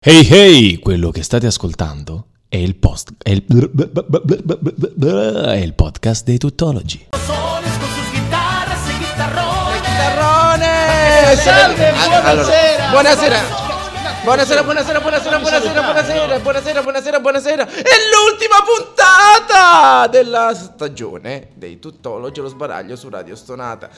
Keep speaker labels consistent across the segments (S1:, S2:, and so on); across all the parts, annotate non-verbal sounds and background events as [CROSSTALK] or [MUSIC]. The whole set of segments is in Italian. S1: Hey hey, quello che state ascoltando è il, post, è il, è il podcast dei tuttologi.
S2: soles con sus guitarras y guitarrones.
S3: Eh,
S4: Tarrone!
S2: Salve,
S4: Allora,
S2: buonasera!
S4: buonasera! Buonasera, buonasera, buonasera, buonasera, buonasera, buonasera, buonasera, buonasera. È l'ultima puntata della stagione dei tuttologi allo sbaraglio su Radio Stonata.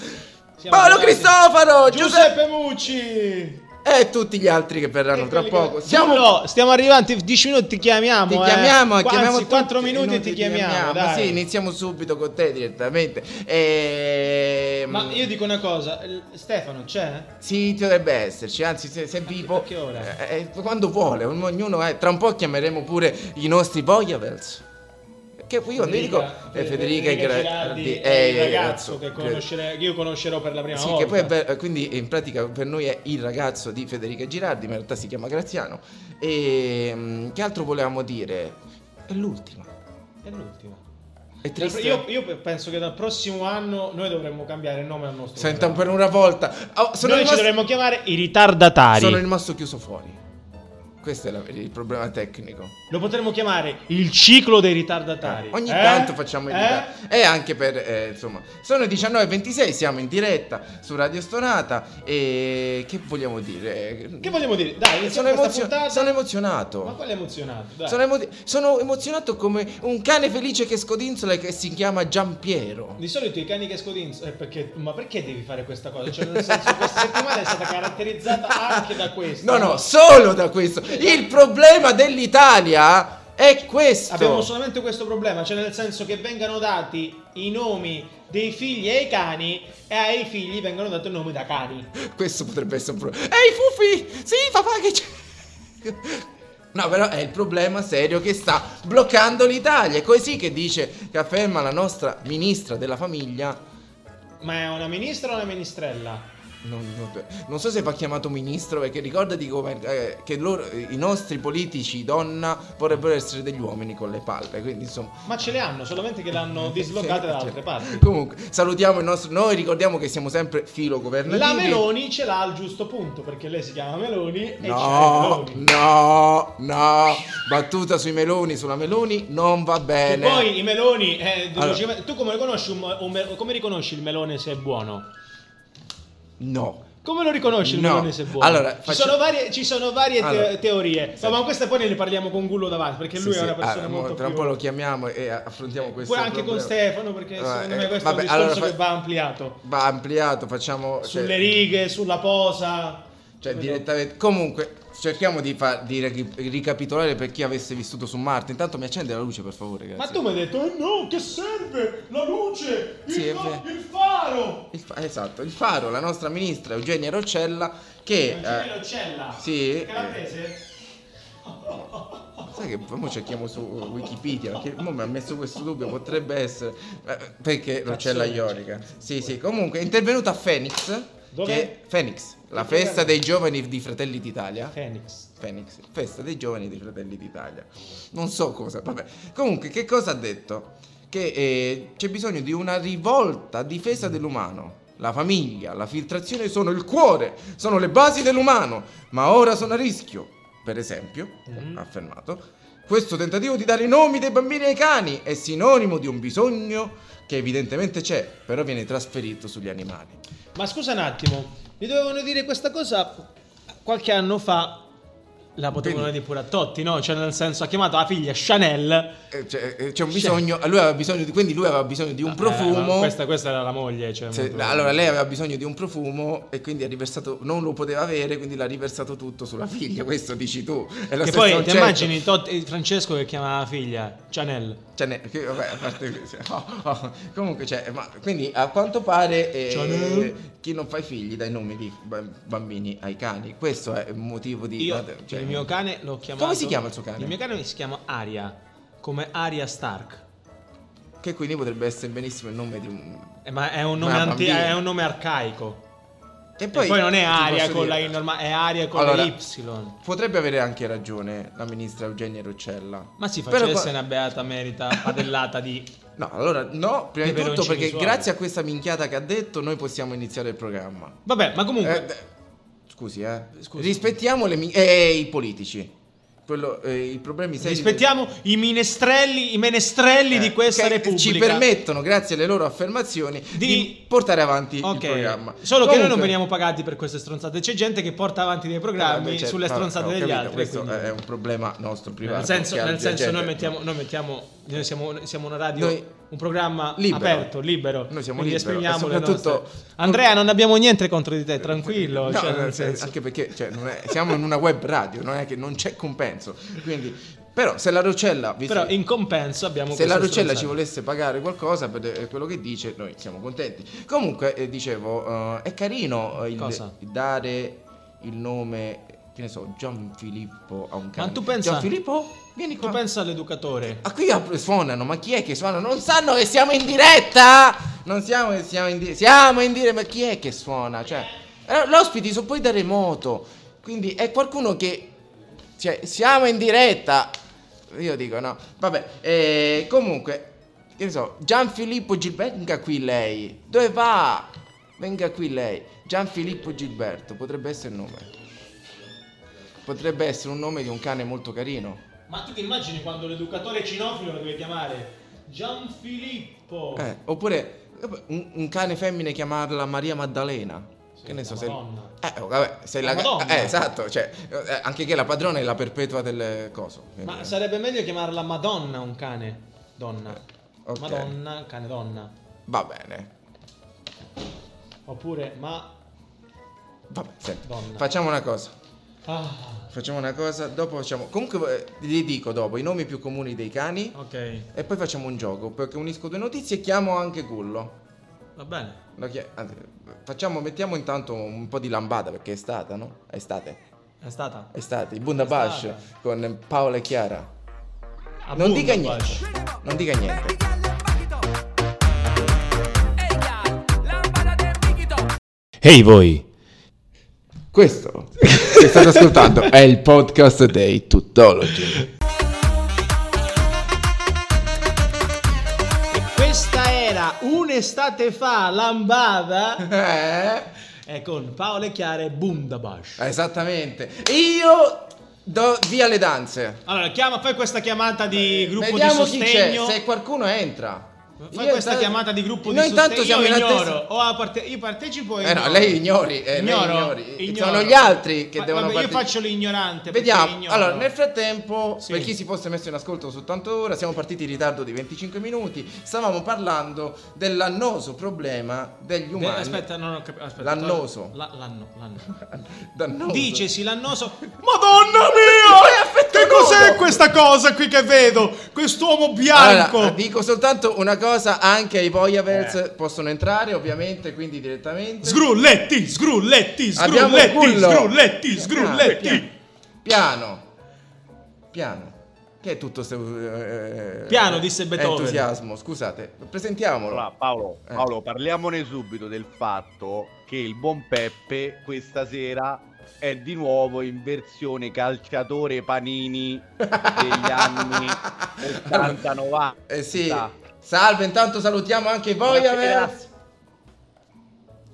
S4: Paolo
S3: tornati.
S4: Cristofaro, Giuseppe
S3: Giuseppe Mucci.
S4: e tutti gli altri che verranno tra poco. Siamo
S3: Giulio, stiamo arrivando, 10 minuti ti chiamiamo.
S4: Ti
S3: eh.
S4: chiamiamo,
S3: Anzi,
S4: chiamiamo tutti,
S3: 4 minuti,
S4: ti
S3: ti chiamiamo.
S4: chiamiamo.
S3: dai.
S4: Sì, iniziamo subito con te direttamente. Ehm,
S3: Ma io dico una cosa, il- Stefano c'è?
S4: Sì, dovrebbe esserci, anzi se, se è vivo
S3: a che ora?
S4: eh, eh, quando vuole, ogn- ognuno è. Tra un po' chiameremo pure i nostri Voyavels. Che io quando dico eh, Federica e Gra-
S3: Girardi
S4: Gra-
S3: è il
S4: eh,
S3: ragazzo che,
S4: Gra-
S3: conoscere- che io conoscerò per la prima
S4: Sì,
S3: volta.
S4: che poi è bello- quindi in pratica per noi è il ragazzo di Federica Girardi, ma in realtà si chiama Graziano. E mm, che altro volevamo dire? È l'ultima.
S3: È l'ultimo.
S4: È triste.
S3: Io, io penso che dal prossimo anno noi dovremmo cambiare il nome al nostro.
S4: Senta
S3: programma.
S4: per una volta. Oh, sono,
S3: Noi ci
S4: rimasto,
S3: dovremmo chiamare i ritardatari.
S4: sono rimasto chiuso fuori. Questo è la- il problema tecnico.
S3: Lo potremmo chiamare il ciclo dei ritardatari.
S4: Ogni
S3: Eh?
S4: tanto facciamo il
S3: Eh?
S4: eh? E anche per, eh, insomma, sono 19.26, siamo in diretta su Radio Stonata e che vogliamo dire? Eh,
S3: Che vogliamo dire? Dai,
S4: sono,
S3: iniziamo
S4: emozio-
S3: questa puntata.
S4: sono emozionato.
S3: Ma quello è emozionato, dai.
S4: Sono, emo- sono emozionato come un cane felice che scodinzola e che si chiama Giampiero.
S3: Di solito i cani che scodinzo. eh, perché- ma perché devi fare questa cosa? Cioè, nel senso, questa settimana è stata caratterizzata anche da questo.
S4: No, no, solo da questo. Il problema dell'Italia è questo.
S3: Abbiamo solamente questo problema, cioè nel senso che vengano dati i nomi dei figli ai cani e ai figli vengono dati i nomi da cani.
S4: Questo potrebbe essere un problema. Ehi Fufi! Sì, papà che c'è! No, però è il problema serio che sta bloccando l'Italia. È così che dice, che afferma la nostra ministra della famiglia.
S3: Ma è una ministra o una ministrella?
S4: Non, non- non so se va chiamato ministro perché ricordati come, eh, che loro- i nostri politici donna vorrebbero essere degli uomini con le palle. Quindi insomma...
S3: Ma ce le hanno, solamente che l'hanno dislocate da altre parti.
S4: Comunque, salutiamo il nostro... Noi ricordiamo che siamo sempre filo governativi.
S3: La Meloni ce l'ha al giusto punto, perché lei si chiama Meloni e
S4: No,
S3: c'è Meloni.
S4: no, no, battuta sui meloni, sulla meloni non va
S3: Che
S4: bene.
S3: poi i meloni, eh,
S4: Eh, Allora.
S3: velocemente- tu come, riconosci un- un mel- come riconosci il melone se è buono?
S4: No,
S3: Come lo riconosci il
S4: No.
S3: melone se è buono?
S4: Allora,
S3: ci,
S4: faccio-
S3: sono varie, ci sono varie te-
S4: Allora.
S3: teorie, No, ma questa poi ne parliamo con Gullo davanti, perché lui è
S4: Sì, sì,
S3: una persona
S4: ah, mo-
S3: molto
S4: tra un
S3: più... Eh,
S4: po' lo chiamiamo e affrontiamo questo
S3: Poi anche con
S4: problema.
S3: Stefano, perché secondo
S4: Eh,
S3: me questo è un
S4: vabbè,
S3: discorso
S4: allora fa-
S3: che va ampliato.
S4: Va ampliato, facciamo
S3: Sulle
S4: cioè,
S3: righe, sulla posa...
S4: cioè,
S3: Vedo-
S4: direttamente. Comunque, cerchiamo di, fa- di ri- ricapitolare per chi avesse vissuto su Marte. Intanto mi accende la luce, per favore, grazie.
S3: Ma tu mi hai detto, "Eh no, che serve la luce, il,
S4: Sì, è
S3: fa-
S4: vero.
S3: il faro!
S4: Il fa- esatto, il faro, la nostra ministra Eugenia Roccella che
S3: Eugenio
S4: eh,
S3: Roccella.
S4: sì.
S3: Calabrese? [LAUGHS]
S4: Sai che mo cerchiamo su Wikipedia, perché mo mi ha messo questo dubbio, potrebbe essere eh, perché Roccella Iorica. Sì, sì, comunque è intervenuta a Phoenix,
S3: Dove?
S4: che Phoenix, la
S3: Che
S4: festa
S3: programma?
S4: dei giovani di Fratelli d'Italia.
S3: Phoenix.
S4: Phoenix, festa dei giovani di Fratelli d'Italia. Non so cosa, vabbè. Comunque che cosa ha detto? Che eh, c'è bisogno di una rivolta a difesa dell'umano. La famiglia, la filtrazione sono il cuore, sono le basi dell'umano, ma ora sono a rischio. Per esempio,
S3: Mhm.
S4: ha affermato, questo tentativo di dare i nomi dei bambini ai cani è sinonimo di un bisogno che evidentemente c'è, però viene trasferito sugli animali.
S3: Ma scusa un attimo, mi dovevano dire questa cosa qualche anno fa. La potevano
S4: Vedi.
S3: dire pure a Totti, no? Cioè, nel senso, ha chiamato la figlia Chanel.
S4: Eh, cioè, eh, c'è un bisogno, lui aveva bisogno di, quindi lui aveva bisogno di un
S3: Eh,
S4: profumo.
S3: questa, questa era la moglie. Cioè,
S4: Se-
S3: molto-
S4: allora lei aveva bisogno di un profumo e quindi ha riversato, non lo poteva avere, quindi l'ha riversato tutto sulla [LAUGHS] figlia. Questo dici tu. È lo
S3: Che
S4: stesso
S3: poi ti
S4: oggetto.
S3: immagini Totti- Francesco che chiama la figlia Chanel.
S4: Cioè, ne- che- vabbè, a parte questo. [LAUGHS] Oh, oh. Comunque, cioè, ma, quindi a quanto pare eh,
S3: Chanel.
S4: chi non fa i figli dai nomi di ba- bambini ai cani. Questo è un motivo di.
S3: Io
S4: guarda, cioè,
S3: il mio cane l'ho chiamato.
S4: Come si chiama il suo cane?
S3: Il mio cane si chiama Aria, come Aria Stark.
S4: Che quindi potrebbe essere benissimo il nome di un.
S3: Eh, ma è un
S4: Ma
S3: nome,
S4: è un
S3: anti-
S4: bambino.
S3: è un nome arcaico.
S4: E
S3: E Poi, non è
S4: ti
S3: aria
S4: posso
S3: con la
S4: dire-
S3: I normale, è aria con
S4: Allora,
S3: la Y.
S4: Potrebbe avere anche ragione la ministra Eugenia Roccella.
S3: Ma si
S4: Però
S3: facesse
S4: qua-
S3: una beata merita padellata di...
S4: No, allora no, prima di
S3: Dei
S4: tutto
S3: peperoncini
S4: perché
S3: suavi.
S4: grazie a questa minchiata che ha detto noi possiamo iniziare il programma.
S3: Vabbè, ma comunque...
S4: Eh, d- scusi, eh.
S3: Scusi.
S4: Rispettiamo le min- eh, i politici. Quello, eh, I problemi seri Eh,
S3: Rispettiamo i minestrelli, i menestrelli di questa
S4: che
S3: Repubblica.
S4: ci permettono, grazie alle loro affermazioni, di,
S3: Di-
S4: portare avanti
S3: Ok,
S4: il programma.
S3: solo che noi non
S4: Comunque-
S3: veniamo pagati per queste stronzate. C'è gente che porta avanti dei programmi
S4: Eh, cioè,
S3: sulle
S4: vabbè,
S3: stronzate
S4: ho
S3: degli
S4: capito,
S3: altri.
S4: Questo
S3: quindi-
S4: è un problema nostro privato.
S3: nel senso,
S4: che
S3: nel
S4: abbia
S3: senso
S4: gente-
S3: noi mettiamo, noi mettiamo, noi siamo, siamo una radio,
S4: Noi-
S3: un programma
S4: Libero.
S3: aperto, libero.
S4: Noi siamo
S3: quindi
S4: libero,
S3: esprimiamo
S4: e
S3: le
S4: soprattutto-
S3: nostre- Andrea, non abbiamo niente contro di te, tranquillo.
S4: No,
S3: cioè, nel
S4: eh,
S3: senso-
S4: Anche perché cioè, non è- siamo in una web radio, non è che non c'è compenso. Quindi, però, se la Rocella, visto
S3: Però
S4: che-
S3: in compenso abbiamo
S4: se la
S3: queste
S4: Rocella ci
S3: stronzate.
S4: volesse pagare qualcosa per eh, quello che dice, noi siamo contenti. Comunque, eh, dicevo, eh, è carino eh, il,
S3: Cosa?
S4: il dare il nome, che ne so, Gianfilippo a un cane.
S3: tu pensa-
S4: Gianfilippo, vieni
S3: Tu
S4: qua.
S3: pensa all'educatore.
S4: Ah, qui ap- suonano, ma chi è che suona? Non sanno che siamo in diretta! Non siamo che siamo in diretta, siamo in diretta, ma chi è che suona? Cioè, eh, l'ospiti sono poi da remoto, quindi è qualcuno che... Cioè, siamo in diretta! Io dico no, vabbè, eh, comunque, che ne so, Gianfilippo Gilberto, venga qui lei, dove va? Venga qui lei, Gianfilippo Gilberto, potrebbe essere il nome. Potrebbe essere un nome di un cane molto carino.
S3: Ma tu ti immagini quando l'educatore cinofilo lo deve chiamare Gianfilippo?
S4: Eh, oppure eh, un, un cane femmine chiamarla Maria Maddalena.
S3: Sì,
S4: che ne so
S3: la
S4: se.
S3: Madonna.
S4: Eh, oh, vabbè, se la.
S3: La Madonna.
S4: eh, esatto, cioè, eh, anche che la padrona è la perpetua del coso. quindi- eh,
S3: Ma sarebbe meglio chiamarla Madonna un cane. Donna.
S4: ok.
S3: Madonna, cane donna.
S4: Va bene.
S3: Oppure ma...
S4: Vabbè, senti,
S3: Donna.
S4: facciamo una cosa.
S3: Ah,
S4: Facciamo una cosa, dopo facciamo. Comunque eh, li dico dopo i nomi più comuni dei cani.
S3: ok.
S4: E poi facciamo un gioco. Perché unisco due notizie e chiamo anche Gullo.
S3: Va bene.
S4: Lo chia- anzi, facciamo, mettiamo intanto un po' di lambada perché è stata, no? È estate.
S3: È stata.
S4: Estate, il Bunda
S3: È
S4: Bash
S3: stata.
S4: con Paola e Chiara.
S3: A
S4: non
S3: bomba,
S4: dica niente.
S3: bacio.
S4: Non dica niente.
S1: Ehi voi!
S4: Questo che state ascoltando è il podcast dei Tutology.
S3: E questa era un'estate fa [LAUGHS] lambada.
S4: Eh,
S3: e con Paolo e Chiara e Bundabash.
S4: esattamente. Io do via le danze.
S3: Allora, chiama, fai questa chiamata di gruppo di
S4: Eh, Vediamo chi c'è,
S3: sostegno.
S4: se qualcuno entra.
S3: Fai
S4: Io
S3: questa
S4: intanto-
S3: chiamata di gruppo
S4: Noi
S3: di sostegno.
S4: intanto siamo in
S3: io ignoro.
S4: attesa.
S3: O a parte- io partecipo e
S4: Eh no,
S3: ignoro.
S4: lei ignori, eh, lei
S3: Ignoro,
S4: ignori.
S3: ignoro.
S4: Sono gli altri che
S3: Fa-
S4: devono
S3: vabbè,
S4: parte-
S3: Io faccio l'ignorante. perché
S4: Vediamo.
S3: ignoro.
S4: Allora, nel frattempo,
S3: Sì.
S4: per chi si fosse messo in ascolto soltanto ora, siamo partiti in ritardo di 25 minuti. Stavamo parlando dell'annoso problema degli
S3: Beh,
S4: umani.
S3: aspetta, non ho capito. aspetta.
S4: L'annoso.
S3: La- l'anno, l'anno.
S4: Dannoso.
S3: Dicesi l'annoso. Madonna mia!
S4: affetto
S3: Che cos'è
S4: nudo!
S3: questa cosa qui che vedo? Quest'uomo bianco.
S4: Allora, dico soltanto una cosa, anche ai Voyavers
S3: Eh.
S4: possono entrare, ovviamente, quindi direttamente.
S3: Sgrulletti, sgrulletti,
S4: Abbiamo il
S3: sgrulletti,
S4: cullo.
S3: sgrulletti,
S4: Piano,
S3: sgrulletti.
S4: Piano. Piano. Che è tutto questo
S3: Piano, disse Beethoven.
S4: Entusiasmo, scusate. Presentiamolo.
S5: Allora, Paolo,
S4: Eh.
S5: Paolo, parliamone subito del fatto che il buon Peppe questa sera è di nuovo in versione calciatore panini degli anni 80-90.
S4: Eh sì. Salve, intanto salutiamo anche i Voyavers.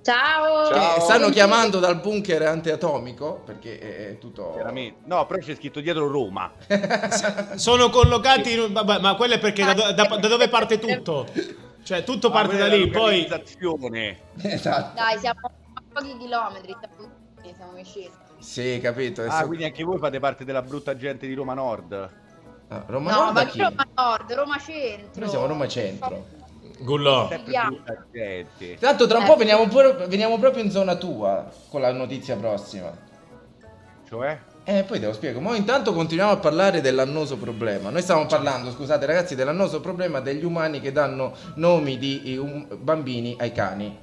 S6: Ciao!
S5: Ciao.
S4: Eh, stanno chiamando dal bunker antiatomico perché è- è tutto [LAUGHS]
S5: Veramente. No, però c'è scritto dietro Roma.
S3: Sono collocati in un- vabbè, ma quello è perché da, do- da- da dove parte tutto? Cioè,
S4: Ah,
S3: tutto parte da lì, poi
S5: Organizzazione.
S4: esatto.
S6: Dai, siamo a pochi chilometri, siamo vicini, siamo vicini.
S4: Eh, Sì, capito.
S5: Ah,
S4: adesso-
S5: quindi anche voi fate parte della brutta gente di Roma Nord.
S4: Ah, Roma
S6: no,
S4: Nord da
S6: ma
S4: chi?
S6: Roma Nord, Roma Centro.
S4: Noi siamo Roma Centro.
S3: Gullo.
S5: Sempre
S6: Yeah.
S5: brutta gente.
S4: Tanto tra un po' veniamo, pure- veniamo proprio in zona tua con la notizia prossima.
S5: Cioè?
S4: Eh, poi te lo spiego. Ma intanto continuiamo a parlare dell'annoso problema. Noi stiamo parlando, scusate ragazzi, dell'annoso problema degli umani che danno nomi di eh, um- bambini ai cani.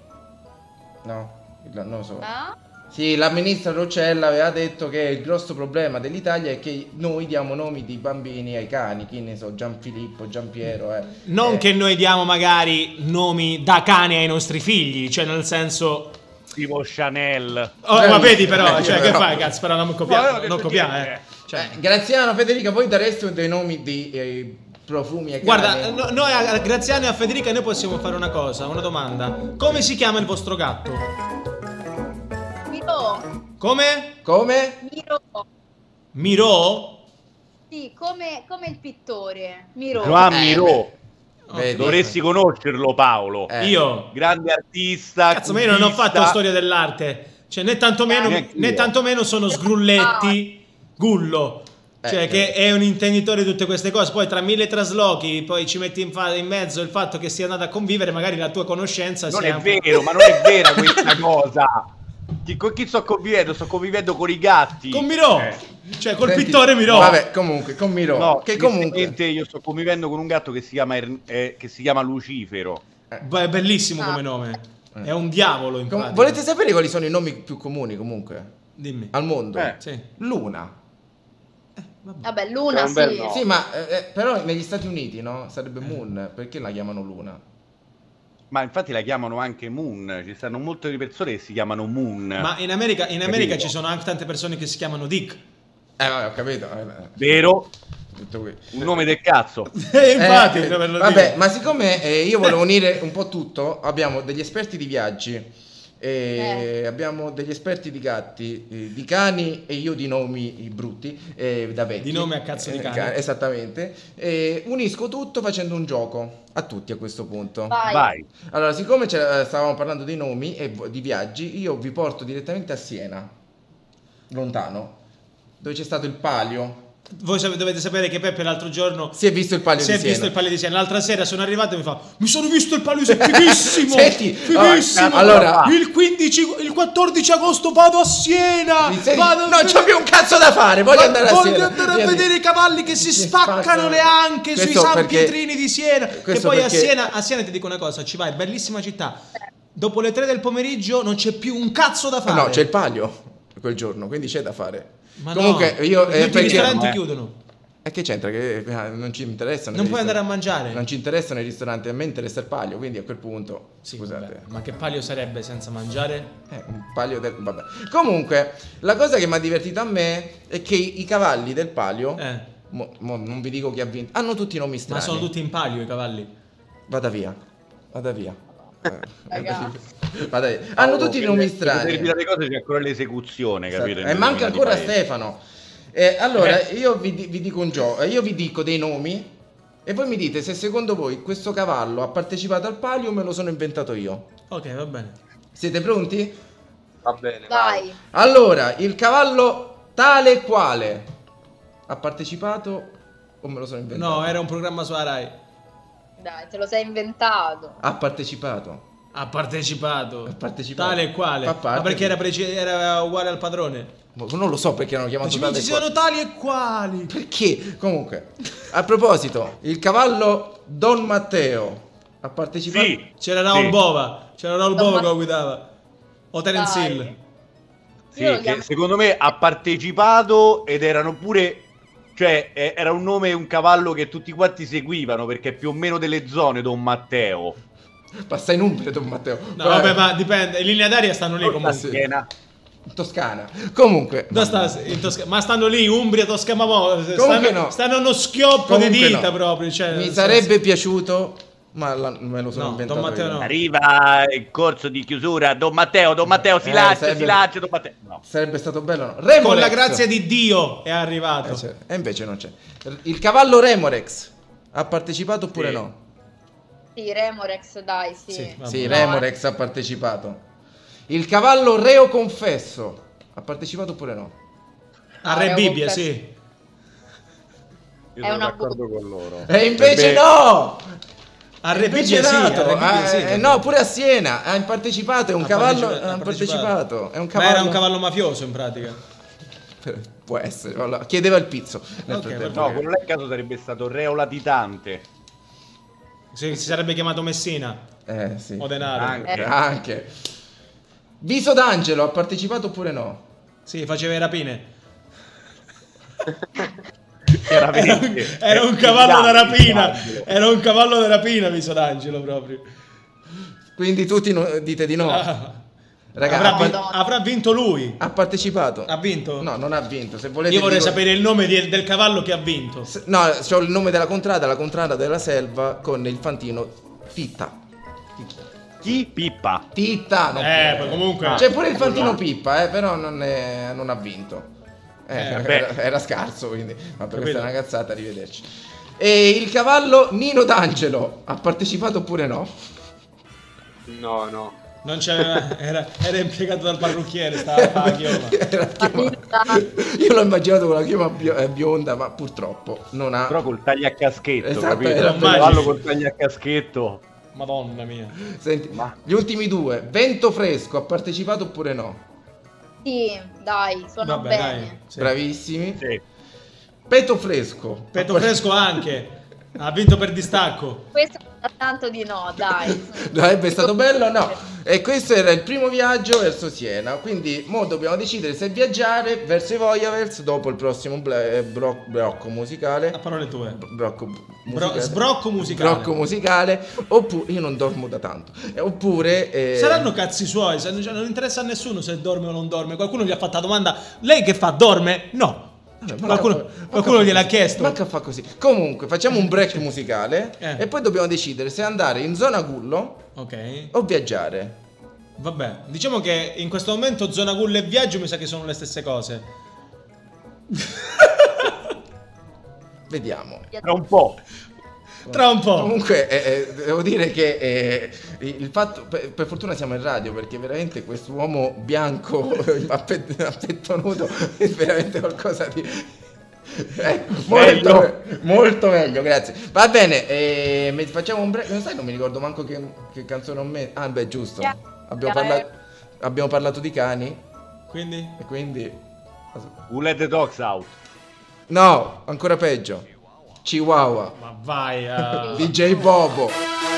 S4: No? L'annoso.
S6: Ah?
S4: Sì, la ministra Roccella aveva detto che il grosso problema dell'Italia è che noi diamo nomi di bambini ai cani, chi ne so, Gianfilippo, Giampiero. Eh.
S3: non
S4: Eh,
S3: che noi diamo magari nomi da cane ai nostri figli, cioè nel senso
S5: Tipo Chanel.
S3: Oh,
S4: Eh,
S3: ma vedi però,
S4: eh,
S3: cioè
S4: però.
S3: che fai cazzo, però non
S5: No, io ho
S3: copiamo,
S5: detto
S3: non copiamo,
S5: niente.
S3: eh. Cioè,
S4: eh, Graziano, Federica, voi dareste dei nomi di eh, profumi ai
S3: guarda, eh,
S4: cani?
S3: no- noi a Graziano e a Federica noi possiamo fare una cosa, una domanda. Come si chiama il vostro gatto?
S6: Miro,
S3: Come?
S4: Come?
S6: Miro,
S3: Miro?
S6: Sì, come, come il pittore, Miro.
S5: Joan
S4: Eh,
S5: Miró,
S4: Vedi?
S5: dovresti conoscerlo Paolo,
S4: Eh.
S3: Io,
S5: grande artista.
S3: cazzo, ma io non ho
S5: cubista.
S3: fatto storia dell'arte. Cioè, né tantomeno,
S5: Neanche
S3: né
S5: io.
S3: tantomeno sono sgrulletti,
S6: Ah.
S3: gullo. Cioè,
S4: Eh,
S3: che
S4: eh.
S3: è un intenditore di tutte queste cose. Poi, tra mille traslochi, poi ci metti in, fa- in mezzo il fatto che sia andato a convivere, magari la tua conoscenza
S5: Non
S3: sia.
S5: è vero, ma non è
S3: [LAUGHS]
S5: vera questa cosa. Chi, con chi sto convivendo? Sto convivendo con i gatti.
S3: Con Miro,
S5: Eh.
S3: cioè col
S4: Senti,
S3: pittore Miro.
S4: Vabbè, comunque, con Miro.
S5: No,
S4: che comunque...
S5: tristemente io sto convivendo con un gatto che si chiama, Ern- eh, che si chiama Lucifero.
S3: Beh, è bellissimo
S6: Ah.
S3: come nome.
S4: Eh.
S3: È un diavolo, in
S4: com-
S3: pratica.
S4: volete sapere quali sono i nomi più comuni comunque
S3: Dimmi.
S4: al mondo?
S5: Eh.
S3: Sì.
S4: Luna.
S6: Vabbè,
S5: È
S6: Luna,
S5: un bel
S6: sì.
S5: no.
S4: Sì, ma eh, eh, però negli Stati Uniti, no? Sarebbe Moon, perché la chiamano Luna?
S5: Ma infatti la chiamano anche Moon. Ci stanno molte persone che si chiamano Moon.
S3: Ma in America, in America
S5: Capito.
S3: ci sono anche tante persone che si chiamano Dick. [LAUGHS]
S4: Eh, vabbè, ho capito. eh,
S5: Vero?
S4: tutto qui.
S5: Un nome del cazzo.
S3: E infatti,
S4: Eh,
S3: per lo
S4: vabbè,
S3: dico.
S4: ma siccome eh, io volevo unire un po' tutto, abbiamo degli esperti di viaggi. eh, Abbiamo degli esperti di gatti, eh, di cani e io di nomi brutti, eh, da vecchi.
S3: Di nome a cazzo di
S4: Eh,
S3: cane.
S4: ca- esattamente. Eh, unisco tutto facendo un gioco a tutti a questo punto.
S6: Vai.
S5: Vai.
S4: Allora, siccome c'era- stavamo parlando dei nomi e vo- di viaggi, io vi porto direttamente a Siena, lontano, dove c'è stato il palio.
S3: Voi sap- dovete sapere che Peppe l'altro giorno
S4: Si è visto il palio
S3: si è
S4: di Siena.
S3: visto il palio di Siena. L'altra sera sono arrivato e mi fa: Mi sono visto il palio di
S4: [LAUGHS]
S3: Siena, fighissimo!
S4: Senti,
S3: fighissimo!
S4: allora-
S3: il, 15, il 14 agosto vado a Siena!
S4: Sì, sì,
S3: vado a
S4: non c'ho più un cazzo da fare, voglio
S3: Ma
S4: andare a
S3: voglio
S4: Siena.
S3: andare a
S4: Vieni.
S3: vedere i cavalli che si
S4: Sì,
S3: spaccano
S4: spaccano.
S3: le anche sui
S4: Questo
S3: San
S4: perché-
S3: Pietrini di Siena. Che
S4: questo
S3: poi a,
S4: perché-
S3: Siena, a Siena ti dico una cosa: ci vai, bellissima città. Dopo le 3 del pomeriggio non c'è più un cazzo da fare.
S4: No, c'è il palio quel giorno, quindi c'è da fare.
S3: Ma
S4: Comunque,
S3: no,
S4: io... eh,
S3: tutti i
S4: perché-
S3: ristoranti
S5: eh.
S3: chiudono.
S4: E che c'entra? Che eh, non ci interessano.
S3: Non
S4: i
S3: puoi andare a
S4: ristoranti.
S3: mangiare.
S4: Non ci interessano i ristoranti, a me interessa il palio, quindi a quel punto...
S3: Sì,
S4: scusate.
S3: vabbè, ma che palio sarebbe senza mangiare?
S4: Eh, un palio del... Vabbè. Comunque, la cosa che mi ha divertito a me è che i cavalli del palio...
S3: Eh,
S4: mo- mo non vi dico chi ha vinto. Hanno tutti i nomi
S3: ma
S4: strani.
S3: sono tutti in palio i cavalli.
S4: Vada via. Vada via. Eh,
S6: Raga.
S4: Vada via.
S3: Oh,
S4: Hanno tutti i nomi
S5: Per
S4: strani.
S5: dire le cose c'è ancora l'esecuzione, capito?
S4: Esatto.
S5: E
S4: E manca ancora Stefano. Eh, allora, io vi, di- vi dico un gioco, io vi dico dei nomi e voi mi dite se secondo voi questo cavallo ha partecipato al palio o me lo sono inventato io.
S3: Ok, va bene.
S4: Siete pronti?
S7: Va bene, vai.
S6: Vai.
S4: Allora, il cavallo tale e quale ha partecipato o me lo sono inventato?
S3: No, era un programma sulla Rai.
S6: Dai, te lo sei inventato.
S4: Ha partecipato.
S3: Ha partecipato.
S4: Ha partecipato.
S3: Tale e quale.
S4: Fa parte
S3: ma perché
S4: di-
S3: era, preci- era uguale al padrone.
S4: Mo- Boh, Non lo so perché hanno
S3: Ma
S4: chiamato
S3: ci,
S4: tale
S3: ci
S4: e quale.
S3: sono tali e quali.
S4: Perché? Comunque, a proposito, il cavallo Don Matteo ha partecipato.
S5: Sì.
S3: C'era Raul
S5: Sì.
S3: Bova. C'era Raul
S6: Don
S3: Bova
S6: Ma-
S3: che lo guidava. O Terence
S6: Dai.
S3: Hill.
S5: Sì,
S6: Io lo
S5: che
S6: chiamo-
S5: secondo me ha partecipato ed erano pure. Cioè, eh, era un nome e un cavallo che tutti quanti seguivano perché è più o meno delle zone, Don Matteo.
S4: Passa in Umbria Don Matteo.
S3: No, vabbè, ma dipende. In linea d'aria stanno lì
S4: Ah,
S5: La
S3: comunque.
S5: schiena.
S4: In Toscana. Comunque.
S3: Dove sta- in Tosca- ma stanno lì, Umbria, Tosca, ma mo- stanno,
S4: Comunque no.
S3: stanno uno schioppo
S4: Comunque
S3: di dita
S4: no.
S3: proprio. Cioè, nel
S4: Mi
S3: senso-
S4: sarebbe piaciuto, ma la- me lo sono
S3: No,
S4: inventato.
S3: Don Matteo
S4: io. Eh,
S3: no.
S5: Arriva il corso di chiusura, Don Matteo, Don Matteo, si
S4: Eh,
S5: lancia,
S4: sarebbe-
S5: si lancia, Don Matteo. No.
S4: Sarebbe stato bello, no? Remorex.
S3: Con la grazia di Dio è arrivato.
S4: Ecco. Eh, c'è- E invece non c'è. Il cavallo Remorex ha partecipato oppure
S5: Sì.
S4: no?
S6: Sì, Remorex, dai, sì.
S3: Sì, va-
S4: Sì,
S6: Vabbè.
S4: Remorex ha partecipato. Il cavallo Reo Confesso ha partecipato oppure no?
S3: A
S4: Ah,
S3: Re Bibbia, sì.
S5: Io
S6: È
S5: sono
S6: una
S5: d'accordo con loro. Cioè,
S4: E invece no!
S3: Cioè, A Re
S4: Invece
S3: Bibbia, sì. A Re
S4: nato,
S3: Bibbia,
S4: eh,
S3: sì.
S4: eh, no, pure a Siena ha partecipato, è un
S3: Ha
S4: cavallo,
S3: partecipa-
S4: ha partecipato, è un
S3: Ma
S4: cavallo.
S3: era un cavallo mafioso in pratica.
S4: Può essere, allora, chiedeva il pizzo. nel
S3: Ok,
S4: frattempo.
S5: No, quello là in caso sarebbe stato Reo Latitante.
S3: Si, si sarebbe chiamato Messina
S4: Eh, sì.
S3: o Denaro.
S5: Anche.
S4: Eh, Anche. Viso d'angelo ha partecipato oppure no?
S3: Sì, faceva le rapine. Era un,
S5: Chiaramente.
S3: [LAUGHS] era un
S5: Eh,
S3: cavallo da
S5: Latitante,
S3: rapina.
S5: Latitante.
S3: Era un cavallo da rapina, Viso d'Angelo proprio.
S4: Quindi tutti no- dite di no.
S3: Ah.
S4: Raga,
S3: avrà,
S4: ha,
S3: vin-
S4: par-
S6: Madonna.
S3: avrà vinto lui.
S4: ha partecipato.
S3: Ha vinto?
S4: No, non ha vinto. Se volete
S3: Io vorrei
S4: dico-
S3: sapere il nome di- del cavallo che ha vinto.
S4: S- No, c'ho il nome della contrada, la contrada della selva con il fantino Titta.
S5: Chi? Pippa.
S4: Titta, Cioè, non
S3: Eh,
S4: può.
S3: poi comunque-
S4: C'è pure il fantino Pippa, eh, però non, è- non ha vinto. Eh,
S3: Eh,
S5: beh.
S4: era, era scarso, quindi. Ma per
S3: Capito?
S4: questa è una cazzata, arrivederci. E il cavallo Nino D'Angelo ha partecipato oppure no?
S7: No, no.
S3: Non c'era, era, era impiegato dal parrucchiere, stava a chioma.
S4: [LAUGHS] Era chioma- Io l'ho immaginato con la chioma bio- eh, bionda, ma purtroppo non ha.
S5: Però col tagliacaschetto,
S4: Esatto,
S5: capito?
S4: era
S5: Fallo
S3: magico.
S5: col tagliacaschetto.
S3: Madonna mia.
S4: Senti,
S5: Ma-
S4: gli ultimi due, Vento Fresco ha partecipato oppure no?
S6: Sì, dai, suona
S3: Vabbè,
S6: bene.
S3: dai. sì.
S4: Bravissimi.
S5: Sì.
S4: Petto Fresco.
S3: Petto fresco anche. Ha vinto per distacco.
S6: Questo è tanto di
S4: [LAUGHS]
S6: no, dai.
S4: Sarebbe stato bello, no? E questo era il primo viaggio verso Siena. Quindi, mo dobbiamo decidere se viaggiare verso i Voyagers dopo il prossimo bla- eh, bro- blocco
S3: A
S4: musicale.
S3: parole tue.
S4: Brocco
S3: Ah, Bro-
S4: musicale.
S3: sbrocco musicale.
S4: Brocco musicale. Oppure, io non dormo da tanto. Eh, oppure. eh,
S3: Saranno cazzi suoi, se- cioè, non interessa a nessuno se dorme o non dorme. Qualcuno gli ha fatto la domanda, lei che fa, dorme? No.
S4: Vabbè, eh, manca-
S3: qualcuno
S4: manca
S3: qualcuno
S4: fa
S3: gliel'ha
S4: così.
S3: chiesto.
S4: Manca fa così. Comunque, facciamo un break musicale.
S3: Eh.
S4: E poi dobbiamo decidere se andare in zona Gullo
S3: Ok,
S4: o viaggiare.
S3: vabbè. Diciamo che in questo momento zona gulla e viaggio mi sa che sono le stesse cose.
S4: Vediamo.
S5: Tra un po'.
S3: Tra un po'.
S4: Comunque, eh, eh, devo dire che eh, il fatto, per, per fortuna siamo in radio perché veramente quest'uomo bianco a, pe- a petto nudo è veramente qualcosa di. eh, molto,
S5: Meglio.
S4: me- molto meglio, grazie. Va bene, eh, me- facciamo un break. Non sai, non mi ricordo manco che, che canzone ho messo. Ah, beh, giusto.
S6: Chiaro.
S4: Abbiamo, parla- abbiamo parlato di cani
S3: Quindi...
S4: e quindi.
S5: Who let the dogs out?
S4: No, ancora peggio. Chihuahua,
S3: Ma vai eh. a...
S4: DJ Bobo.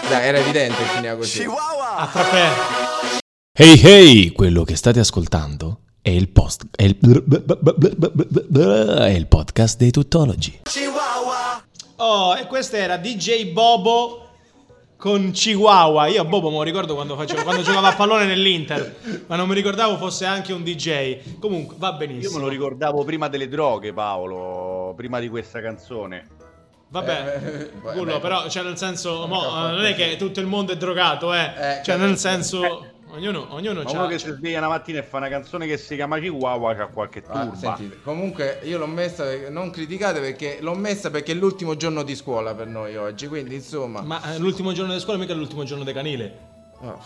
S4: Dai, era evidente che finiva così.
S5: Ah,
S3: a frappè.
S1: Hey hey, quello che state ascoltando è il post è il, è il podcast dei tuttologi.
S3: Oh, e questa era DJ Bobo con Chihuahua. Io a Bobo me lo ricordo quando, facevo, quando giocava a pallone nell'Inter, ma non mi ricordavo fosse anche un DJ. Comunque, va
S5: Io me
S3: benissimo.
S5: lo ricordavo prima delle droghe, Paolo, prima di questa canzone.
S3: Vabbè.
S4: Eh, beh,
S3: Gullo,
S4: beh,
S3: però, cioè, nel senso, mo,
S4: Porca
S3: non è che tutto il mondo è drogato, eh.
S4: Eh,
S3: cioè,
S4: capito.
S3: nel senso, ognuno, ognuno
S5: Ma
S3: c'ha-
S5: uno che si sveglia una mattina e fa una canzone che si chiama Chihuahua c'ha qualche
S4: ah,
S5: turba.
S4: sentite, comunque io l'ho messa, perché- non criticate perché l'ho messa perché è l'ultimo giorno di scuola per noi oggi, quindi insomma...
S3: Ma eh, l'ultimo giorno di scuola mica è l'ultimo giorno dei canile.
S4: Oh.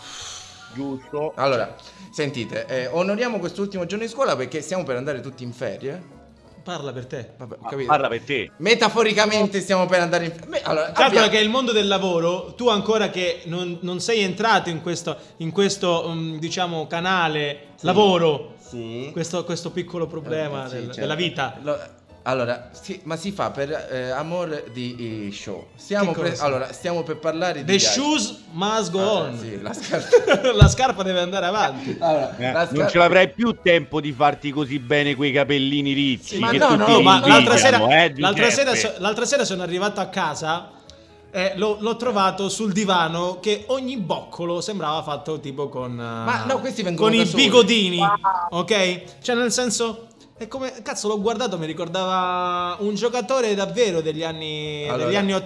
S5: Giusto.
S4: Allora, sentite, eh, onoriamo quest'ultimo giorno di scuola perché stiamo per andare tutti in ferie.
S3: Parla per te.
S4: Vabbè,
S5: Ma
S4: capito?
S5: parla per te.
S4: Metaforicamente stiamo per andare in ferie. Allora,
S3: Calcola
S4: abbiamo-
S3: che il mondo del lavoro, tu ancora che non, non sei entrato in questo, in questo mm, diciamo, canale lavoro,
S4: Sì.
S3: questo, questo piccolo problema
S4: Eh, sì,
S3: del-
S4: certo.
S3: della vita.
S4: Lo- allora, sì, ma si fa per eh, amore di eh, show. Stiamo
S3: Che
S4: per,
S3: cosa?
S4: allora, stiamo per parlare di...
S3: The
S4: viaggi.
S3: shoes must go
S4: Ah,
S3: on. [LAUGHS]
S4: sì, la scarpa.
S3: la scarpa deve andare avanti.
S4: Allora,
S5: Eh,
S4: la
S5: non
S4: scar-
S5: ce l'avrai più tempo di farti così bene quei capellini ricci.
S4: ma
S5: che
S4: no,
S5: tutti
S4: no,
S5: ti
S3: No, ma l'altra sera,
S5: invidiano, eh,
S3: l'altra, sera
S5: Giuseppe.
S3: so- l'altra sera sono arrivato a casa e l'ho, l'ho trovato sul divano che ogni boccolo sembrava fatto tipo con, eh,
S4: Ma no, questi vengono
S3: con
S4: da
S3: i
S4: soli.
S3: bigodini, ok? Cioè nel senso, è come, cazzo l'ho guardato, mi ricordava un giocatore davvero degli anni,
S4: Allora,
S3: degli anni
S5: lo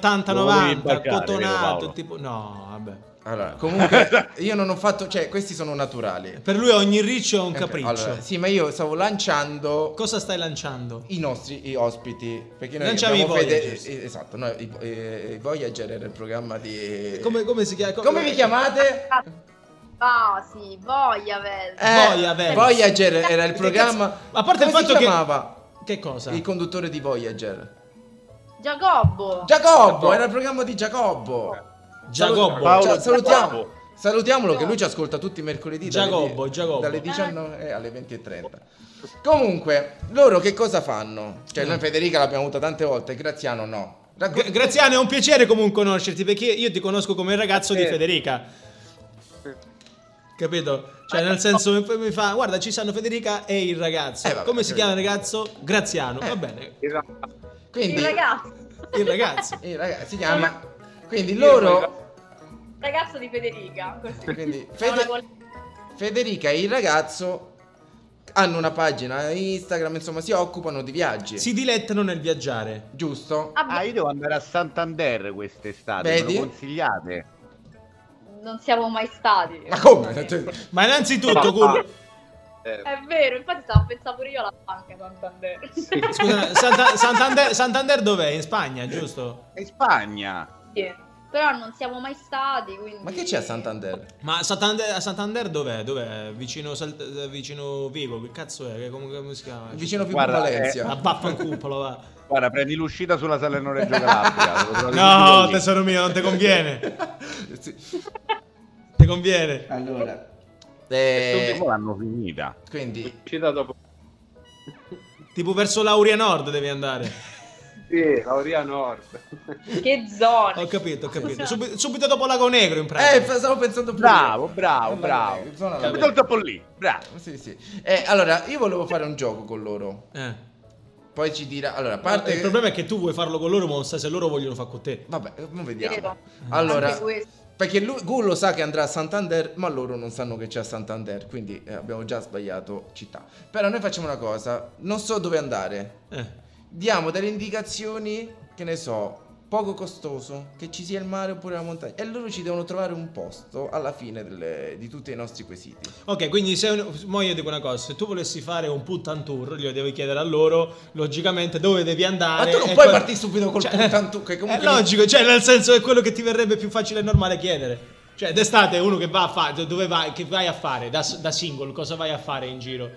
S3: 80-90,
S5: volevi imbarcare, vero,
S3: cotonato,
S5: Paolo?
S3: tipo... No, vabbè.
S4: Allora,
S5: [LAUGHS]
S4: comunque io non ho fatto, cioè questi sono naturali.
S3: Per lui ogni riccio è un capriccio.
S4: Allora, sì, ma io stavo lanciando
S3: Cosa stai lanciando?
S4: i nostri i ospiti, perché noi
S3: Lanciamo
S4: abbiamo
S3: i
S4: fede-
S3: Voyagers.
S4: eh, esatto, noi i, eh, i Voyager era il programma di
S3: Come, come si chiama?
S4: Come vi chiamate? Eh,
S6: Ah, sì, voglia, vero.
S3: Voyager.
S4: Voyager era il programma
S3: A parte il
S4: Come
S3: fatto
S4: si
S3: che-
S4: chiamava
S3: Che cosa?
S4: il conduttore di Voyager.
S6: Giacobbo.
S4: Giacobbo, era il programma di Giacobbo.
S3: Giacobbo.
S4: Salut-
S5: Paolo
S4: Gia- salutiamo.
S5: Giacobbo.
S4: Salutiamolo che lui ci ascolta tutti i mercoledì dalle-
S3: Giacobbo, Giacobbo.
S4: dalle 19 alle 20.30. Comunque, loro che cosa fanno? Cioè, noi Federica l'abbiamo avuta tante volte, Graziano no. Racco-
S3: Mm. Gra- Graziano, è un piacere comunque conoscerti perché io ti conosco come il ragazzo di
S7: Eh.
S3: Federica. Capito? Cioè, nel senso, mi- mi fa, guarda, ci sanno Federica e il ragazzo.
S4: Eh, vabbè,
S3: come si
S4: capito.
S3: chiama il ragazzo? Graziano. Va bene.
S7: Il ra-
S4: Quindi,
S6: Il ragazzo.
S3: Il ragazzo.
S4: il ragazzo si chiama... Quindi loro...
S6: Il [LAUGHS] ragazzo di Federica. Così.
S4: Quindi,
S6: Fa una
S4: Fede-
S6: coll-
S4: Federica e il ragazzo hanno una pagina Instagram, insomma, si occupano di viaggi.
S3: si dilettano nel viaggiare.
S4: Giusto?
S6: Abbi-
S5: Ah, io devo andare a Santander quest'estate, me
S4: Vedi?
S5: lo consigliate?
S6: Non siamo mai stati.
S4: Ma come?
S6: [LAUGHS]
S4: Cioè,
S3: Ma innanzitutto, Gullo,
S7: Eh,
S6: È vero, infatti stavo pensando pure io alla banca Santander.
S7: sì.
S3: Scusa, Santa- Santander, Santander dov'è? In Spagna, giusto?
S5: È in Spagna.
S6: [LAUGHS] Sì. Però non siamo mai stati, quindi...
S4: Ma che c'è a Santander?
S3: Ma Santander, a Santander dov'è? Dov'è? Vicino, Sal- vicino Vigo, che cazzo è? Che- come, come si chiama?
S4: Vicino Vico
S5: Guarda,
S4: Valencia.
S3: A Baffancupola, eh, va.
S5: Guarda, prendi l'uscita sulla Salerno Reggio Calabria. te lo trovi
S3: No,
S5: subito lì.
S3: tesoro mio, non ti conviene.
S4: [LAUGHS] Sì.
S3: Ti conviene.
S4: Allora.
S5: Questo
S4: Eh,
S5: tempo l'hanno finita.
S4: quindi
S7: Uscita dopo.
S3: Tipo verso l'Auria Nord devi andare.
S7: Sì, Lauria Nord.
S6: Che zona!
S3: Ho capito, ho capito. Subi- subito dopo Lago Negro, in
S4: Eh,
S3: pratica.
S4: fa- stavo pensando pure
S5: Bravo,
S4: io.
S5: bravo,
S4: Eh,
S5: bravo.
S4: vabbè, zona
S5: Subito
S4: la-
S5: il topo lì. Bravo.
S4: Sì, sì. Eh, allora, io volevo fare un gioco con loro.
S3: Eh.
S4: Poi ci dirà. Allora, a
S3: Parte...
S4: parte.
S3: Eh, Il problema è che tu vuoi farlo con loro, ma non sai se loro vogliono far con te.
S4: Vabbè, eh, non vediamo.
S6: Vero.
S4: Allora,
S6: Anche questo.
S4: perché lui, Gu lo sa che andrà a Santander, ma loro non sanno che c'è a Santander, quindi eh, abbiamo già sbagliato città. Però noi facciamo una cosa, non so dove andare.
S3: Eh.
S4: Diamo delle indicazioni, che ne so, poco costoso, che ci sia il mare oppure la montagna. E loro ci devono trovare un posto alla fine delle- di tutti i nostri quesiti. [LAUGHS]
S3: Ok, quindi se un- mo io dico una cosa, se tu volessi fare un put and tour, glielo devi chiedere a loro, logicamente dove devi andare.
S4: Ma tu non
S3: e
S4: puoi
S3: qual-
S4: partire subito col punt and tour, che comunque-
S3: È logico, cioè nel senso è quello che ti verrebbe più facile e normale chiedere. Cioè, d'estate uno che va a fare, dove vai, che vai a fare da, da single, cosa vai a fare in giro?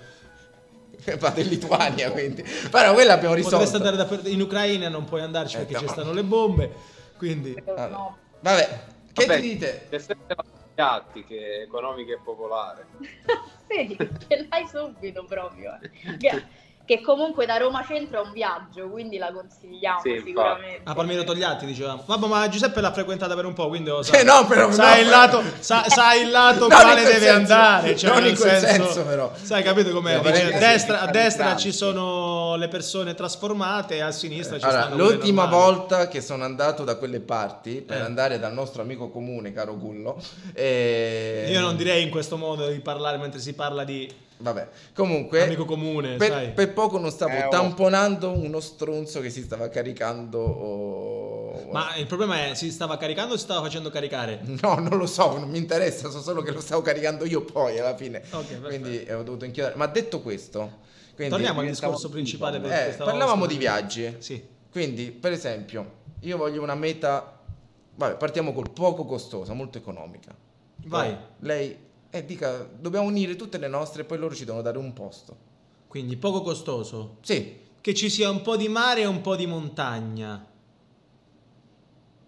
S4: Fate in Lituania, quindi. Però quella abbiamo
S3: Potresti
S4: risolto.
S3: andare da- in Ucraina, non puoi andarci
S4: Eh,
S3: perché ci
S4: no.
S3: stanno le bombe, quindi...
S4: Allora,
S6: No. [LAUGHS]
S4: Vabbè, che
S7: Vabbè,
S4: ti dite?
S7: C'è sempre la piatti che è economica e popolare.
S6: Vedi, ce l'hai subito proprio. eh. Che, che comunque da Roma Centro è un viaggio, quindi la consigliamo
S7: Sì, infatti.
S6: sicuramente.
S3: A Palmiro Togliatti dicevamo. Vabbè, ma Giuseppe l'ha frequentata per un po', quindi lo sa.
S4: Eh, no, però,
S3: sa
S4: no,
S3: il
S4: però.
S3: lato, sa, sa il lato
S4: Non in
S3: quale
S4: quel
S3: deve
S4: senso,
S3: andare. Cioè,
S4: non in
S3: nel
S4: quel
S3: senso-
S4: senso, però.
S3: Sai, capito com'è?
S4: No,
S3: Dice,
S4: perché
S3: a destra,
S5: si
S3: a
S5: fa
S3: destra
S5: entrambi.
S3: ci sono le persone trasformate, e a sinistra ci
S4: Allora,
S3: stanno quelle
S4: l'ultima
S3: normali.
S4: volta che sono andato da quelle parti per
S3: Eh.
S4: andare dal nostro amico comune, caro Gullo. eh,
S3: Io non direi in questo modo di parlare mentre si parla di
S4: Vabbè, comunque.
S3: amico comune, sai.
S4: per, per poco non stavo
S5: Eh, oh.
S4: tamponando uno stronzo che si stava caricando. oh,
S3: Ma il problema è, si stava caricando o si stava facendo caricare?
S4: [LAUGHS] No, non lo so, non mi interessa, so solo che lo stavo caricando io poi alla fine.
S3: Ok, perfetto.
S4: quindi eh, ho dovuto inchiodare. Ma detto questo, quindi,
S3: Torniamo al
S5: diventavo
S3: discorso principale.
S5: stupido.
S3: per
S4: eh,
S3: cui stavamo
S4: parlavamo di
S3: discutendo.
S4: viaggi.
S3: Sì.
S4: Quindi, per esempio, io voglio una meta. Vabbè, partiamo col poco costosa, molto economica.
S3: Vai.
S4: Poi Lei, eh, dica, dobbiamo unire tutte le nostre e poi loro ci devono dare un posto.
S3: Quindi poco costoso.
S4: Sì,
S3: Che ci sia un po' di mare e un po' di montagna.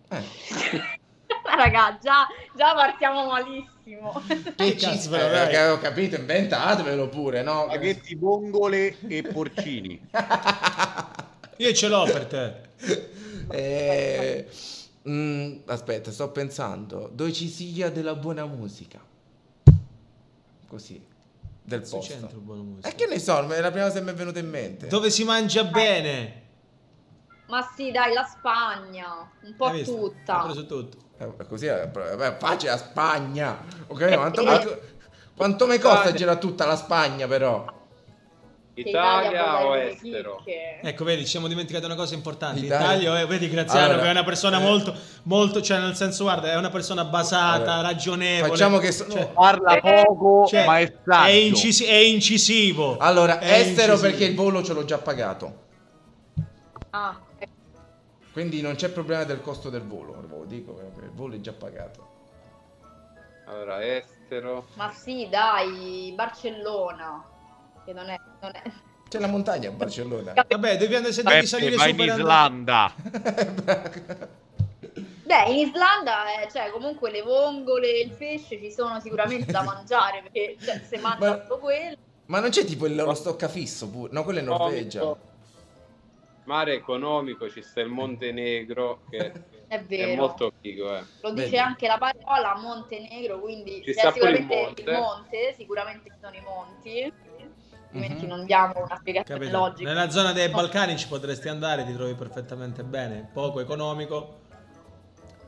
S4: eh.
S6: [LAUGHS] Raga, già, già partiamo malissimo.
S3: Che
S4: ci
S3: cazzo,
S4: eh,
S3: dai.
S4: che avevo capito, inventatevelo pure, no?
S5: Spaghetti vongole
S3: [LAUGHS]
S5: e porcini.
S3: Eh, Io ce l'ho per te.
S4: [LAUGHS] Eh, mm, aspetta, sto pensando dove ci sia della buona musica. Così, del
S3: Sul centro,
S4: posto.
S3: buona musica.
S4: E Eh, che ne so, è la prima cosa che mi è venuta in mente.
S3: Dove si mangia bene.
S6: [LAUGHS] Ma sì, dai, la Spagna, un po'
S3: Hai visto? Ho
S6: tutta.
S3: preso tutto.
S4: Eh, Così è è facile la Spagna. Ok, quanto,
S6: Eh.
S4: mi, co- quanto mi costa
S7: Dai.
S4: girare tutta la Spagna però?
S6: Che può
S7: Italia o
S6: dare due
S7: estero?
S6: chicche.
S3: Ecco, vedi, ci siamo dimenticati una cosa importante.
S4: L'Italia-
S3: Italia, eh, vedi, Graziano,
S4: Allora,
S3: che è una persona
S4: eh.
S3: molto, molto, cioè, nel senso, guarda, è una persona basata,
S4: Allora,
S3: ragionevole.
S4: facciamo che sono-
S3: Cioè,
S5: Parla poco,
S3: cioè,
S5: ma è saggio.
S3: è, incisi- è incisivo.
S4: Allora,
S3: È
S4: estero
S3: incisivo.
S4: perché il volo ce l'ho già pagato.
S6: Ah, ok.
S4: Quindi non c'è problema del costo del volo, ve lo dico, perché il volo è già pagato.
S7: Allora, estero.
S6: ma sì, dai, Barcellona, che non è... Non è...
S4: C'è la montagna a Barcellona. [LAUGHS]
S3: Vabbè, devi andare se devi
S5: Peppe,
S3: salire
S5: vai
S3: su
S5: in
S3: per andare-
S5: Islanda.
S6: Beh, in Islanda, eh, cioè, comunque le vongole e il pesce ci sono
S3: [LAUGHS]
S6: sicuramente da mangiare, perché cioè, se mangiano
S4: Ma-
S6: solo quello...
S4: Ma non c'è tipo il loro stoccafisso pure? No, quello è Norvegia.
S7: Economico. Mare economico, ci sta il Montenegro che
S6: È
S7: è,
S6: vero,
S7: molto figo, eh.
S6: lo dice
S4: Vedi.
S6: anche la parola Montenegro, quindi
S7: Ci
S6: c'è
S7: sta pure il
S6: sicuramente
S7: monte.
S6: sicuramente ci sono i monti, altrimenti
S4: Mhm.
S6: non diamo una spiegazione
S3: Capito?
S6: logica.
S3: Nella zona dei
S6: No.
S3: Balcani ci potresti andare, ti trovi perfettamente bene. Poco economico,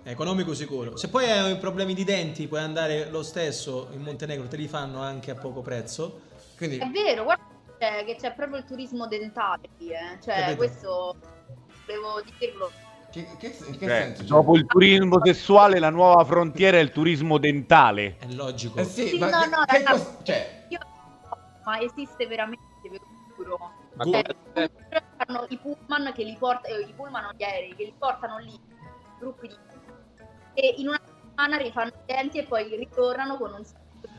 S3: economico sicuro. Se poi hai problemi di denti, puoi andare lo stesso in Montenegro, te li fanno anche a poco prezzo.
S4: Quindi,
S6: È vero, guarda c'è- che c'è proprio il turismo dentale qui, eh. cioè
S3: Capito.
S6: questo volevo dirlo.
S4: che, che- in che
S3: Eh,
S5: Cioè,
S4: senso?
S5: dopo il turismo sessuale, la nuova frontiera è il turismo dentale.
S3: È logico.
S4: Eh sì,
S6: Sì,
S4: ma
S6: no,
S4: che-
S6: no,
S4: che
S6: raga.
S4: cos- cioè,
S6: Io ma esiste veramente, ve lo giuro.
S7: Ma
S6: Cioè,
S7: come sempre,
S6: fanno i pullman che li portano, i pullman o gli aerei che li portano lì, gruppi di e in una settimana rifanno i denti e poi ritornano con un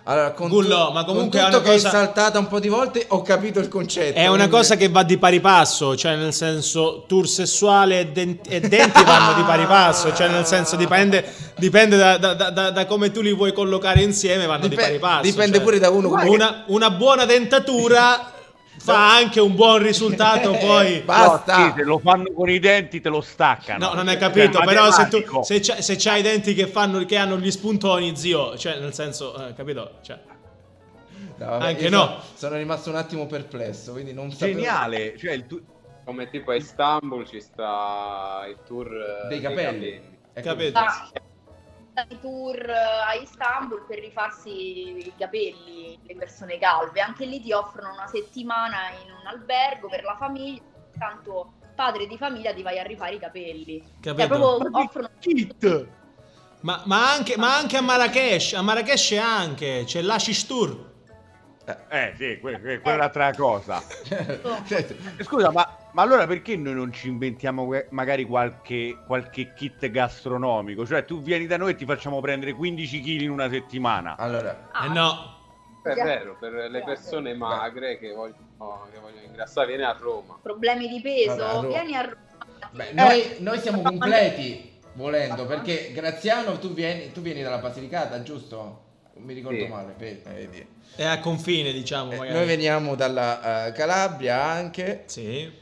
S4: Allora, con
S3: Gullo,
S4: tu-
S3: ma comunque
S4: con
S3: è
S4: tutto
S3: una
S4: che
S3: cosa-
S4: è saltata un po' di volte, ho capito il concetto.
S3: È una
S4: quindi-
S3: cosa che va di pari passo, cioè nel senso tour sessuale e, den- e denti vanno di pari passo, cioè nel senso dipende, dipende da, da- da- da- da come tu li vuoi collocare insieme, vanno
S4: Dipen-
S3: di pari passo.
S4: dipende
S3: cioè,
S4: pure da uno come-
S3: Una, una buona dentatura fa anche un buon
S4: [LAUGHS]
S3: risultato poi.
S5: No,
S4: Basta.
S5: sì, se lo fanno con i denti te lo staccano.
S3: No, non hai capito,
S5: Cioè,
S3: però se tu
S5: matematico.
S3: se c'hai, se c'hai i denti che, fanno, che hanno gli spuntoni, zio, cioè nel senso, eh, capito? Cioè,
S4: No, vabbè,
S3: Anche
S4: io
S3: no.
S4: Sono, sono rimasto un attimo perplesso, quindi non sapevo-
S5: Geniale, cioè il tu-
S7: come tipo a Istanbul ci sta il tour eh,
S4: Dei capelli. Ecco.
S3: Capelli.
S6: Ah, i tour eh, a Istanbul per rifarsi i capelli le persone calve. Anche lì ti offrono una settimana in un albergo per la famiglia, tanto padre di famiglia ti vai a rifare i capelli. Cioè,
S3: capito?
S6: proprio offrono
S5: Eh Cheat.
S3: Ma, ma anche, ma anche a Marrakesh, a Marrakesh anche, cioè c'è l'Ashish Tour.
S5: Eh sì, que- que- quella è un'altra cosa.
S4: [LAUGHS] Certo.
S5: Eh, Scusa, ma, ma allora perché noi non ci inventiamo que- magari qualche, qualche kit gastronomico? Cioè tu vieni da noi e ti facciamo prendere 15 kg in una settimana.
S4: Allora,
S6: Ah,
S3: Eh no,
S7: È vero, per le persone magre che vogliono, che vogliono ingrassare, viene a Roma.
S6: problemi di
S4: Vabbè, a
S6: peso,
S4: Roma.
S6: vieni a Roma.
S4: beh,
S6: Eh,
S4: noi, noi siamo completi volendo perché Graziano tu vieni, tu vieni dalla Basilicata, giusto? Non mi ricordo
S7: Sì.
S4: male. vedi, Eh, vedi.
S3: è a confine, diciamo,
S4: Eh,
S3: magari.
S4: noi veniamo dalla eh, Calabria anche.
S3: Sì.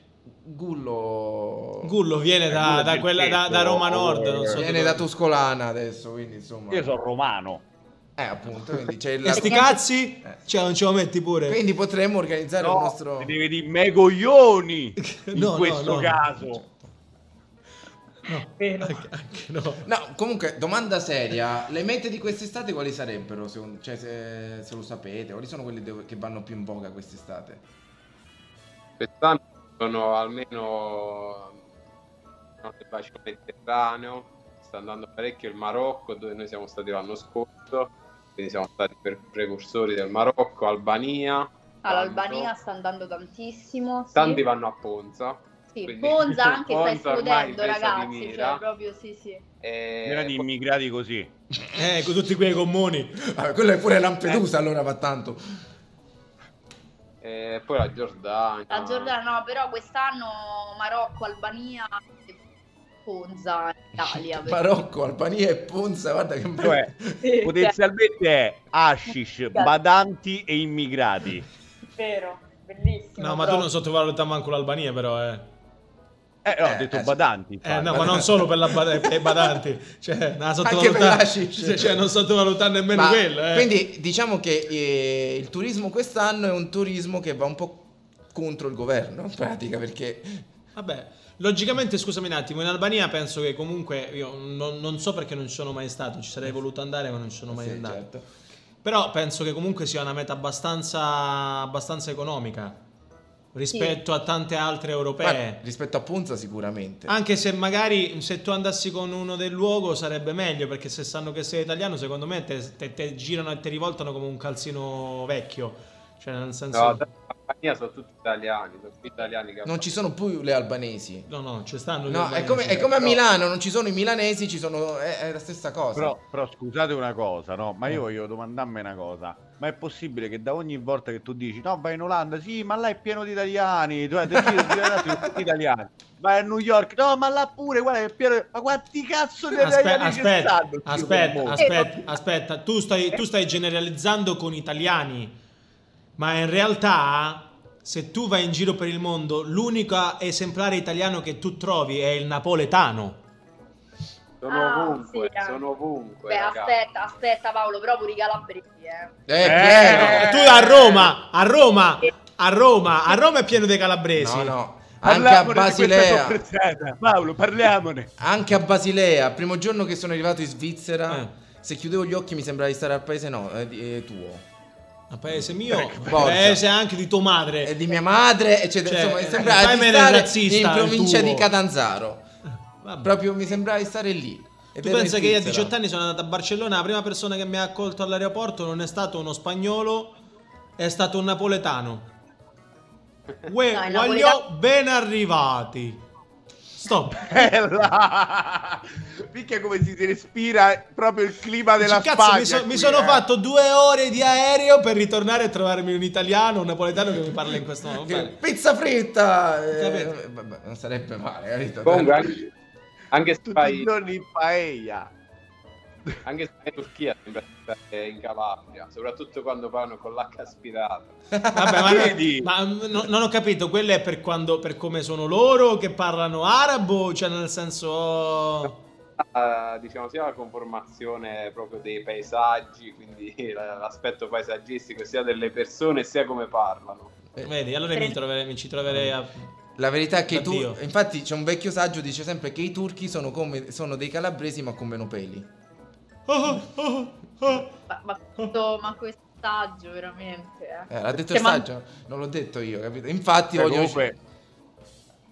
S4: Gullo
S3: Gullo viene
S5: Eh,
S3: da,
S5: Gullo
S3: da
S5: del
S3: quella, da, da
S5: tetto,
S3: Roma Nord, non so
S4: viene
S3: dove.
S4: da Tuscolana adesso, quindi insomma.
S5: Io sono romano.
S4: Eh, appunto, quindi c'è
S3: E
S4: il
S3: sti cazzi?
S4: Eh.
S3: Cioè, non ce lo metti pure.
S4: Quindi potremmo organizzare
S5: No,
S4: un nostro
S5: ti devi dire
S3: [LAUGHS]
S5: me coglioni in
S3: No, no,
S5: questo
S3: no.
S5: caso.
S3: No, anche, anche no.
S4: No, comunque, domanda seria, le mete di quest'estate quali sarebbero? secondo- cioè, se, se lo sapete, quali sono quelle de- che vanno più in voga quest'estate?
S7: Quest'anno sono almeno no, il bacino mediterraneo, sta andando parecchio il Marocco dove noi siamo stati l'anno scorso, quindi siamo stati per- precursori del Marocco, Albania,
S6: All'Albania ah, sta andando tantissimo. sì.
S7: tanti vanno a Ponza.
S6: Sì,
S7: quindi-
S6: Monza anche sta
S7: Monza ormai
S6: esplodendo,
S7: presa di
S6: ragazzi.
S7: mira.
S6: Cioè, proprio sì, sì.
S7: E
S5: Era di immigrati così.
S3: Eh, con tutti quei gommoni.
S4: Vabbè, quello è pure Lampedusa, allora va tanto.
S7: e poi la Giordania.
S6: La Giordania no, però quest'anno Marocco, Albania, e Ponza, Italia.
S4: [LAUGHS]
S6: perché-
S4: Marocco, Albania e Ponza, guarda che bello. [LAUGHS]
S5: Cioè,
S6: Sì,
S5: potenzialmente è hashish, badanti e immigrati.
S6: cioè, vero, bellissimo.
S3: No, ma tu
S6: però.
S3: non sottovaluta manco l'Albania, però, eh.
S5: Eh, no, ho
S4: Eh,
S5: detto
S4: eh,
S5: badanti.
S3: Eh,
S5: infatti.
S3: no, ma non solo per la ba- eh, per i badanti, cioè, non sottovalutare,
S4: per l'hashish.
S3: cioè, cioè, non sottovalutare nemmeno
S4: Ma-
S3: quello. Eh.
S4: Quindi diciamo che eh, il turismo quest'anno è un turismo che va un po' contro il governo, in pratica, perché...
S3: Vabbè, logicamente, scusami un attimo, in Albania penso che comunque, io non, non so perché non ci sono mai stato, ci sarei voluto andare ma non ci sono mai
S4: Sì,
S3: andato.
S4: certo.
S3: Però penso che comunque sia una meta abbastanza, abbastanza economica rispetto a tante altre europee.
S4: Guarda, rispetto a Ponza sicuramente.
S3: Anche se magari se tu andassi con uno del luogo sarebbe meglio perché se sanno che sei italiano secondo me te, te- te girano e ti rivoltano come un calzino vecchio. Cioè nel senso...
S7: No, Albania sono tutti italiani, sono tutti italiani che
S4: Non ci sono più le albanesi.
S3: No, no, ci stanno. cioè gli
S4: No, è
S3: albanesi.
S4: come, è come a Milano, non ci sono i milanesi, ci sono, è, è la stessa cosa.
S5: Però, però scusate una cosa, no? Ma
S3: Eh.
S5: io voglio domandarmi una cosa. Ma è possibile che da ogni volta che tu dici no, vai in Olanda, sì, ma là è pieno di italiani, tu hai deciso di andare sono
S3: [LAUGHS]
S5: tutti italiani. Vai a New York, no, ma là pure, guarda, è pieno. Ma quanti cazzo di
S3: Aspe-
S5: italiani ci boh.
S3: aspetta,
S5: stanno, zio, per
S3: aspetta,
S5: mo'?
S3: aspetta, aspetta. Tu stai, tu stai generalizzando con italiani, ma in realtà, se tu vai in giro per il mondo, l'unico esemplare italiano che tu trovi è il napoletano.
S7: sono
S6: Ah,
S7: ovunque,
S6: sì, anche.
S7: sono ovunque.
S6: Beh,
S7: ragazzi.
S6: aspetta, aspetta Paolo, però pure i calabresi, eh.
S4: Eh, Piero!
S3: Eh, tu a Roma, a Roma, a Roma, a Roma è pieno dei calabresi.
S4: No, no. Anche
S5: Parliamone
S4: a
S5: di questa
S4: Basilea,
S5: soppressata, Paolo, parliamone.
S4: anche a Basilea, primo giorno che sono arrivato in Svizzera,
S3: Eh.
S4: se chiudevo gli occhi mi sembrava di stare al paese no, eh, di- eh, tuo.
S3: A paese mio,
S4: forza.
S3: paese anche di tua
S4: E
S3: madre.
S4: Eh, di mia madre, eccetera.
S3: Eh. Cioè,
S4: Insomma, mi sembrava
S3: fai
S4: di
S3: meno
S4: stare
S3: razzista,
S4: in
S3: il
S4: provincia
S3: tuo.
S4: di Catanzaro.
S3: Vabbè.
S4: Proprio mi sembrava di stare lì. Ed
S3: Tu
S4: ero in
S3: pensa che io a
S4: Svizzera.
S3: 18 anni sono andato a Barcellona, la prima persona che mi ha accolto all'aeroporto non è stato uno spagnolo, è stato un
S6: [LAUGHS]
S3: napoletano. Uè,
S6: No,
S3: guagliò,
S6: il napoletano-
S3: ben arrivati.
S5: [LAUGHS]
S3: Stop.
S5: Bella! Picchia come si respira proprio il clima della
S3: Cazzo,
S5: Spagna.
S3: mi, so- mi
S5: qui,
S3: sono
S5: eh.
S3: fatto due ore di aereo per ritornare e trovarmi un italiano, un napoletano che mi parla in questo
S4: [LAUGHS]
S3: modo.
S4: Che-
S5: [LAUGHS]
S3: Bene.
S4: Pizza fritta! eh,
S3: Capito.
S4: vabbè, non sarebbe male, capito?
S7: Comunque, anche, anche se
S5: Tutti
S7: vai
S5: i giorni in paella.
S7: anche se vai in Turchia sembra di stare in Calabria, soprattutto quando parlano con l'H aspirata.
S3: Vabbè, ma-
S5: Vedi?
S3: ma, mm, no- non ho capito, quello è per, quando, per come sono loro che parlano arabo, cioè nel senso...
S7: Ah, diciamo sia la conformazione proprio dei paesaggi, quindi [LAUGHS] la- l'aspetto paesaggistico sia delle persone sia come parlano.
S3: Vedi, allora mi, troverei- mi ci troverei a...
S4: La verità è che Eh. i
S3: Addio.
S4: turchi. Infatti, c'è un vecchio saggio che dice sempre che i turchi sono, come, sono dei calabresi ma con meno peli.
S3: Oh, oh, oh.
S6: Ma, ma questo, ma questo saggio veramente. eh.
S4: Eh, l'ha detto
S6: Cioè,
S4: il
S6: ma-
S4: saggio, non l'ho detto io, capito? Infatti,
S5: Cioè,
S4: voglio.
S5: comunque,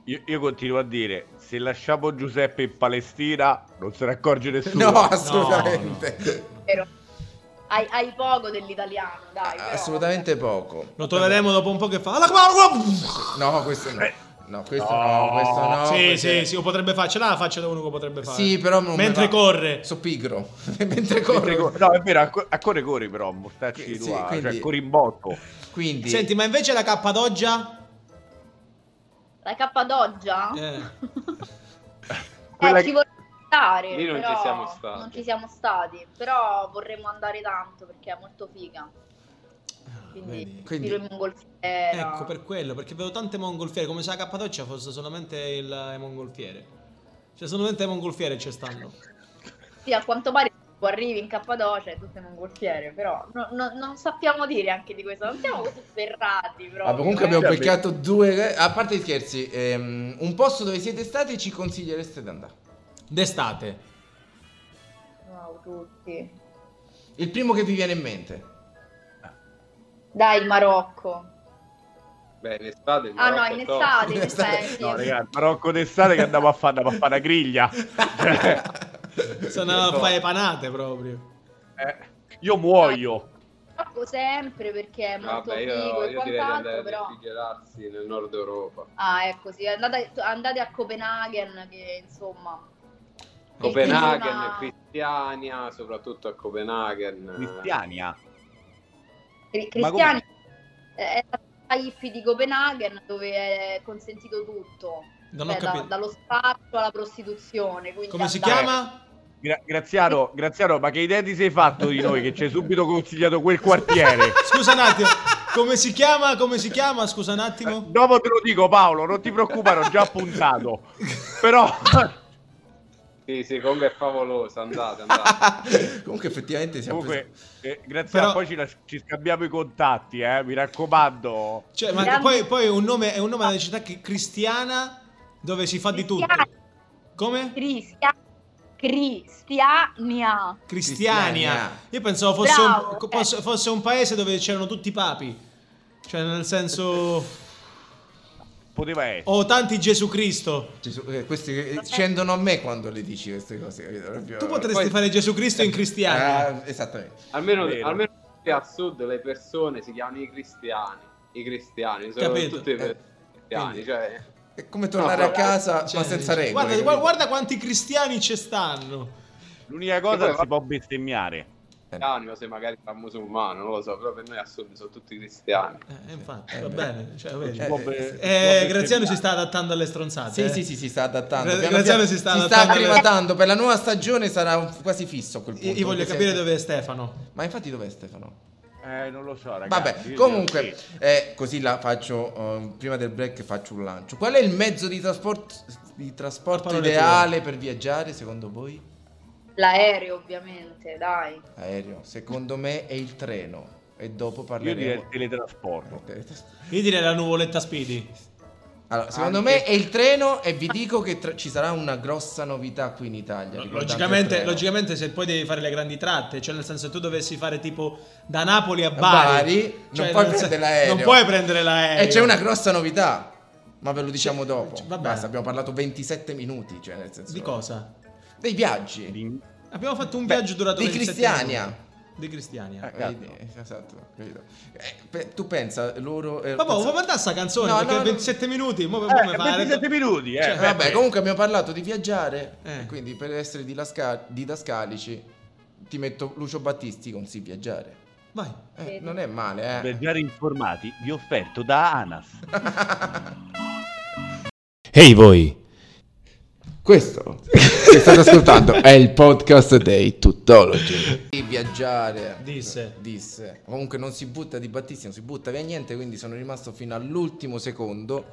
S5: io, io continuo a dire, se lasciamo Giuseppe in Palestina non se ne accorge nessuno.
S4: No, [LAUGHS] assolutamente.
S6: Vero. Hai, hai poco dell'italiano, dai. però,
S4: Ah, Assolutamente poco.
S3: Lo troveremo dopo un po' che fa... "Alla qua, alla qua".
S4: No, questo no.
S5: Eh.
S4: No, questo no,
S5: No.
S4: questo no.
S3: sì,
S4: Ah, perché-
S3: sì, sì, o potrebbe farcela la faccia da uno che potrebbe fare.
S4: Sì, però non me
S3: Mentre
S4: va.
S3: corre.
S4: So pigro. [LAUGHS] Mentre
S5: Mentre
S4: corro.
S5: co- No, è vero, a, co- a corre corri però, mortacci
S4: Sì,
S5: tua,
S4: quindi-
S5: cioè corri in botto.
S4: Quindi
S3: Senti, ma invece la cappadoggia?
S6: La Cappadoggia? [LAUGHS] Eh,
S3: Eh.
S5: Quella
S6: ci
S5: che-
S6: vorremmo stare.
S7: Lì non ci
S6: però
S7: siamo stati.
S6: Non ci siamo stati, però vorremmo andare tanto perché è molto figa. Quindi,
S7: Ah,
S3: Vedi.
S4: Quindi-
S6: tiro in mongolfiera.
S3: Ecco, per quello, perché vedo tante mongolfiere, come se la cappadoccia fosse solamente il le mongolfiere. Cioè, solamente le mongolfiere ci stanno.
S6: Sì, a quanto pare tu arrivi in Cappadocia e tu sei mongolfiere, però no- no- non sappiamo dire anche di questo, non siamo così ferrati proprio.
S4: Vabbè, comunque
S6: eh.
S4: abbiamo beccato due. A parte gli scherzi, ehm, un posto dove siete stati ci consigliereste di andare.
S3: D'estate.
S4: [LAUGHS]
S6: Wow, Eh, tutti.
S4: Il primo che vi viene in mente.
S6: Dai, il Marocco.
S7: Beh, in estate il
S6: Ah no,
S7: Marocco
S6: in
S7: è
S6: estate,
S7: top. [LAUGHS]
S4: In
S6: in
S4: estate.
S6: effetti.
S5: No, raga, il Marocco d'estate che andiamo a fare andiamo a fare
S4: [LAUGHS]
S5: una griglia. Cioè,
S3: Sono a fare le panate proprio.
S5: Eh, io muoio.
S6: Marocco sempre perché è molto
S7: Vabbè,
S6: figo
S7: io,
S6: e
S7: io direi di andare
S6: quant'altro,
S7: a
S6: però...
S7: refrigerarsi nel nord Europa.
S6: Ah, ecco, sì, andate, andate a Copenaghen che insomma... è
S7: Copenaghen,
S6: una-
S7: Cristiania, soprattutto a Copenaghen.
S5: Cristiania.
S6: Cri-
S5: Ma
S6: Cristiani eh, è la città hippie di Copenaghen dove è consentito tutto,
S3: Non ho
S6: cioè, da-
S3: capito.
S6: dallo spaccio alla prostituzione. quindi
S3: Come si
S6: andate-
S4: Eh.
S3: chiama?
S5: Gra- Graziano, Graziano, ma che idea ti sei fatto di noi che ci hai subito consigliato quel quartiere?
S3: Eh, Scusa un attimo. Come si chiama? Come si chiama? Scusa un attimo.
S5: Dopo te lo dico Paolo, non ti preoccupare, ho già puntato.
S4: [LAUGHS]
S5: Però
S7: Sì, sì, comunque è favoloso, andate,
S4: [LAUGHS]
S7: andate.
S4: comunque effettivamente siamo
S5: comunque eh, Graziano,
S3: Però-
S5: poi ci, las- ci scambiamo i contatti, eh, mi raccomando.
S3: Cioè, ma
S6: Grande-
S3: poi, poi è un nome, è un nome della città che- cristiana dove si fa di tutto.
S6: Cristiani.
S3: Come?
S6: Cristia- Cristiania.
S3: Cristiania.
S4: Cristiania.
S3: Io pensavo fosse,
S6: Bravo,
S3: un, co-
S6: eh.
S3: fosse- fosse un paese dove c'erano tutti i papi. Cioè, nel senso.
S5: Poteva essere.
S3: O tanti Gesù Cristo.
S4: Gesù- eh, questi eh, scendono a me quando le dici queste cose. capito? Proprio-
S3: Tu potresti
S4: Poi-
S3: fare Gesù Cristo in Cristiania.
S4: Ah, esattamente.
S7: Almeno,
S5: Vero.
S7: almeno qui al sud le persone si chiamano i cristiani. I cristiani, sono
S3: Capito.
S7: tutti i per-
S4: Eh, Quindi- eh.
S7: cristiani, cioè...
S4: È come tornare
S7: No,
S4: a
S7: però-
S4: casa
S3: Cioè,
S4: ma senza regole.
S3: guarda,
S4: capito?
S3: guarda- guarda quanti cristiani ci stanno.
S5: L'unica
S7: E poi
S5: cosa
S7: va-
S5: si può bestemmiare.
S7: cristiani o se magari fa musulmano, non lo so, però per noi al sud sono tutti cristiani.
S3: Eh, infatti,
S4: Eh,
S3: va
S4: beh.
S3: bene. Cioè, vedi.
S5: Si può
S4: Eh,
S5: be- si può
S3: Eh,
S5: bestemmiare.
S3: Graziano si sta adattando alle stronzate.
S4: Sì,
S3: eh.
S4: sì, sì, si sta adattando.
S3: Gra-
S4: Piano
S3: Graziano
S4: piano
S3: si sta
S4: sta
S3: adattando alle-
S4: acclimatando. Per la nuova stagione sarà un- quasi fisso a quel punto.
S3: Io- Io voglio
S4: perché
S3: capire
S4: se-
S3: dove è Stefano.
S4: Ma infatti dov'è Stefano?
S5: Eh, non lo so, ragazzi.
S4: Vabbè,
S5: Io-
S4: comunque,
S5: sì.
S4: eh, così la faccio. eh, prima del break faccio un lancio. Qual è il mezzo di, trasport- di trasporto
S3: Parole
S4: ideale per viaggiare secondo voi?
S6: L'aereo, ovviamente, dai.
S4: Aereo. Secondo me è il treno. E dopo
S5: Io direi
S4: parleremo.
S5: il teletrasporto.
S3: Io direi la nuvoletta Speedy.
S4: Allora, secondo
S5: Anche-
S4: me è il treno e vi dico che tra- ci sarà una grossa novità qui in Italia. riguardante il
S3: Logicamente,
S4: treno.
S3: logicamente, se poi devi fare le grandi tratte, cioè nel senso se tu dovessi fare tipo da Napoli a Bari, cioè
S4: Bari, non puoi
S3: nel
S4: prendere
S3: sen-
S4: l'aereo.
S3: Non puoi prendere l'aereo.
S4: E c'è una grossa novità, ma ve lo diciamo dopo.
S3: cioè, va bene.
S4: Basta, abbiamo parlato 27 minuti, cioè nel senso...
S3: Di cosa?
S4: Dei viaggi.
S5: Di- Eh,
S3: Abbiamo fatto un
S4: Beh,
S3: viaggio durato
S4: Di
S3: 27
S4: Cristiania.
S3: minuti. di Cristiania.
S4: Eh, vedi, esatto, capito. Eh, pe- tu pensa loro...
S3: Vabbè,
S4: eh, pensa-
S3: boh, vuoi mandare sta canzone?
S4: No,
S3: perché
S4: no, no.
S3: 27 minuti, mo, mo
S5: Eh,
S3: mi fa-
S5: 27 minuti, eh.
S3: Cioè,
S4: Eh, vabbè, comunque abbiamo parlato di viaggiare,
S3: Eh.
S4: e quindi per essere dilasca- didascalici ti metto Lucio Battisti con Si Viaggiare.
S3: Vai.
S4: Eh, non è male, eh.
S5: Viaggiare informati, vi offerto da Anas.
S1: Ehi voi!
S4: [LAUGHS] Questo che state ascoltando è il podcast dei tuttologi. Di viaggiare.
S3: Disse.
S4: Disse. Comunque non si butta di Battisti, non si butta via niente, quindi sono rimasto fino all'ultimo secondo.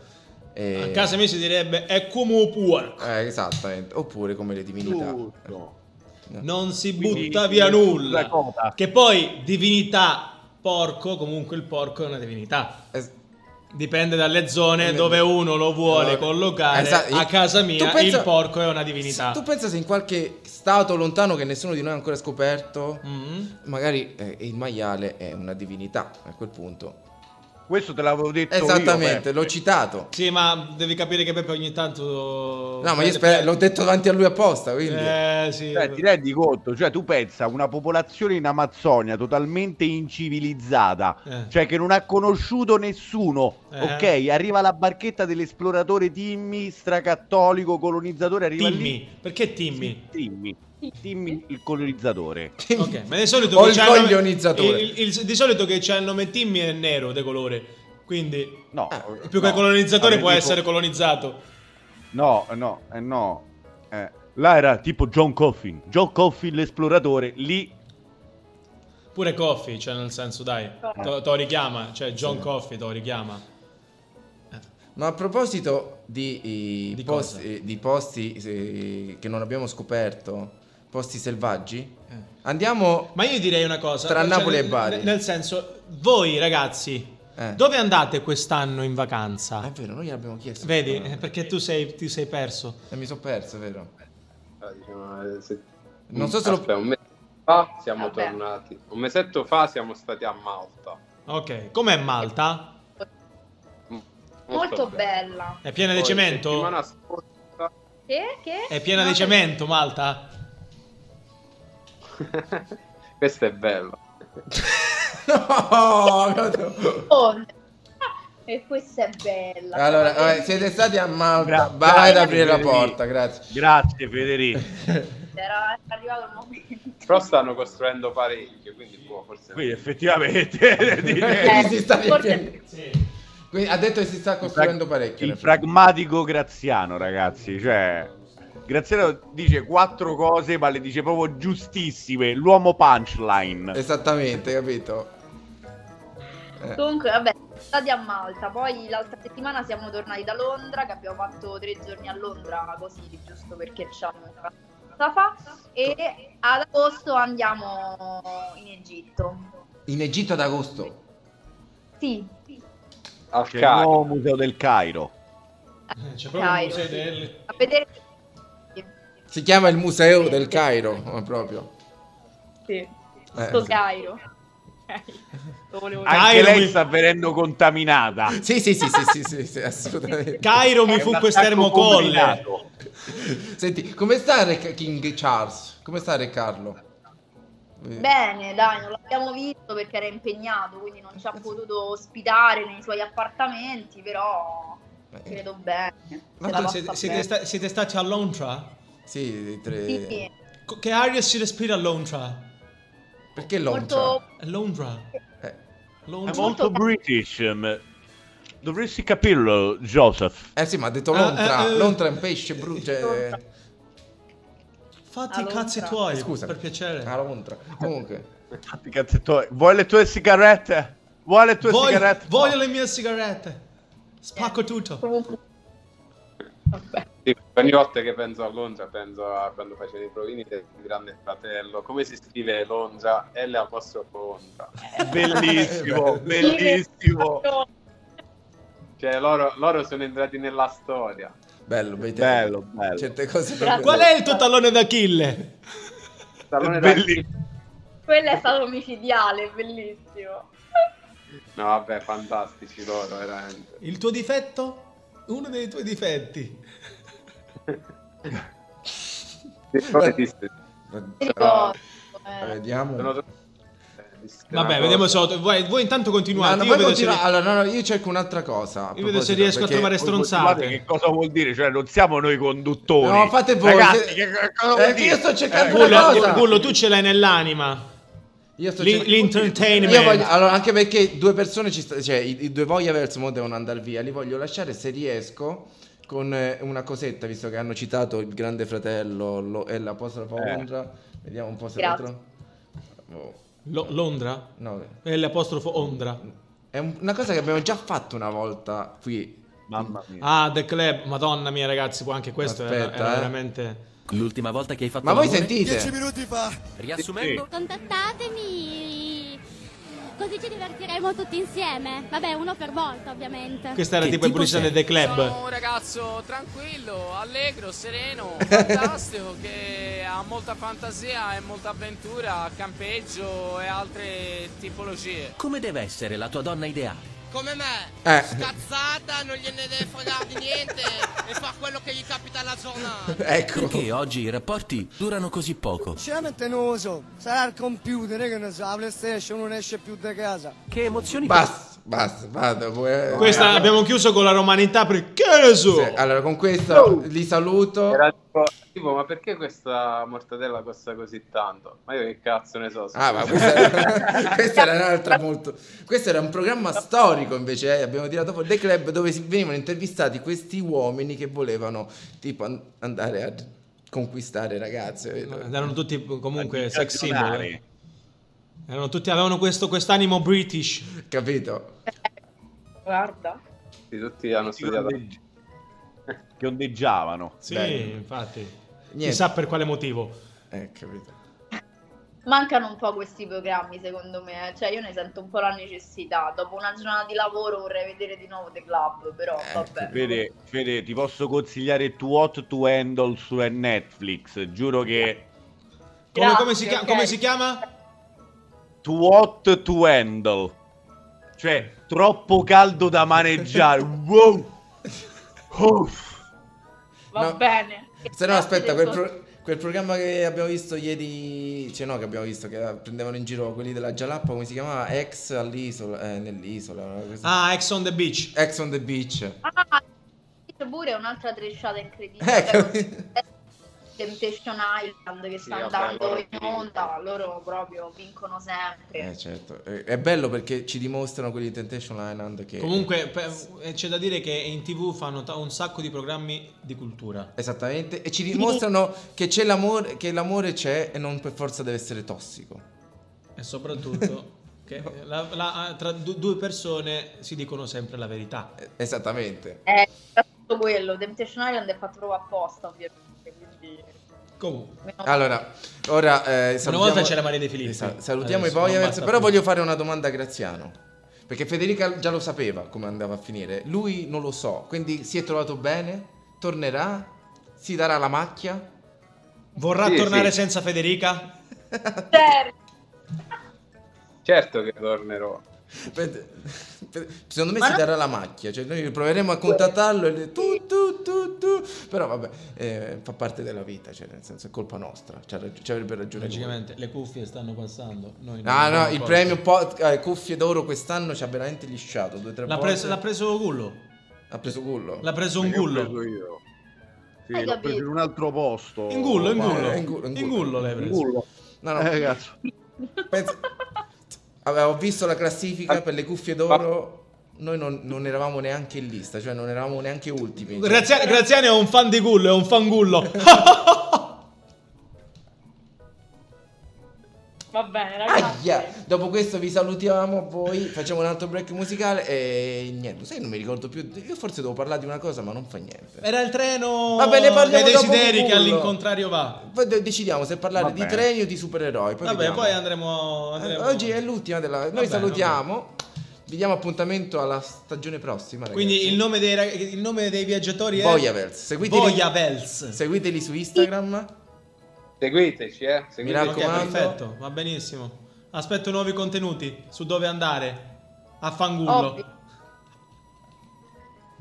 S4: eh,
S3: A casa mia si direbbe è come puerco.
S4: eh, esattamente. Oppure come le divinità.
S5: Tutto.
S3: Non si
S5: Quindi,
S3: butta via
S5: la
S3: nulla.
S5: cosa.
S3: Che poi divinità porco, comunque il porco è una divinità.
S4: Es-
S3: Dipende dalle zone dove uno lo vuole
S4: Allora,
S3: collocare.
S4: esatto.
S3: A casa
S4: Tu
S3: mia
S4: pensa-
S3: il porco è una divinità.
S4: Tu pensa se in qualche stato lontano che nessuno di noi ha ancora scoperto,
S3: Mm.
S4: magari eh, il maiale è una divinità a quel punto.
S5: Questo te l'avevo detto io, eh.
S4: Esattamente,
S5: Peppe.
S4: l'ho citato.
S3: Sì, ma devi capire che Peppe ogni tanto...
S4: No, ma io spero, l'ho detto davanti a lui apposta, quindi...
S3: Eh, sì.
S5: Cioè, ti rendi conto? Cioè, tu pensa una popolazione in Amazzonia totalmente incivilizzata,
S3: Eh.
S5: cioè che non ha conosciuto nessuno.
S3: Eh.
S5: Ok, arriva la barchetta dell'esploratore Timmy, stracattolico, colonizzatore. Arriva lì.
S3: Timmy. Perché Timmy?
S5: Sì, Timmy. Timmy, il colonizzatore.
S3: Ok, ma di solito
S4: O
S3: che
S4: il
S3: c'ha nome-
S4: coglionizzatore.
S3: il- il- di solito che c'è il nome Timmy è nero de colore. Quindi
S5: No,
S4: Ah,
S3: Eh, più che
S5: no,
S3: colonizzatore
S5: vabbè,
S3: può
S5: tipo-
S3: essere colonizzato.
S5: No, no, eh, no. Eh, là era tipo John Coffin. John Coffin l'esploratore, lì
S3: Pure Coffee, cioè nel senso dai, to, to richiama, cioè John Coffee to richiama.
S4: Ma a proposito di, eh,
S3: Di
S4: pos-
S3: cosa?
S4: eh, di posti eh, che non abbiamo scoperto, posti selvaggi,
S3: Eh.
S4: andiamo...
S3: Ma io direi una cosa.
S4: Tra
S3: cioè,
S4: Napoli e
S3: nel-
S4: Bari.
S3: Nel senso, voi ragazzi,
S4: Eh.
S3: dove andate quest'anno in
S4: Ah, è
S3: vacanza?
S4: vero, noi gliel'abbiamo chiesto.
S3: Vedi,
S4: Eh,
S3: eh, perché tu sei, ti sei perso.
S4: E mi sono perso, è vero?
S3: [LAUGHS]
S7: Eh, diciamo, eh, se-
S4: Non so se lo-
S7: Aspetta, un mese fa siamo
S6: Vabbè.
S7: tornati. Un mesetto fa siamo stati a Malta.
S3: Ok, com'è Malta?
S6: Molto bella.
S3: È piena di
S7: Poi,
S3: cemento?
S7: settimana [LAUGHS] scorsa-
S6: Che? Che?
S3: È piena
S6: No,
S3: di
S6: per-
S3: cemento Malta?
S7: Questa è bella.
S4: no! [LAUGHS] no.
S6: Oh, E questa è bella.
S4: Allora, eh, vabbè, siete stati a Malta,
S5: Bra-
S4: vai ad
S5: grazie,
S4: aprire la
S5: Federico.
S4: porta, grazie.
S5: Grazie Federico.
S6: Era arrivato il momento.
S7: Però stanno costruendo parecchio, quindi boh, forse...
S5: Quindi effettivamente [LAUGHS] direi-
S4: Quindi Eh, si sta
S6: forse-
S4: Quindi ha detto che si sta costruendo parecchio.
S5: il
S4: nel frattempo.
S5: pragmatico Graziano, ragazzi, cioè Graziano dice quattro cose, ma le dice proprio giustissime, l'uomo punchline.
S4: Esattamente, capito? Eh.
S6: Comunque, vabbè, siamo stati a Malta. Poi l'altra settimana siamo tornati da Londra, che abbiamo fatto tre giorni a Londra, così, giusto perché c'hanno una cosa fa. E ad agosto andiamo in Egitto.
S4: In Egitto ad agosto.
S6: Sì,
S7: Al
S5: C'è il
S7: Cairo.
S5: nuovo Cioè, museo del Cairo.
S3: Eh, C'è proprio il
S6: Cairo,
S3: museo
S6: sì.
S3: del-
S6: a vedere.
S4: Si chiama il Museo del Cairo, ma proprio.
S6: Sì,
S4: Eh,
S6: sto
S4: sì.
S6: Cairo. Ok, lo volevo dire.
S5: Anche
S3: Cairo
S5: lei
S3: mi-
S5: sta venendo contaminata.
S4: Sì, sì, sì, sì, sì, sì, sì, assolutamente.
S6: [LAUGHS]
S3: Cairo mi
S5: È
S3: fu
S5: un
S3: questo
S5: attacco
S3: ermocolle.
S5: combinato.
S4: Senti, come sta Re King Charles? Come sta Re Carlo? Eh,
S6: Bene, dai, non l'abbiamo visto perché era impegnato, quindi non ci ha potuto ospitare nei suoi appartamenti, però
S4: Eh.
S6: credo bene.
S4: Ma
S6: Se la
S4: tu
S6: passa
S3: Siete,
S6: bene.
S3: siete sta- siete stati a Londra?
S4: Sì, i tre...
S6: Sì,
S3: Co- Che aria si respira a Londra?
S4: Perché Londra?
S6: molto...
S3: A Londra?
S4: Eh,
S5: È
S3: Londra?
S5: molto british. ehm. Dovresti capirlo, Joseph.
S4: eh sì, ma ha detto
S3: Ah, eh,
S4: Londra.
S3: eh.
S4: Londra è un pesce brucio.
S6: Londra.
S4: Cioè...
S3: Fatti
S6: A
S3: i cazzi
S6: Londra.
S3: tuoi,
S4: Eh, Scusa.
S3: per piacere.
S4: A Londra. Ah, Comunque.
S5: Fatti i cazzi tuoi. Vuoi le tue sigarette? Vuoi le tue
S3: Voglio-
S5: sigarette?
S3: voglio le mie sigarette. Spacco tutto.
S6: Comunque... Vabbè.
S7: Sì, ogni volta che penso a Londra penso a quando facevo i provini del Grande Fratello. Come si scrive Londra? L apostrofo Londra.
S5: Bellissimo, bellissimo.
S7: Cioè loro, loro sono entrati nella storia.
S4: Bello, vedi?
S5: Bello, bello.
S4: Certe cose
S6: Grazie.
S4: proprio-
S3: Qual è il tuo tallone d'Achille?
S7: Salone
S5: Bellissimo.
S7: d'archi-
S6: Quello è stato omicidiale, bellissimo.
S7: No, vabbè, fantastici loro, veramente.
S3: Il tuo difetto? Uno dei tuoi difetti.
S7: Che cosa esiste?
S4: Ma-
S6: Ti
S7: Però-
S6: ricordo, eh.
S4: Ah. Vediamo.
S7: Sono tro-
S3: Vabbè, vediamo se lo- voi, voi intanto
S4: No,
S3: continuate.
S4: Ah, no,
S3: io
S4: poi
S3: vedo
S4: continua-
S3: se-
S4: allora, no, no, io cerco un'altra cosa. a
S3: Io vedo se
S4: proposito,
S3: riesco a
S4: perché-
S3: trovare
S5: Guardate
S3: stronzate.
S5: che cosa vuol dire, cioè non siamo noi conduttori.
S4: No, fate voi.
S5: Ragazzi,
S4: se-
S5: che, che
S4: Eh,
S5: cosa vuol
S4: che
S5: dire?
S4: io sto cercando una
S3: Gullo,
S4: cosa.
S3: Gullo, tu ce l'hai nell'anima.
S4: Io sto
S3: L'in-
S4: cercando-
S3: l'entertainment.
S4: Io voglio- allora, anche perché due persone ci sta- cioè i, i due voyaverse mo devono andare via, li voglio lasciare se riesco con eh, una cosetta, visto che hanno citato il Grande Fratello lo- e l'apostrofo
S5: Eh.
S4: Ondra. Vediamo un po' se
S6: Grazie.
S4: lo trovo. Oh,
S3: Lo- Londra?
S4: no.
S3: E l'apostrofo Ondra.
S4: È un- una cosa che abbiamo già fatto una volta qui.
S5: Eh, Mamma mia.
S3: Ah, The Club. Madonna mia, ragazzi, qua anche questo era-
S4: Aspetta,
S3: era
S4: eh.
S3: veramente...
S8: L'ultima volta che hai fatto
S4: Ma voi
S8: l'amore?
S4: sentite?
S8: Riassumendo,
S9: Contattatemi! Così ci divertiremo tutti insieme. Vabbè, uno per volta, ovviamente.
S3: Questa era
S8: Che
S3: tipo la
S8: tipo
S3: pubblicità
S8: sei?
S3: del The Club.
S10: Sono un ragazzo tranquillo, allegro, sereno, [LAUGHS] fantastico, che ha molta fantasia e molta avventura, campeggio e altre tipologie.
S8: come deve essere la tua donna ideale?
S10: Come me,
S4: Eh.
S10: scazzata, non gliene deve fregare di niente e fa quello che gli capita alla zona.
S4: [LAUGHS] Ecco.
S8: Perché oggi i rapporti durano così poco?
S11: Sinceramente non lo so, sarà il computer, che ne so, la PlayStation non esce più da casa.
S8: Che emozioni
S4: Basta, basta, vado. eh.
S3: Questa abbiamo chiuso con la romanità perché ne so?
S4: Sì, allora, con questo li saluto.
S7: Era tipo, tipo, ma perché questa mortadella costa così tanto? Ma io che cazzo ne so.
S4: Ah, ma questa, questa era un'altra molto. Questo era un programma storico invece. eh, Abbiamo tirato fuori The Club dove si- venivano intervistati questi uomini che volevano tipo an- andare a conquistare ragazze.
S3: Erano tutti comunque sex symbol.
S5: Ragionare.
S3: eh. Erano tutti, avevano questo, quest'animo british.
S4: Capito?
S6: Guarda.
S7: Tutti, tutti hanno
S5: Tutti
S7: studiato.
S5: ondeggi- Che ondeggiavano.
S3: Sì,
S4: Bello.
S3: infatti.
S4: Niente.
S3: Chissà per quale motivo.
S4: Eh, capito.
S6: Mancano un po' questi programmi, secondo me. eh. Cioè, io ne sento un po' la necessità. Dopo una giornata di lavoro vorrei vedere di nuovo The Club, però
S4: Eh,
S6: vabbè.
S5: Fede, Fede, ti posso consigliare tu What to Handle su Netflix. Giuro che
S3: Come,
S6: Grazie,
S3: come si, chia-
S6: ok.
S3: come si chiama?
S5: tu What to Handle. Cioè, troppo caldo da
S3: [LAUGHS]
S5: maneggiare. wow. Uff.
S6: Va
S4: No.
S6: bene.
S4: Se no, aspetta, quel,
S6: problema
S4: pro- quel programma che abbiamo visto ieri. Cioè, no, che abbiamo visto che prendevano in giro quelli della Jalappa. Come si chiamava? Ex all'isola. Eh, nell'isola. una cosa-
S3: Ah, Ex on the Beach.
S4: Ex on the beach. [LAUGHS]
S6: Ah, c'è pure un'altra trecciata incredibile.
S4: Ecco.
S6: Temptation Island che
S7: Sì,
S6: sta
S7: vabbè,
S6: andando
S7: loro
S6: in
S7: vincono.
S6: onda, loro proprio vincono sempre.
S4: Eh, certo. Eh, È bello perché ci dimostrano quelli di Temptation Island che.
S3: Comunque per- eh, c'è da dire che in tv fanno ta- un sacco di programmi di cultura.
S4: Esattamente, e ci dimostrano che, c'è l'amore, che l'amore c'è e non per forza deve essere tossico.
S3: E [LAUGHS] soprattutto che eh, la- la- tra du- due persone si dicono sempre la verità.
S4: Eh, Esattamente.
S6: Eh, tra tutto quello, Temptation Island è fatto proprio apposta, ovviamente. Quindi...
S3: Comunque.
S6: meno-
S4: Allora, ora eh, salutiamo...
S3: volta c'era Maria De Filippi.
S4: Esatto, salutiamo
S3: Adesso
S4: i
S3: non
S4: Voyavers,
S3: basta
S4: però
S3: più.
S4: voglio fare una domanda a Graziano. Perché Federica già lo sapeva come andava a finire. Lui non lo so, quindi si è trovato bene, tornerà, si darà la macchia.
S3: Vorrà
S7: Sì,
S3: tornare
S7: sì.
S3: senza Federica?
S6: Certo.
S7: Certo che tornerò.
S4: Per- per- Secondo me
S6: Ma
S4: si
S6: no-
S4: darà la macchia, cioè noi proveremo a contattarlo e le- tu, tu, tu, tu. però vabbè, eh, fa parte della vita, cioè nel senso è colpa nostra, c'ha rag- ci avrebbe ragione. lui.
S3: Logicamente le cuffie stanno passando. Noi non
S4: No, no,
S3: abbiamo
S4: il
S3: colpa.
S4: premio pod- eh, cuffie d'oro quest'anno ci ha veramente lisciato, due, tre
S3: L'ha
S4: volte.
S3: preso, l'ha preso Gullo.
S4: Ha preso culo.
S3: L'ha preso un
S5: Che ho
S3: Gullo.
S5: preso io. Sì,
S6: Hai
S5: l'ho preso
S6: capito?
S5: in un altro posto.
S3: In Gullo, in
S4: Eh,
S3: Gullo.
S4: in Gullo, in
S3: In
S4: Gullo.
S3: Gullo l'hai preso.
S4: No, no,
S5: Eh, cazzo.
S4: pensa- Vabbè, ho visto la classifica per le cuffie d'oro, noi non, non eravamo neanche in lista, cioè non eravamo neanche ultimi. cioè.
S3: Graziani, Graziani è un fan di Gullo, è un fangullo.
S6: Va bene, ragazzi.
S4: Aia! Dopo questo vi salutiamo a voi, facciamo un altro break musicale e niente, sai non mi ricordo più, io forse devo parlare di una cosa ma non fa niente.
S3: Era il treno
S4: Vabbè, ne parliamo
S3: dei
S4: dopo
S3: desideri
S4: con
S3: che
S4: Gullo.
S3: all'incontrario va.
S4: Poi de- decidiamo se parlare di
S5: Vabbè.
S4: treni o di supereroi. Poi
S3: Vabbè,
S4: vediamo.
S3: poi andremo, andremo-
S4: Eh, Oggi è l'ultima della... Noi
S3: Vabbè,
S4: salutiamo, vi diamo appuntamento alla stagione prossima. Ragazzi.
S3: Quindi il nome dei, rag- il nome dei viaggiatori è
S4: Voyavels, seguiteli,
S3: Voyavels.
S4: seguiteli su Instagram.
S7: Seguiteci, eh. Seguiteci.
S4: Mi
S3: Ok,
S4: raccomando.
S3: perfetto, va benissimo. Aspetto nuovi contenuti su dove andare a fangullo.
S6: Ovvio.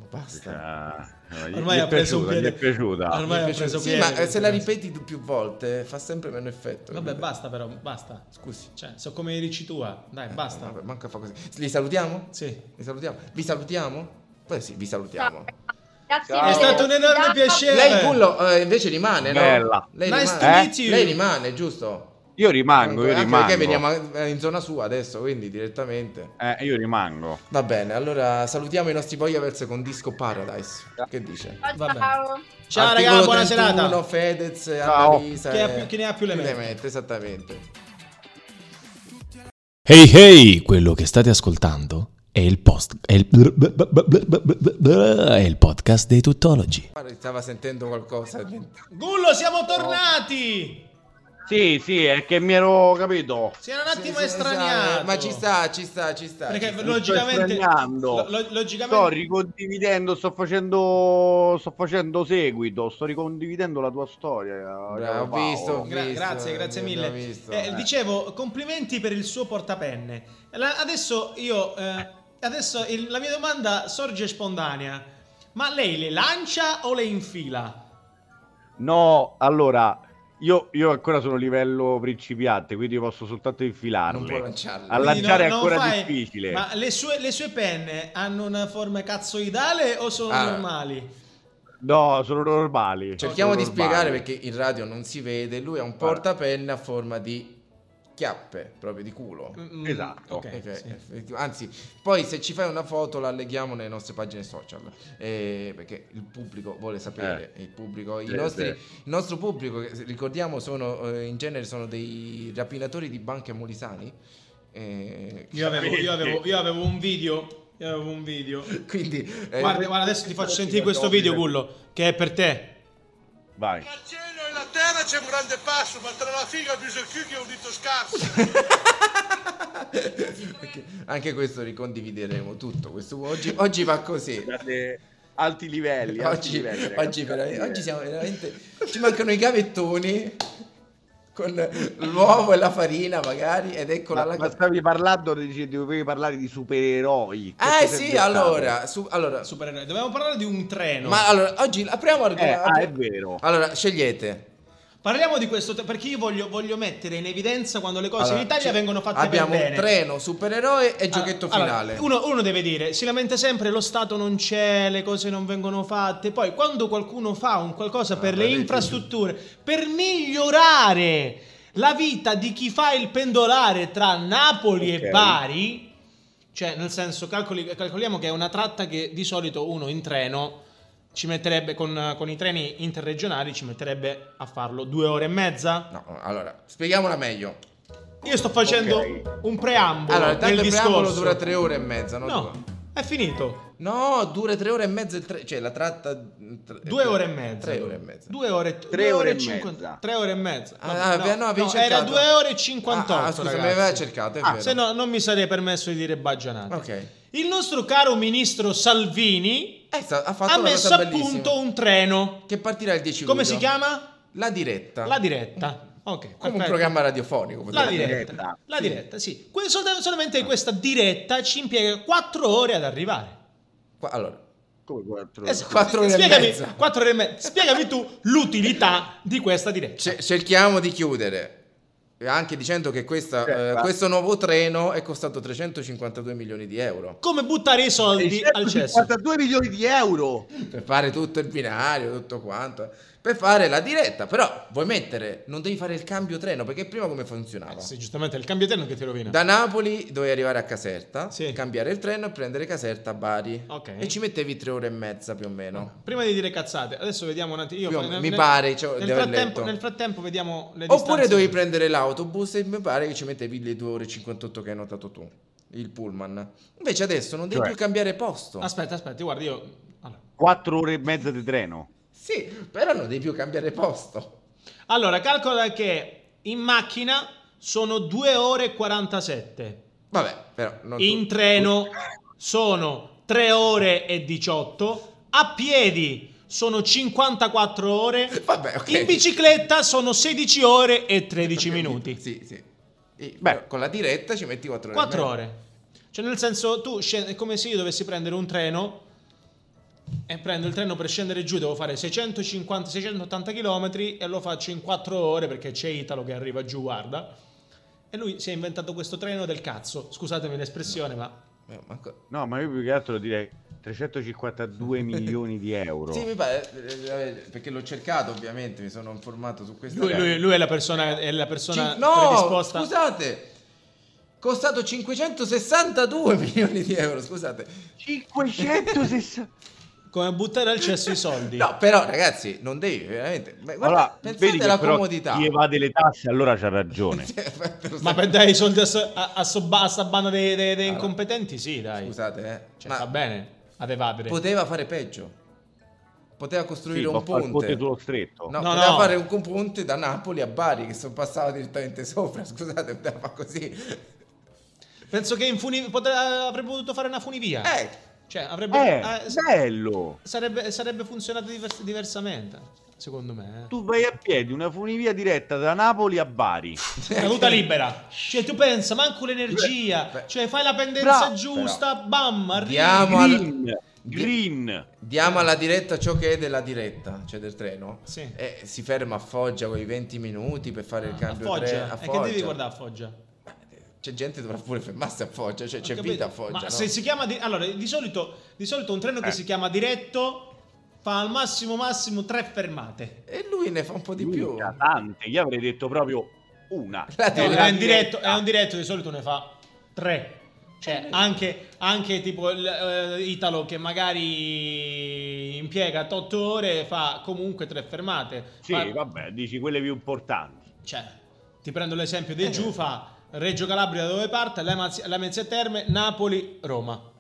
S4: Ma
S5: Basta.
S3: Ormai ha preso un piede-
S5: Gli è piaciuta.
S3: ormai ha
S5: Gli è
S3: preso
S4: Sì,
S3: piede,
S4: ma eh,
S3: questo
S4: se la
S3: testo.
S4: ripeti più volte eh, fa sempre meno effetto.
S3: Vabbè,
S4: capito?
S3: basta però, basta. Scusi. Cioè, so come dici tua. ah. Dai, basta.
S4: Eh, Vabbè, manca fa così. Li salutiamo?
S3: Sì.
S4: Li salutiamo? Vi salutiamo? Poi sì, vi salutiamo.
S6: Grazie
S4: Ciao.
S6: mille.
S4: È stato un
S3: enorme
S6: Ciao.
S3: piacere.
S4: Lei, Gullo, eh, invece rimane, no?
S5: Bella.
S4: Lei
S3: Nice
S4: rimane.
S3: to meet
S4: Eh?
S3: you.
S4: Lei rimane, giusto?
S5: Io rimango, io
S4: Anche perché veniamo
S5: rimango.
S4: eh, in zona sua adesso, quindi direttamente.
S5: Eh, io rimango.
S4: Va bene, allora salutiamo i nostri Voyavers con Disco Paradise. Che dice?
S3: Va bene.
S6: Ciao.
S3: Ciao
S4: Articolo
S3: ragazzi, buona
S4: 31,
S3: serata.
S4: Fedez,
S5: Ciao.
S4: Annalisa.
S3: Chi ha
S4: eh,
S3: più- chi ne ha più le
S4: chi
S3: mette.
S4: esattamente.
S1: Hey hey, quello che state ascoltando è il post è il, è il podcast dei tuttologi.
S4: Guarda, Stava sentendo qualcosa. dentro.
S3: Gullo, siamo tornati.
S5: Sì, sì, è che mi ero capito.
S3: Si era un attimo
S4: Sì, sì,
S3: estraniato.
S4: sì, Ma ci sta, ci sta, ci sta.
S3: Perché
S4: ci sta.
S3: logicamente
S5: sto estraniando.
S3: lo- lo- logicamente
S5: Sto ricondividendo, sto facendo, sto facendo seguito, sto ricondividendo la tua storia. eh,
S4: Bra- ho
S5: Paolo.
S4: visto, ho
S3: Gra-
S4: visto,
S3: grazie, grazie mille.
S4: abbiamo visto.
S3: Eh,
S4: Eh.
S3: Dicevo, complimenti per il suo portapenne. La- adesso io, eh, adesso il- la mia domanda sorge spontanea. Ma lei le lancia o le infila?
S5: No, allora, io, io ancora sono livello principiante, quindi posso soltanto
S4: Non può
S5: infilarle.
S4: lanciarlo.
S5: A lanciare
S3: Quindi no-
S5: è
S3: non
S5: ancora
S3: fai-
S5: difficile.
S3: Ma le sue, le sue penne hanno una forma cazzoidale o sono
S4: Ah.
S3: normali?
S5: No, sono normali.
S4: Cerchiamo
S5: sono
S4: di
S5: normali.
S4: spiegare perché in radio non si vede. Lui ha un portapenne a forma di chiappe, proprio di culo.
S3: Mm,
S5: Esatto.
S3: ok,
S4: Ok,
S3: sì.
S4: eh, Anzi, poi se ci fai una foto la alleghiamo nelle nostre pagine social eh, perché il pubblico vuole sapere. il pubblico- i
S5: Eh. Sì,
S4: nostri-
S5: sì.
S4: Il nostro pubblico, che se- ricordiamo, sono eh, in genere sono dei rapinatori di banche a Molisani. eh,
S3: Io avevo, io avevo- io avevo un video. Io avevo un video.
S4: [LAUGHS] quindi, eh,
S3: Guarda, guarda, adesso ti faccio sentire questo video, Gullo, che è per te.
S5: Vai.
S2: Tra il cielo e la terra c'è un grande passo, ma tra la figa più che è un dito scarso.
S4: perché anche questo ricondivideremo tutto. Questo, oggi, oggi va così.
S5: Guardate, Alti livelli, alti
S4: Oggi,
S5: livelli, ragazzi,
S4: oggi, vera-
S5: alti
S4: oggi siamo veramente. Ci mancano i gavettoni con l'uovo e la farina, magari. Ed eccola la
S5: Ma, ma stavi parlando, dici, dovevi parlare di supereroi. Che
S4: Eh
S5: cosa
S4: sì,
S5: sei
S4: allora, su- allora,
S3: Supereroe. Dovevamo parlare di un treno.
S4: ma allora oggi apriamo
S5: diventato? Eh,
S4: argomento.
S5: ah, è vero.
S4: allora, scegliete.
S3: Parliamo di questo te- perché io voglio, voglio mettere in evidenza quando le cose
S4: Allora,
S3: in Italia
S4: ci-
S3: vengono fatte
S4: Abbiamo
S3: per
S4: un
S3: bene.
S4: treno, supereroe e
S3: Allora,
S4: giochetto
S3: Ah, allora,
S4: finale.
S3: uno, uno deve dire, si lamenta sempre, lo Stato non c'è, le cose non vengono fatte. Poi quando qualcuno fa un qualcosa per le
S4: vedi,
S3: infrastrutture, per migliorare la vita di chi fa il pendolare tra Napoli e
S5: Ok.
S3: Bari, cioè nel senso calcoli- calcoliamo che è una tratta che di solito uno in treno ci metterebbe con, con i treni interregionali ci metterebbe a farlo due ore e mezza.
S4: No, allora, spiegamola meglio.
S3: Io sto facendo
S5: Ok.
S3: un preambolo del
S4: Allora, intanto il
S3: Boh, discorso.
S4: preambolo dura tre ore e mezza, no?
S3: No, è finito.
S4: No, dura tre ore e mezza il tre- cioè la tratta tre-
S3: Due ore e mezza.
S4: Eh, Tre ore e mezza.
S3: Due ore, tre
S5: ore e
S3: cinquanta-
S5: mezza.
S3: Tre ore e mezza.
S4: Ah, ah, beh, no, avevi
S3: era
S4: cercato.
S3: due ore e
S4: Ah,
S3: 58.
S4: ah, scusa,
S3: ragazzi. Ah,
S4: mi aveva cercato, è vero.
S3: Se no, non mi sarei permesso di dire baggianate.
S4: Ok.
S3: Il nostro caro ministro Salvini
S4: Eh, sta- ha fatto
S3: ha
S4: una
S3: messo
S4: cosa
S3: a
S4: bellissima.
S3: punto un treno.
S4: che partirà il 10
S3: Come
S4: luglio.
S3: si chiama?
S4: La diretta.
S3: La diretta. Ok,
S4: Come un
S3: perfetto.
S4: Ah. programma radiofonico.
S3: La
S4: potremmo dire.
S3: diretta.
S5: diretta.
S3: La diretta, sì. Que- solta- solamente questa diretta ci impiega quattro ore ad arrivare.
S4: Qua- allora,
S5: Come quattro
S3: Es-
S4: Eh, Quattro ore e
S3: Esatto. spiegami,
S4: mezza.
S3: quattro ore e mezza. Spiegami tu l'utilità di questa diretta.
S4: ce- cerchiamo di chiudere. E Anche dicendo che questa, eh,
S5: Certo.
S4: questo nuovo treno è costato 352 milioni di euro
S3: Come buttare i soldi al cesso.
S5: 52 milioni di euro.
S4: per fare tutto il binario, tutto quanto, per fare la diretta. Però vuoi mettere, non devi fare il cambio treno perché prima come funzionava?
S3: Ah, Sì, giustamente, è il cambio treno che ti rovina.
S4: Da Napoli dovevi arrivare a Caserta,
S3: Sì.
S4: cambiare il treno e prendere Caserta a Bari.
S3: Ok. Ah,
S4: E ci mettevi tre ore e mezza più o meno.
S3: Prima di dire cazzate, adesso vediamo un attimo.
S4: Io- mi pare, cioè,
S3: nel,
S4: di aver
S3: frattempo,
S4: letto.
S3: nel frattempo vediamo le
S4: Oppure
S3: distanze.
S4: dovevi prendere l'autobus e mi pare che ci mettevi le 2 ore e 58 che hai notato tu, il pullman. Invece adesso non devi
S5: Cioè?
S4: più cambiare posto.
S3: Aspetta, aspetta, guarda, io. Allora.
S5: Quattro ore e mezza di treno.
S4: sì, però non devi più cambiare posto.
S3: Allora, calcola che in macchina sono 2 ore e 47.
S4: Vabbè, però non tu-
S3: In treno sono 3 ore e 18. A piedi sono 54 ore.
S4: Vabbè, ok.
S3: In bicicletta sono 16 ore e 13 minuti.
S4: Sì, sì. E-
S5: Beh.
S4: però con la diretta ci metti 4 ore. e
S3: 4
S4: mezza.
S3: ore. Cioè, nel senso, tu scendi, è come se io dovessi prendere un treno e prendo il treno per scendere giù, devo fare 650-680 km e lo faccio in 4 ore perché c'è Italo che arriva giù, guarda. E lui si è inventato questo treno del cazzo, scusatemi l'espressione, ma
S4: Eh,
S5: No, ma io più che altro direi
S4: [LAUGHS]
S5: 352 milioni di euro.
S4: Sì, mi pare, eh, eh, perché l'ho cercato ovviamente, mi sono informato su questa
S3: lui,
S4: cosa.
S3: lui- lui è la persona, è la persona
S4: Cin- no,
S3: predisposta.
S4: scusate, costato 562 [LAUGHS] milioni di euro, scusate.
S5: 560.
S3: Come buttare al cesso i soldi.
S4: [LAUGHS] No, però ragazzi, non devi veramente. Beh, [LAUGHS] guarda,
S5: Allora, vedi
S4: pensate
S5: che
S4: alla
S5: però
S4: comodità.
S5: Chi evade le tasse, allora c'ha ragione.
S3: Ma per dare i soldi a, so- a, a so- a sta banda dei, dei- dei incompetenti, sì, dai.
S4: Scusate, eh.
S3: Cioè,
S4: ma
S3: va bene, avevate.
S4: poteva fare peggio. Poteva [LAUGHS] costruire
S5: può
S4: un
S5: fare il ponte
S4: ponte.
S5: sullo stretto.
S4: No,
S3: No,
S4: poteva
S3: no.
S4: fare un un ponte da Napoli a Bari che sono passato direttamente sopra. [LAUGHS] Scusate, poteva fare così.
S5: Eh.
S3: Penso che in funi- potre- avrebbe potuto fare una funivia.
S4: Eh,
S3: Cioè, avrebbe...
S5: Eh,
S3: eh, sa-
S5: bello!
S3: sarebbe, sarebbe funzionato divers- diversamente, secondo me. eh.
S5: Tu vai a piedi una funivia diretta da Napoli a Bari.
S4: Eh,
S3: Una ruta libera. Cioè, tu pensa, manco l'energia.
S4: Beh.
S3: Cioè, fai la pendenza
S5: Bra-
S3: giusta, bam, arrivi.
S4: Diamo, al-
S5: Green, green.
S4: diamo alla diretta ciò che è della diretta, cioè del treno.
S3: Sì.
S4: E si ferma a Foggia con i 20 minuti per fare il
S3: a
S4: cambio tre-
S3: Foggia.
S4: a
S3: E che devi
S4: Foggia.
S3: guardare a Foggia?
S4: C'è gente che dovrà pure fermarsi a Foggia, cioè c'è
S3: Ho capito.
S4: vita a Foggia.
S3: Ma
S4: no? Eh.
S3: se si chiama di- allora, di solito, di solito un treno che si chiama diretto fa al massimo massimo tre fermate.
S4: E lui ne fa un po' di più.
S5: Minchia, Tante, gli avrei detto proprio
S4: [LAUGHS]
S5: una. Eh,
S4: La
S3: No,
S4: diretta.
S3: è, un diretto,
S4: Ah.
S3: è un diretto, di solito ne fa tre.
S4: Eh.
S3: Cioè, anche, anche tipo il, eh, Italo che magari impiega 8 ore fa comunque tre fermate.
S5: Sì,
S3: Fa-
S5: vabbè, dici quelle più importanti.
S3: cioè, ti prendo l'esempio
S4: Eh.
S3: dei giù, fa Reggio Calabria da dove parte, Lamezia Terme, Napoli, Roma.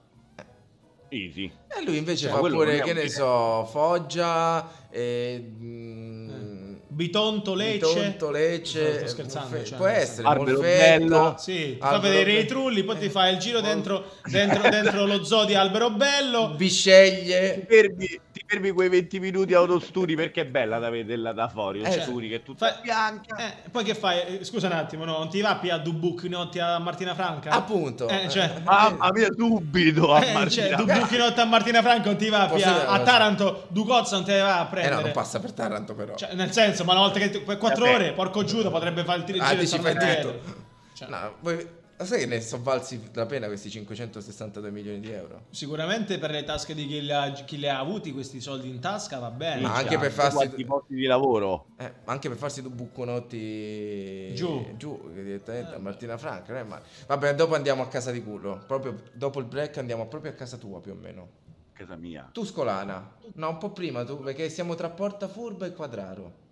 S5: Easy.
S4: E lui invece
S5: Cioè,
S4: fa
S5: quello non
S4: pure,
S5: è
S4: che
S5: un
S4: ne
S5: diretto.
S4: so, Foggia, e,
S3: Eh.
S4: mm,
S3: Bitonto, Lecce.
S4: Bitonto, Lecce,
S3: Sto scherzando,
S4: Molfe-
S3: cioè,
S4: può
S3: non so.
S4: essere,
S5: Arbelo
S4: Molfetta.
S5: Bello.
S3: Sì, ti fa
S4: Albero
S3: vedere i
S4: Bello.
S3: trulli, poi ti fa il giro
S4: Eh,
S3: dentro,
S4: [LAUGHS]
S3: dentro, dentro lo zoo di Alberobello.
S5: Ti
S4: Bisceglie.
S5: fermi, ti fermi quei 20 minuti autostudi perché è bella da vedere la da fuori.
S4: Eh,
S5: Studi che è tutta
S3: Fai-
S5: bianca.
S3: eh, poi che fai? Eh, Scusa un attimo, no? Non ti va più a Dubucchinotti a Martina Franca?
S4: Ah, Appunto.
S3: Eh, cioè,
S5: Mamma mia, Ah, subito a
S3: eh,
S5: Martina.
S3: cioè, Dubucchinotti a Martina Franca non ti va più
S4: Possibile,
S3: a, a
S4: eh.
S3: Taranto, Ducozza non te va a
S4: Eh no,
S3: prendere.
S4: non passa per Taranto però.
S3: Cioè, nel senso, ma una volta che per quattro
S5: Vabbè.
S3: ore, porco Giuda potrebbe fare il tiro
S4: ah,
S3: giro e
S4: dici
S3: tornare
S4: fai
S3: indietro.
S4: [LAUGHS] tutto.
S3: Cioè,
S4: No, voi- lo sai che ne sono valsi la pena questi 562 milioni di euro?
S3: Sicuramente per le tasche di chi li ha, chi li ha avuti questi soldi in tasca va bene.
S4: Ma
S3: cioè.
S4: anche per
S5: Tutti
S4: farsi...
S5: quanti i posti di lavoro.
S4: Eh, ma anche per farsi due bucconotti
S3: Giù.
S4: che direttamente a Martina Franca. non è male. Vabbè, dopo andiamo a casa di culo. Proprio dopo il break andiamo proprio a casa tua più o meno.
S5: Casa mia.
S4: Tuscolana. No, un po' prima tu, perché siamo tra Porta Furba e Quadraro.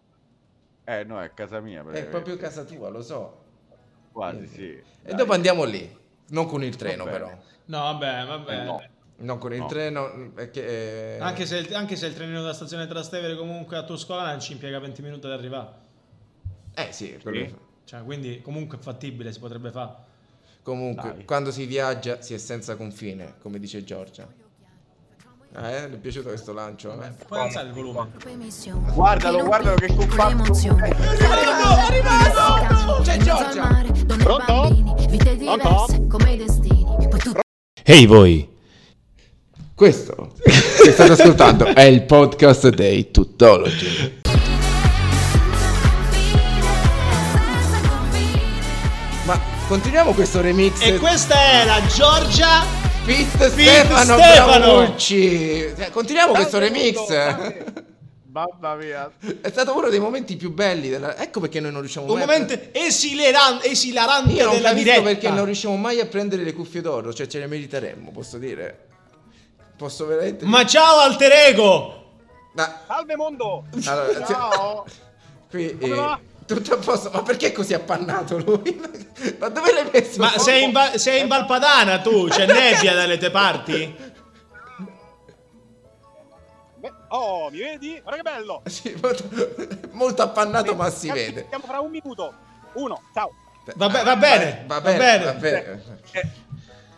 S5: Eh, no, è casa mia.
S4: È
S5: praticamente.
S4: proprio casa tua, lo so.
S5: Quasi, sì.
S4: E
S5: Dai.
S4: dopo andiamo lì. Non con il treno,
S5: Va bene.
S4: però.
S3: No, vabbè, vabbè.
S5: Eh, no.
S4: Non con il
S5: No.
S4: treno, perché. eh,
S3: Anche se, il, anche se il trenino della stazione Trastevere comunque a Tuscolana ci impiega 20 minuti ad arrivare.
S4: Eh sì, quello-
S5: Sì.
S3: Cioè, quindi comunque è fattibile, si potrebbe fare.
S4: Comunque,
S5: Dai.
S4: quando si viaggia si è senza confine, come dice Giorgia. Eh, mi è piaciuto questo lancio. eh?
S3: Puoi alzare il volume.
S5: Guardalo, guardalo che compatto.
S4: È arrivato, è arrivato! C'è Giorgia!
S12: Pronto? Pronto? Come i destini. Poi tu
S1: Ehi voi,
S4: Questo che [LAUGHS] state ascoltando è il podcast dei Tutology. Ma continuiamo questo remix.
S3: E questa è la Giorgia.
S4: Pete
S3: Stefano
S4: Stefano
S3: Braulucci.
S4: Braulucci. Cioè, Continuiamo questo remix.
S5: Mamma mia.
S4: È stato uno dei momenti più belli. della- Ecco perché noi non riusciamo
S3: Un
S4: mai a-
S3: momento esileran- esilarante
S4: Io non
S3: della
S4: capisco
S3: diretta.
S4: perché non riusciamo mai a prendere le cuffie d'oro. Cioè, ce le meriteremmo, posso dire. Posso veramente.
S3: Ma ciao alter ego.
S4: Ma-
S12: Salve mondo!
S4: allora, se- [LAUGHS]
S12: Ciao!
S4: qui,
S12: Come
S4: eh,
S12: va?
S4: tutto a posto. Ma perché è così appannato lui? [LAUGHS] Ma dove l'hai messo?
S3: Ma sei in, Va- sei
S4: Eh.
S3: in Valpadana tu? C'è nebbia dalle te parti?
S12: Beh, Oh, mi vedi? Guarda che bello!
S4: [LAUGHS] Sì, molto, molto appannato, ma si
S12: Ragazzi,
S4: vede.
S12: Ci vediamo fra un minuto. Uno, ciao!
S3: Va, be- va bene,
S4: Va bene, va bene.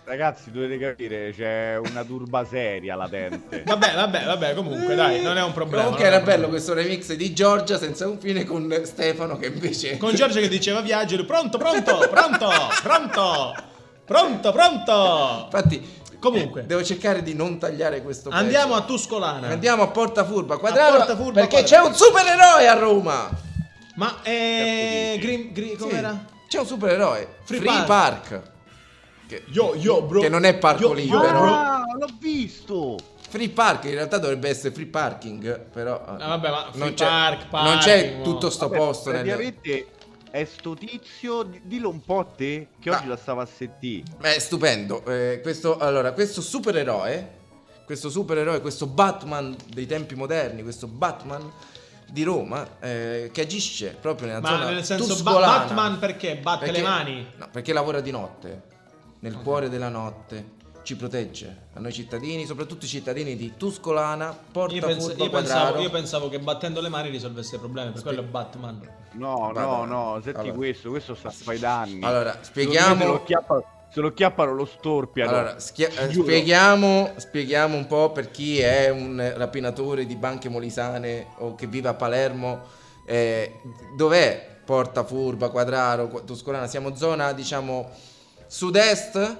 S5: Ragazzi, dovete capire, c'è una turba
S4: [LAUGHS]
S5: seria latente.
S3: Vabbè, vabbè, vabbè, comunque dai, non è un problema.
S4: Comunque
S3: non è
S4: era
S3: un problema.
S4: bello questo remix di Giorgia senza confine con Stefano che invece...
S3: Con Giorgio che diceva viaggio, lui, pronto, pronto, pronto, pronto, pronto, pronto.
S4: Infatti...
S3: Comunque,
S4: devo cercare di non tagliare questo pezzo.
S3: Andiamo a Tuscolana.
S4: Andiamo a Porta Furba, quadraro,
S3: Eh. Porta Furba,
S4: perché
S3: Quadraro.
S4: c'è un supereroe a Roma.
S3: Ma eh, Grim, Grim, com'era?
S4: C'è un supereroe,
S3: Free
S4: Free,
S3: Park.
S4: Park. Che, che non è parco libero.
S5: Ah, l'ho visto!
S4: Free Park in realtà dovrebbe essere free parking, però eh,
S3: Ah, vabbè, ma free
S4: non, c'è,
S3: park, parking,
S4: non c'è
S3: no.
S4: tutto sto
S5: Vabbè,
S4: posto nel-
S5: Praticamente è sto tizio, di- dillo un po' a te, che
S4: Ah.
S5: oggi la stava a sentire.
S4: Beh, stupendo. Eh, questo, allora, questo supereroe, questo supereroe, questo Batman dei tempi moderni, questo Batman di Roma, eh, che agisce proprio nella
S3: Ma
S4: zona
S3: nel senso, Ba-
S4: tuscolana.
S3: Batman perché batte
S4: Perché-
S3: le mani?
S4: No, perché lavora di notte, nel cuore della notte, ci protegge a noi cittadini, soprattutto i cittadini di Tuscolana, Porta
S3: Io, pens-
S4: Furba,
S3: io pensavo,
S4: Quadraro.
S3: io pensavo che battendo le mani risolvesse i problemi, per quello è Batman.
S5: No, no,
S4: Guarda,
S5: no, senti
S4: allora.
S5: questo, questo sta fai danni.
S4: Allora,
S5: Se
S4: spieghiamo
S5: lo chiappano, se lo, chiappano lo storpiano.
S4: Allora, schia- eh,
S5: Giuro.
S4: spieghiamo, spieghiamo un po' per chi è un rapinatore di banche molisane o che vive a Palermo, eh, dov'è Porta Furba, Quadraro, Qu- Tuscolana? Siamo zona, diciamo, sud-est,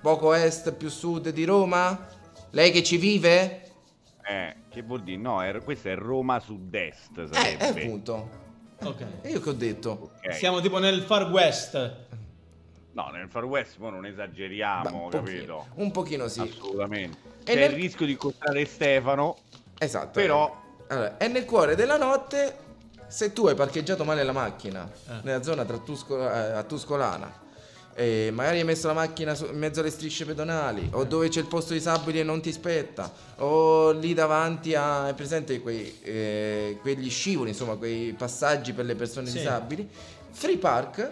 S4: poco est, più sud di Roma? Lei che ci vive?
S5: Eh, che vuol dire? No, è- questa è Roma sud-est,
S4: Eh,
S5: sarebbe.
S4: eh, appunto.
S3: Ok.
S4: E io che ho detto?
S5: Ok.
S3: Siamo tipo nel Far West.
S5: No, nel Far West poi non esageriamo,
S4: un
S5: capito?
S4: pochino, un pochino sì.
S5: Assolutamente.
S4: E
S5: C'è
S4: nel-
S5: il rischio di incontrare Stefano,
S4: Esatto.
S5: però...
S4: Allora, è nel cuore della notte. Se tu hai parcheggiato male la macchina
S3: Eh.
S4: nella zona tra Tusco- eh, a Tuscolana, e magari hai messo la macchina su- in mezzo alle strisce pedonali,
S3: Eh.
S4: o dove c'è il posto disabili e non ti spetta, o lì davanti a. È presente quei, eh, quegli scivoli, insomma, quei passaggi per le persone
S3: Sì.
S4: disabili. Free Park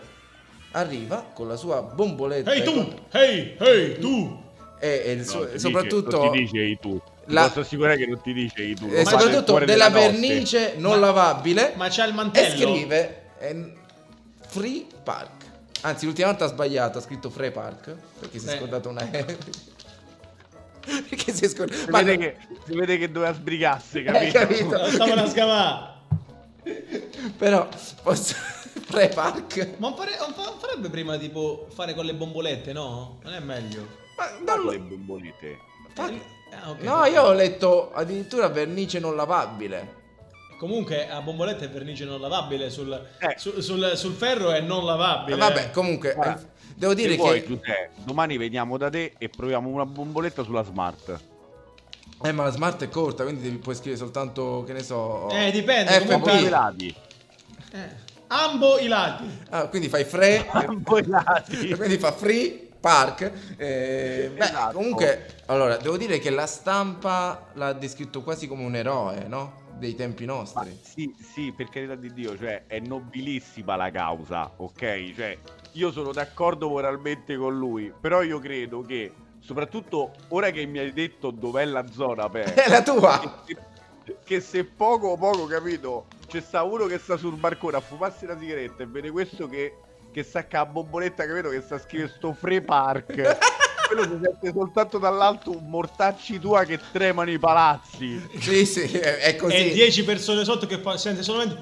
S4: arriva con la sua bomboletta.
S3: Ehi
S4: e con-
S3: tu! Ehi, ehi tu!
S4: E, e il suo-
S5: No, ti dice-
S4: soprattutto.
S5: non ti dice i tu. Ti
S4: la-
S5: posso assicurare che non ti dice i tu. lo
S4: E
S5: fa nel
S4: soprattutto
S5: cuore
S4: della
S5: notte.
S4: vernice non
S3: Ma-
S4: lavabile.
S3: Ma c'è il
S4: E
S3: mantello.
S4: scrive eh, Free Park. Anzi, l'ultima volta ha sbagliato, ha scritto Free Park. Perché si è
S3: Beh. [LAUGHS]
S4: scordato una R. perché si è scordato.
S5: Si
S4: Ma
S5: vede, che, si vede che doveva sbrigasse,
S4: hai
S5: capito?
S4: Eh,
S5: [LAUGHS]
S4: capito?
S3: Lo Stavo una scavà.
S4: Però posso... [LAUGHS] Free Park.
S3: Ma non, fare- non fa- non farebbe prima tipo fare con le bombolette, no? Non è meglio.
S4: Ma
S5: Con
S4: non
S5: le
S4: lo-
S5: bombolette.
S3: Ah, ok.
S4: No, io ho letto addirittura vernice non lavabile.
S3: Comunque a bombolette è vernice non lavabile sul,
S5: Eh.
S3: su- sul, sul ferro è non
S4: Eh,
S3: lavabile.
S4: vabbè, comunque,
S5: Guarda,
S4: eh, devo dire
S5: Ah. Se
S4: che.
S5: vuoi, Giuseppe, domani veniamo da te e proviamo una bomboletta sulla smart.
S4: Eh, ma la smart è corta, quindi devi- puoi scrivere soltanto, che ne so.
S3: Eh, dipende,
S4: FP.
S3: comunque-
S5: Poi i
S4: [LAUGHS]
S5: lati.
S3: Eh. Ambo i lati.
S4: Ah, quindi fai free.
S5: [LAUGHS] Poi i lati.
S4: [LAUGHS] E quindi fa free park. Eh, beh,
S5: Esatto.
S4: comunque, allora, devo dire che la stampa l'ha descritto quasi come un eroe, no? Dei tempi
S5: Ma
S4: nostri.
S5: sì, sì, per carità di Dio, cioè è nobilissima la causa, ok? Cioè, io sono d'accordo moralmente con lui, però io credo che, soprattutto ora che mi hai detto dov'è la zona,
S4: [LAUGHS] È
S5: per
S4: la tua!
S5: che se poco poco, capito, c'è sta uno che sta sul barcone a fumarsi la sigaretta e vede questo che, che sacca la bomboletta, capito, che sta scrivendo sto
S4: [LAUGHS]
S5: free park. Quello si sente soltanto dall'alto un mortacci tua che tremano i palazzi.
S4: Sì, sì, è, è così.
S3: E 10 persone sotto che fa- sente solamente...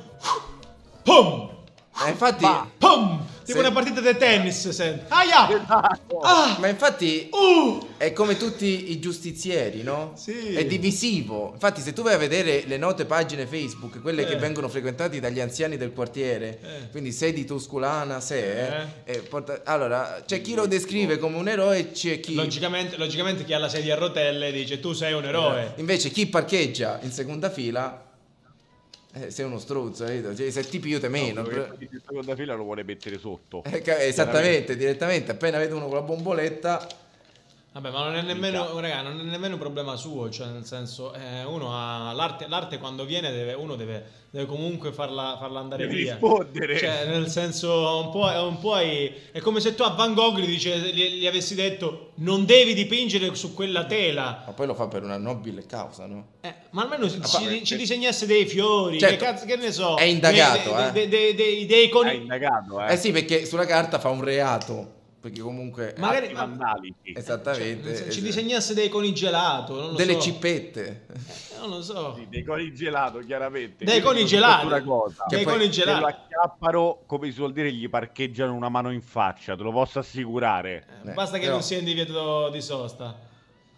S3: Pum!
S4: Ma infatti,
S5: Ma-
S3: Pum! Tipo
S4: Sì.
S3: una partita di tennis senti. Aia!
S5: Esatto.
S3: Ah!
S4: ma infatti
S3: Uh!
S4: è come tutti i giustizieri, no?
S3: Sì.
S4: È divisivo. Infatti, se tu vai a vedere le note pagine Facebook, quelle
S3: Eh.
S4: che vengono frequentate dagli anziani del quartiere,
S3: Eh.
S4: quindi sei di Tuscolana, se... eh, porta- Allora, c'è chi lo descrive come un eroe e c'è chi...
S3: Logicamente, logicamente chi ha la sedia a rotelle dice tu sei un eroe.
S4: Esatto. Invece chi parcheggia in seconda fila eh, sei uno strozzo, capito? Cioè, sei tipo io te meno.
S5: No,
S4: però-
S5: perché il seconda fila lo vuole mettere sotto.
S4: [LAUGHS] Eh, ca- Esattamente, direttamente, appena vedo uno con la bomboletta,
S3: Vabbè, ma non è nemmeno, raga, non è nemmeno un problema suo, cioè nel senso, eh, uno ha l'arte, l'arte quando viene deve, uno deve, deve comunque farla, farla andare
S5: Devi
S3: via.
S5: rispondere.
S3: Cioè, nel senso, un po', è un po' è, è come se tu a Van Gogh gli, dice- gli- gli avessi detto non devi dipingere su quella tela.
S4: ma poi lo fa per una nobile causa, no?
S3: Eh, ma almeno ci,
S4: vabbè,
S3: ci
S4: sì.
S3: disegnasse dei fiori,
S4: eh, Certo.
S3: che, cazzo, che ne so.
S4: È indagato,
S3: dei-
S4: eh.
S3: dei- dei- dei- dei
S5: È
S3: coni-
S5: indagato, eh.
S4: Eh sì, perché sulla carta fa un reato, perché comunque...
S3: Ma- magari-
S5: Atti vandalici.
S3: cioè,
S4: Esattamente.
S3: nel senso, ci
S4: eh,
S3: disegnasse dei coni gelato, non lo
S4: Delle
S3: so. Eh,
S4: cippette. [LAUGHS]
S3: Non lo so.
S5: Sì, dei coni gelato, chiaramente.
S3: Dei
S5: Io
S3: coni
S5: dico
S3: gelati.
S5: soltanto Una cosa.
S3: Dei
S4: Che poi-
S3: coni
S5: Se lo
S3: gelati.
S5: acchiappano, come si vuol dire, gli parcheggiano una mano in faccia, te lo posso assicurare.
S3: Eh, Basta che
S4: però-
S3: non sia in divieto di sosta.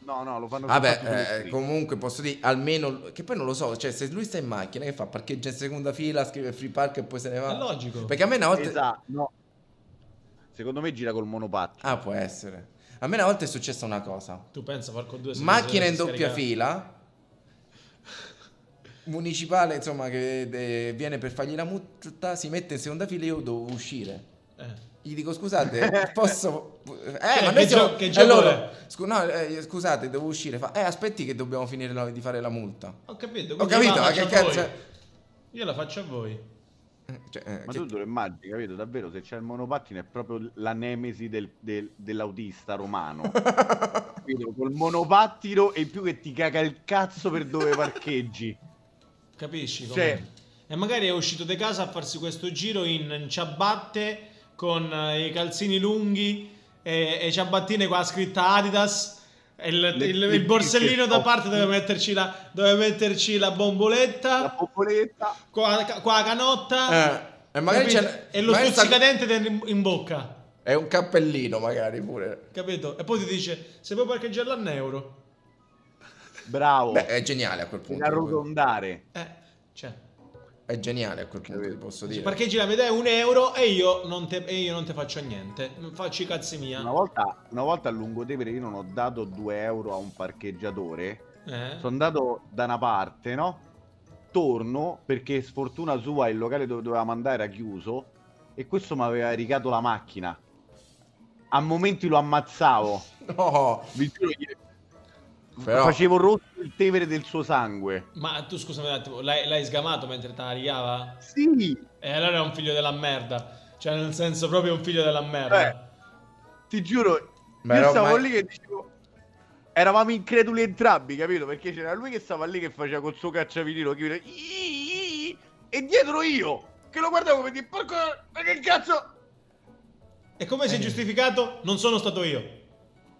S5: No, no, lo fanno soltanto con le
S4: Vabbè, eh,
S5: strisce.
S4: comunque posso dire almeno che poi non lo so, cioè se lui sta in macchina che fa? Parcheggia in seconda fila, scrive free park e poi se ne va.
S3: È logico.
S4: Ah. Perché a me una volta
S5: Esatto, no. Secondo me gira col monopattino.
S4: Ah, può essere. A me una volta è successa una cosa.
S3: Tu pensa, porco due si-
S4: Macchina
S3: si
S4: in doppia
S3: scarica-
S4: fila. Municipale, insomma, che eh, viene per fargli la multa, si mette in seconda fila e io devo uscire.
S3: Eh.
S4: Gli
S3: [LAUGHS]
S4: dico scusate, posso... Eh, ma
S3: che
S4: noi siamo...
S3: gio- che
S4: e
S3: gioco
S4: loro,
S3: è?
S4: "Scu- no, eh, scusate, devo uscire. Fa, eh, aspetti che dobbiamo finire la- di fare la multa.
S3: Ho capito,
S4: Ho
S3: quindi io
S4: capito,
S3: la
S4: ma
S3: faccio
S4: che
S3: a
S4: cazzo...
S3: voi. Io la faccio a voi.
S4: Cioè, eh,
S5: Ma
S4: che-
S5: tu te lo immagini, capito? Davvero, se c'è il monopattino è proprio la nemesi del- del- dell'autista
S4: [LAUGHS]
S5: romano. capito? Col monopattino e in più che ti caga il cazzo per dove parcheggi.
S3: Capisci? com'è?
S5: Cioè-
S3: E magari è uscito di casa a farsi questo giro in in ciabatte con eh, i calzini lunghi e, e ciabattine con la scritta Adidas. e Il,
S5: Le-
S3: il-
S5: le
S3: il borsellino
S5: picche,
S3: da
S5: no.
S3: parte dove metterci la, dove metterci la
S5: La
S3: bomboletta,
S5: popoletta,
S3: con la, con la canotta
S4: [LAUGHS] Eh, e magari
S3: capito?
S4: c'è...
S3: e lo
S4: magari sta-
S3: stuzzicadente in, in bocca.
S4: È un cappellino magari pure.
S3: Capito? E poi ti dice: Se puoi parcheggiarla a un euro,
S5: bravo,
S4: Beh, è geniale a quel
S5: per
S4: punto.
S5: arrotondare.
S3: eh, cioè,
S4: È geniale a quel punto, ti posso dire.
S3: parcheggi la metà è un euro e io non te, e io non te faccio niente. Facci i cazzi mia.
S5: Una volta, una volta a Lungotevere io non ho dato 2 euro a un parcheggiatore.
S3: Eh?
S5: Sono andato da una parte, no? Torno perché sfortuna sua il locale dove dovevamo andare era chiuso e questo mi aveva ricato la macchina. A momenti lo ammazzavo.
S4: No,
S5: Vi giuro, gli-
S4: Però-
S5: facevo rosso il tevere del suo sangue.
S3: Ma tu scusami un attimo, l'hai, l'hai sgamato mentre te la rigava?
S5: Sì,
S3: E allora è un figlio della merda. Cioè, nel senso, proprio un figlio della merda.
S5: ti giuro.
S4: Ma
S5: io
S4: era
S5: stavo
S4: ormai-
S5: lì che dicevo. Eravamo increduli entrambi, capito? Perché c'era lui che stava lì che faceva col suo cacciavinino che faceva "Ii, ii", e dietro io che lo guardavo come di porco ma che cazzo
S3: E come si è giustificato? Non sono stato io.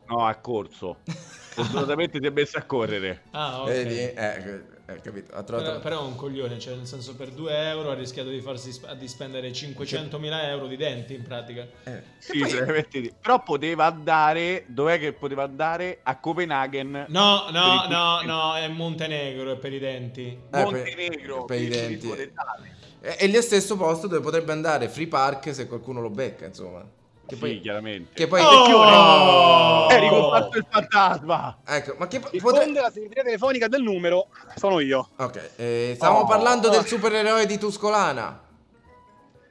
S5: No, ha corso.
S4: [LAUGHS]
S5: Fortunatamente si è messo a correre.
S3: Ah, ok.
S4: vedi? Eh, eh, capito, ha trovato...
S3: Però, però è un coglione, cioè, nel senso, per 2 euro ha rischiato di, farsi sp- di spendere 500.000 euro di denti in pratica.
S4: Eh.
S5: Sì, veramente sì. Però poteva andare, dov'è che poteva andare? A Copenaghen.
S3: No, no,
S5: Per i-
S3: no, no, è Montenegro, è per i denti.
S4: Eh, per-
S5: Montenegro,
S4: per i
S5: dieci
S4: denti.
S5: ricordettale.
S4: E e lì è lo stesso posto dove potrebbe andare Free Park se qualcuno lo becca, insomma. Che
S5: Sì,
S4: poi...
S5: chiaramente. Eh,
S4: Che poi
S3: Oh!
S5: È ricomparso il fantasma.
S4: Ecco, ma che po-
S13: Il
S4: potre-
S13: fondo della segreteria telefonica del numero sono io.
S4: Ok, eh, stavamo
S5: Oh.
S4: parlando del supereroe di Tuscolana.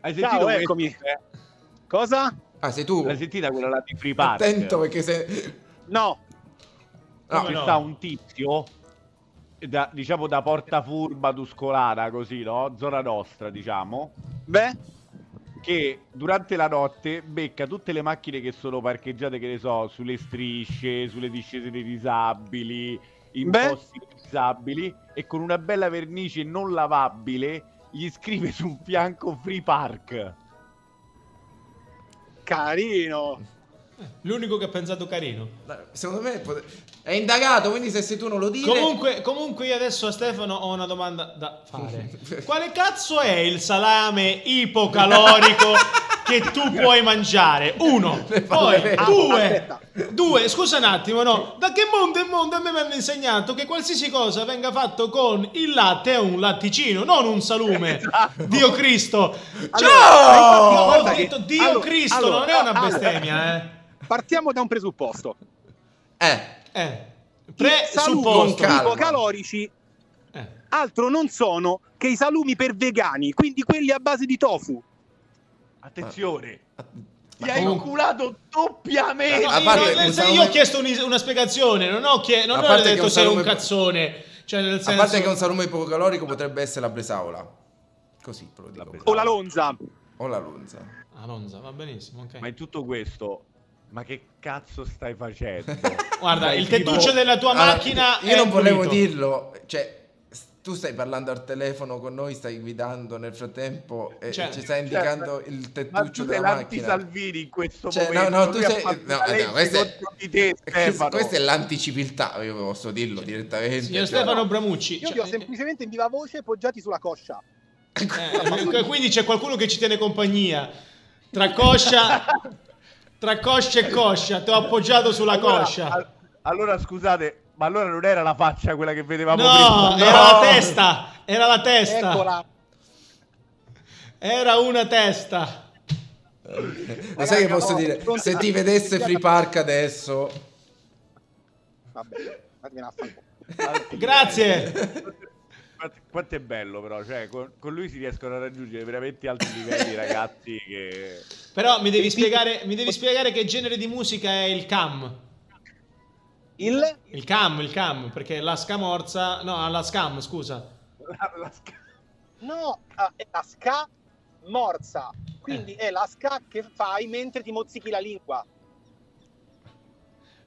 S5: Hai sentito,
S13: Ciao,
S5: questa?
S13: eccomi. Cosa?
S4: Ah, sei tu?
S5: L'hai sentita quella là di Free Park?
S4: Attento perché se...
S13: No,
S4: No,
S5: Ci
S3: no.
S5: sta un tizio, da- diciamo da Porta Furba Tuscolana, così, no? Zona nostra, diciamo.
S13: beh,
S5: che durante la notte becca tutte le macchine che sono parcheggiate, che ne so, sulle strisce, sulle discese dei disabili, in
S13: Beh.
S5: posti disabili, e con una bella vernice non lavabile gli scrive su un fianco Free Park.
S13: carino.
S3: L'unico che ha pensato carino.
S4: Secondo me potre- è indagato, quindi se sei tu non lo dici...
S3: Comunque, comunque io adesso a Stefano ho una domanda da fare.
S13: [LAUGHS]
S3: Quale cazzo è il salame ipocalorico che tu puoi mangiare? Uno,
S4: Le
S3: poi
S4: pallerelle.
S13: Aspetta.
S3: due, due, scusa un attimo, no? Da che mondo è mondo a me mi hanno insegnato che qualsiasi cosa venga fatto con il latte è un latticino, non un salume. Dio Cristo. Cioè,
S13: Allora,
S3: ho
S13: Esatto. guarda
S3: detto
S13: che-
S3: Dio
S13: allora,
S3: Cristo,
S13: allora,
S3: non è una
S13: allora.
S3: bestemmia, eh.
S13: Partiamo da un presupposto.
S4: Eh,
S3: Eh.
S13: I salumi
S3: Presupposto.
S4: calma.
S13: ipocalorici
S3: Eh.
S13: altro non sono che i salumi per vegani, quindi quelli a base di tofu.
S5: Attenzione,
S4: Ma
S5: ti Eh. hai Eh,
S3: comunque-
S5: inculato
S3: No,
S5: doppiamente.
S4: Eh, A
S3: io-
S4: parte
S3: nel
S4: un
S3: sen- io
S4: salume-
S3: ho chiesto un- una spiegazione, non ho, chie- non
S4: A
S3: ho
S4: parte che
S3: detto
S4: un
S3: sei un
S4: salume-
S3: cazzone. Cioè, nel senso,
S4: a parte che un salume ipocalorico potrebbe essere la bresaola. Così, ve lo dico.
S5: bresaola.
S13: O la lonza.
S4: O la lonza.
S3: Alonso, Ah, va benissimo. ok.
S5: Ma in tutto questo, ma che cazzo stai [LAUGHS] facendo?
S3: Guarda,
S5: Dai,
S3: il
S5: Free
S3: tettuccio
S5: Park.
S3: della tua
S4: [LAUGHS] Allora,
S3: macchina.
S4: Io
S3: è
S4: non volevo
S3: pulito.
S4: dirlo, cioè s- tu stai parlando al telefono con noi, stai guidando nel frattempo e
S3: Cioè,
S4: ci stai
S5: cioè,
S4: indicando il
S5: Ma
S4: tettuccio
S5: tu sei
S4: della macchina.
S5: l'anti-Salvini in questo
S4: Cioè,
S5: momento.
S4: no, no, tu
S5: lui ha
S4: sei-
S5: fatto
S4: no,
S5: una
S4: no,
S5: legge
S4: questo è-
S5: contro di [LAUGHS] te,
S4: [LAUGHS] Questa
S5: Stefano.
S4: questa è l'anticipiltà, io posso dirlo direttamente.
S3: Signor
S4: cioè,
S3: Stefano Bramucci.
S13: Io
S3: cioè,
S13: li ho semplicemente in viva voce poggiati sulla coscia.
S3: eh, eh, quindi c'è qualcuno che ci tiene compagnia. Tra coscia, tra coscia e coscia, te ho appoggiato sulla
S5: Allora,
S3: coscia.
S5: al- Allora scusate, ma allora non era la faccia quella che vedevamo
S3: No,
S5: prima?
S3: era la testa, era la testa. Era una testa.
S4: Lo sai che posso dire? Se ti vedesse Free Park adesso...
S14: Vabbè, fatemi una affanculo.
S4: [LAUGHS]
S3: Grazie.
S5: Quanto- Quanto eh, è bello però, cioè con, con lui si riescono a raggiungere veramente alti
S3: [LAUGHS]
S5: livelli ragazzi che...
S3: Però mi devi spiegare, mi devi spiegare che genere di musica è il cam.
S14: Il?
S3: Il cam, il cam, perché la scamorza, no, la scam, scusa.
S14: No, ah, è la ska morsa. Quindi
S5: Eh.
S14: è la ska che fai mentre ti mozzichi la lingua.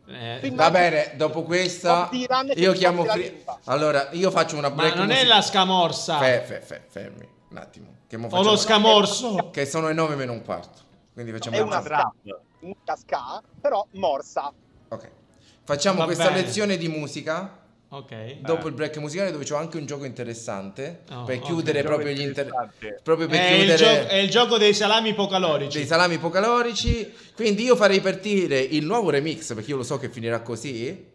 S3: Eh,
S4: Va bene, dopo questa
S14: Bob Dylan che
S4: io
S14: ti
S4: chiamo
S14: porti la
S4: Free... Allora, io faccio una
S3: Ma
S4: break
S3: non è
S4: musica-
S3: la scamorsa.
S4: Fe- fe- fe- fermi un attimo. Che mo
S3: O
S4: facciamo-
S3: lo scamorso.
S4: Che sono le 9 meno un quarto. Quindi
S5: Diciamo
S4: facciamo
S14: È una
S4: break.
S14: ska, una ska, però morsa.
S4: Facciamo
S3: Va
S4: questa
S3: bene.
S4: lezione di musica.
S3: Ok.
S4: Dopo il break musicale dove c'ho anche un gioco interessante
S3: Oh,
S4: per
S3: ok.
S4: chiudere
S3: Un gioco
S4: proprio gli inter...
S3: interessante.
S4: proprio per
S3: Eh, È il
S4: chiudere
S3: gio- è il gioco dei salami ipocalorici.
S4: dei salami ipocalorici. Quindi io farei partire il nuovo remix perché io lo so che finirà così.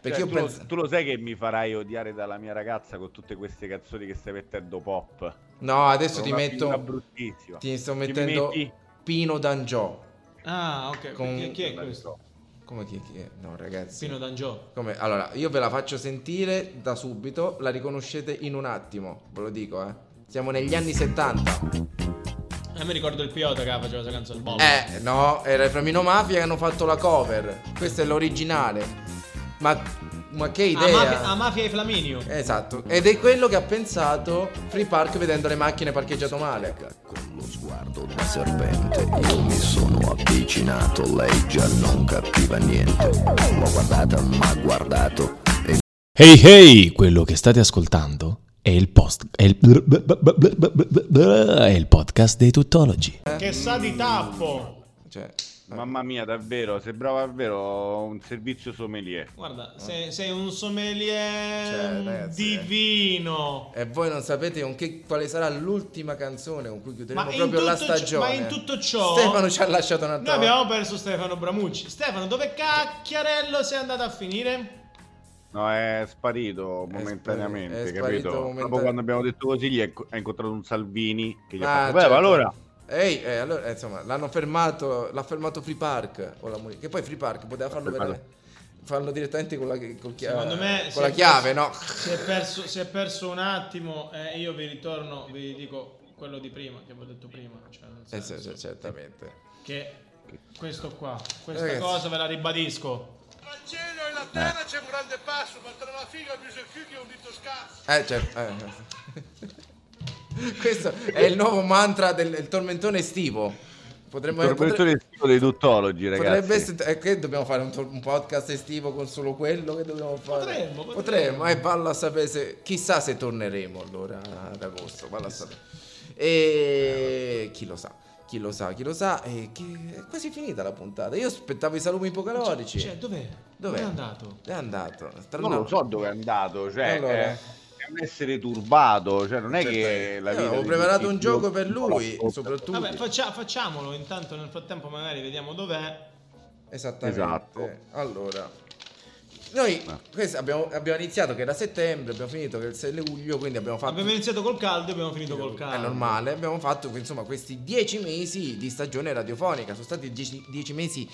S4: Perché
S5: Cioè,
S4: io
S5: tu, lo-
S4: penso
S5: tu lo sai che mi farai odiare dalla mia ragazza con tutte queste canzoni che stai mettendo pop.
S4: No, adesso
S5: Sono
S4: ti
S5: una figura
S4: metto
S5: bruttissima.
S4: ti sto
S5: Ti
S4: mettendo
S5: metti-
S4: Pino D'Angio.
S3: Ah, ok.
S4: Con-
S3: Chi, chi è questo?
S4: Come chi, chi è? No, ragazzi.
S3: Pino D'Angio.
S4: Come- Allora, io ve la faccio sentire da subito, la riconoscete in un attimo, ve lo dico, eh. Siamo negli anni 70.
S3: A me Eh, ricordo il Piota che faceva questa canzone. Boh. Bollo.
S4: Eh, no, era i Framino Mafia che hanno fatto la cover. Questo è l'originale. Ma, ma che
S3: a, mafia,
S4: idea!
S3: a Mafia e Flaminio.
S4: Esatto, ed è quello che ha pensato Free Park vedendo le macchine parcheggiate male.
S15: Lo sguardo da serpente, io mi sono avvicinato, lei già non capiva niente. L'ho guardata, ma guardato e
S1: Hey hey, quello che state ascoltando è il post è il, è il podcast dei tuttologi.
S3: Che sa di tappo.
S4: Cioè,
S5: Mamma mia, davvero, sembrava davvero un servizio sommelier.
S3: Guarda, sei, sei un sommelier
S4: Eh. Cioè, ragazzi,
S3: divino.
S4: E voi non sapete con che- quale sarà l'ultima canzone con cui chiuderemo
S3: Ma in,
S4: proprio la
S3: tutto ciò-
S4: stagione.
S3: ma in tutto ciò
S4: Stefano ci ha lasciato una
S3: Noi abbiamo perso Stefano Bramucci. Stefano, dove cacchiarello sei andato a finire?
S5: No, è sparito momentaneamente,
S4: è sparito
S5: capito? Dopo
S4: momentan-
S5: quando abbiamo detto così gli ha inco- ha incontrato un Salvini che gli ha
S4: Ah,
S5: fatto, "Beh,
S4: certo.
S5: ma allora,
S4: Ehi, eh, allora, eh, insomma, l'hanno fermato, l'ha fermato Free Park, o la Muni- che poi Free Park poteva farlo,
S5: Free Park.
S4: vera- farlo direttamente con la, col chia-
S3: Secondo me si
S4: Eh, con la
S3: è
S4: chiave,
S3: perso-
S4: no?
S3: Si è perso, si è perso un attimo e io vi ritorno, vi dico quello di prima che avevo detto prima, cioè nel
S4: Eh,
S3: senso
S4: sì, sì, certamente.
S3: che questo qua, questa
S4: Ragazzi.
S3: cosa ve la ribadisco.
S2: Tra il cielo e la terra c'è un grande passo, ma tra la figa bisogna chiudere un dito scarso.
S4: Eh, [LAUGHS] cioè, eh. Questo è il nuovo mantra del del tormentone estivo. Potremmo,
S5: il
S4: potre-
S5: professore estivo dei tuttologi, ragazzi.
S4: potrebbe essere... eh, che dobbiamo fare un, tor- un podcast estivo con solo quello che dobbiamo fare?
S3: Potremmo, potremmo.
S4: e ballo a sapere se... Chissà se torneremo allora ad agosto, ballo a sapere. E chi lo sa, chi lo sa, chi lo sa. E che- È quasi finita la puntata. Io aspettavo i salumi ipocalorici.
S3: Cioè, dov'è?
S4: Dov'è?
S3: Dov'è andato?
S4: È andato. Sta
S5: Non lo
S4: andando.
S5: so dove è andato, cioè
S4: Allora.
S5: è, è un essere turbato, cioè non è che la
S4: Io
S5: vita...
S4: Certo. Eh, avevo
S5: di
S4: preparato
S5: tutti
S4: un
S5: i
S4: gioco
S5: giorni-
S4: per lui, soprattutto.
S3: Vabbè, faccia- facciamolo intanto nel frattempo magari vediamo dov'è.
S4: Esattamente.
S5: Esatto. Ah.
S4: Allora, noi questo abbiamo, abbiamo iniziato che era settembre, abbiamo finito che era il 6 luglio, quindi abbiamo fatto...
S3: Abbiamo iniziato col caldo e abbiamo finito col caldo.
S4: È normale, abbiamo fatto insomma questi dieci mesi di stagione radiofonica, sono stati dieci, dieci mesi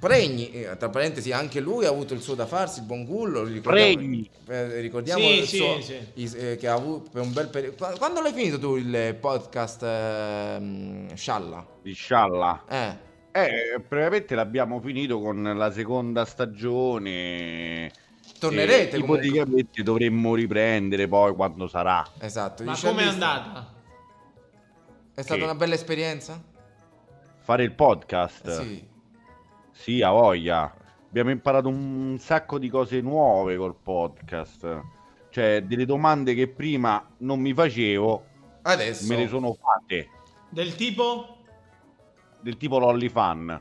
S4: pregni, eh, tra parentesi anche lui ha avuto il suo da farsi, il buon Gullo, ricordiamo,
S5: Pregni.
S4: eh, ricordiamo
S3: Sì,
S4: il
S3: sì,
S4: suo,
S3: sì.
S4: i- eh, che ha avuto per un bel periodo... Qua- Quando l'hai finito tu il podcast ehm, Scialla?
S5: Di scialla.
S4: Eh.
S5: Eh, praticamente l'abbiamo finito con la seconda stagione. Eh,
S4: Tornerete
S5: E
S4: comunque.
S5: ipoteticamente dovremmo riprendere poi quando sarà.
S4: Esatto,
S3: Ma
S4: gli
S3: com'è
S4: sciallisti-
S3: andata?
S4: È stata
S5: Che?
S4: una bella esperienza?
S5: Fare il podcast.
S4: Eh Sì.
S5: Sì, a voglia. Abbiamo imparato un sacco di cose nuove col podcast. Cioè, delle domande che prima non mi facevo,
S4: Adesso
S5: me le sono fatte.
S3: Del tipo?
S5: Del tipo Lolly Fan.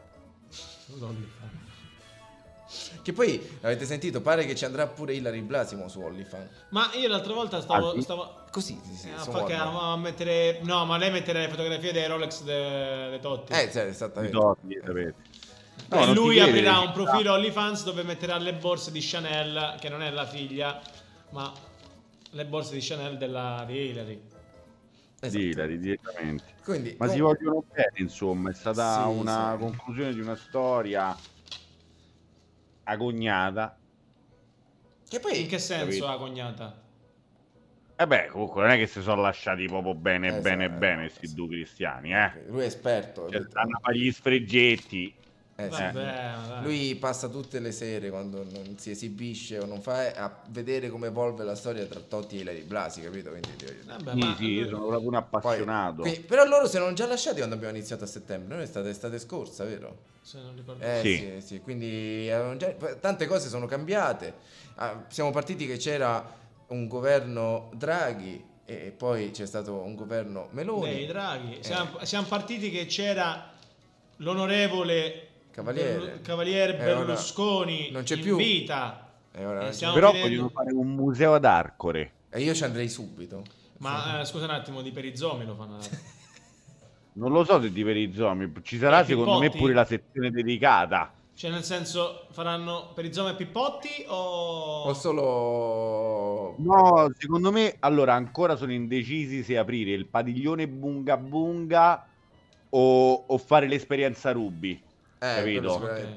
S4: Che poi avete sentito, pare che ci andrà pure Hilary Blasimo su OnlyFans.
S3: Ma io l'altra volta stavo...
S4: Ah, sì?
S3: stavo...
S4: Così sì, sì,
S3: Eh,
S4: su
S3: fa che
S4: Warner.
S3: a- a mettere... No, ma lei mettere le fotografie dei Rolex de- de Totti.
S4: Eh, sì, cioè, esattamente.
S5: Ritorni, sapete. No,
S3: e
S5: non ti
S3: lui
S5: chiede
S3: aprirà
S5: di-
S3: un profilo
S4: Ah.
S3: OnlyFans dove metterà le borse di Chanel, che non è la figlia, ma le borse di Chanel della, di Hillary.
S4: Esatto.
S5: Dilari Esatto. direttamente.
S3: Quindi,
S4: oh,
S5: Ma si
S3: com-
S5: vogliono bene, insomma, è stata
S3: Sì,
S5: una
S3: sì.
S5: conclusione di una storia agognata.
S4: Che poi,
S3: in che senso
S5: Capito.
S3: la cognata?
S5: E Eh beh, comunque non è che si sono lasciati proprio bene,
S4: Eh,
S5: bene,
S4: sì, eh,
S5: bene questi due cristiani, eh.
S4: [LAUGHS] Lui è esperto.
S5: Cioè, stanno a fare gli sfregetti.
S4: Eh, sì.
S5: Eh.
S4: Lui passa tutte le sere quando non si esibisce o non fa eh, a vedere come evolve la storia tra Totti e Lady Blasi, capito? Quindi, ti voglio dire.
S5: Sì, sì, io sono proprio un appassionato.
S4: Qui- però loro se non già lasciati quando abbiamo iniziato a settembre, noi è stata estate scorsa, vero?
S3: Se non ricordo.
S4: Eh, sì.
S5: Sì.
S4: sì, quindi avevano già- poi tante cose sono cambiate. Ah, siamo partiti che c'era un governo Draghi e poi c'è stato un governo Meloni.
S3: Lei,
S4: Eh.
S3: Draghi. Siamo, siamo partiti che c'era l'onorevole
S4: Cavaliere.
S3: Berlu- Cavaliere
S4: Eh, ora
S3: Berlusconi
S4: non c'è
S3: in
S4: più.
S3: vita.
S4: E ora
S3: Eh,
S4: non c'è
S3: siamo
S5: Però
S3: finendo-
S5: vogliono fare un museo ad Arcore.
S4: E io ci andrei subito.
S3: Ma eh, scusa un attimo, di Perizomi lo fanno.
S5: Non lo so se di per i zombie, ci sarà
S3: Eh,
S5: secondo me
S3: Pippotti?
S5: pure la sezione dedicata.
S3: Cioè, nel senso, faranno Perizomi e Pippotti o...
S4: O solo... eh,
S5: No, secondo me allora ancora sono indecisi se aprire il padiglione bunga bunga o, o fare l'esperienza Ruby. capito?
S4: quello
S3: Ok.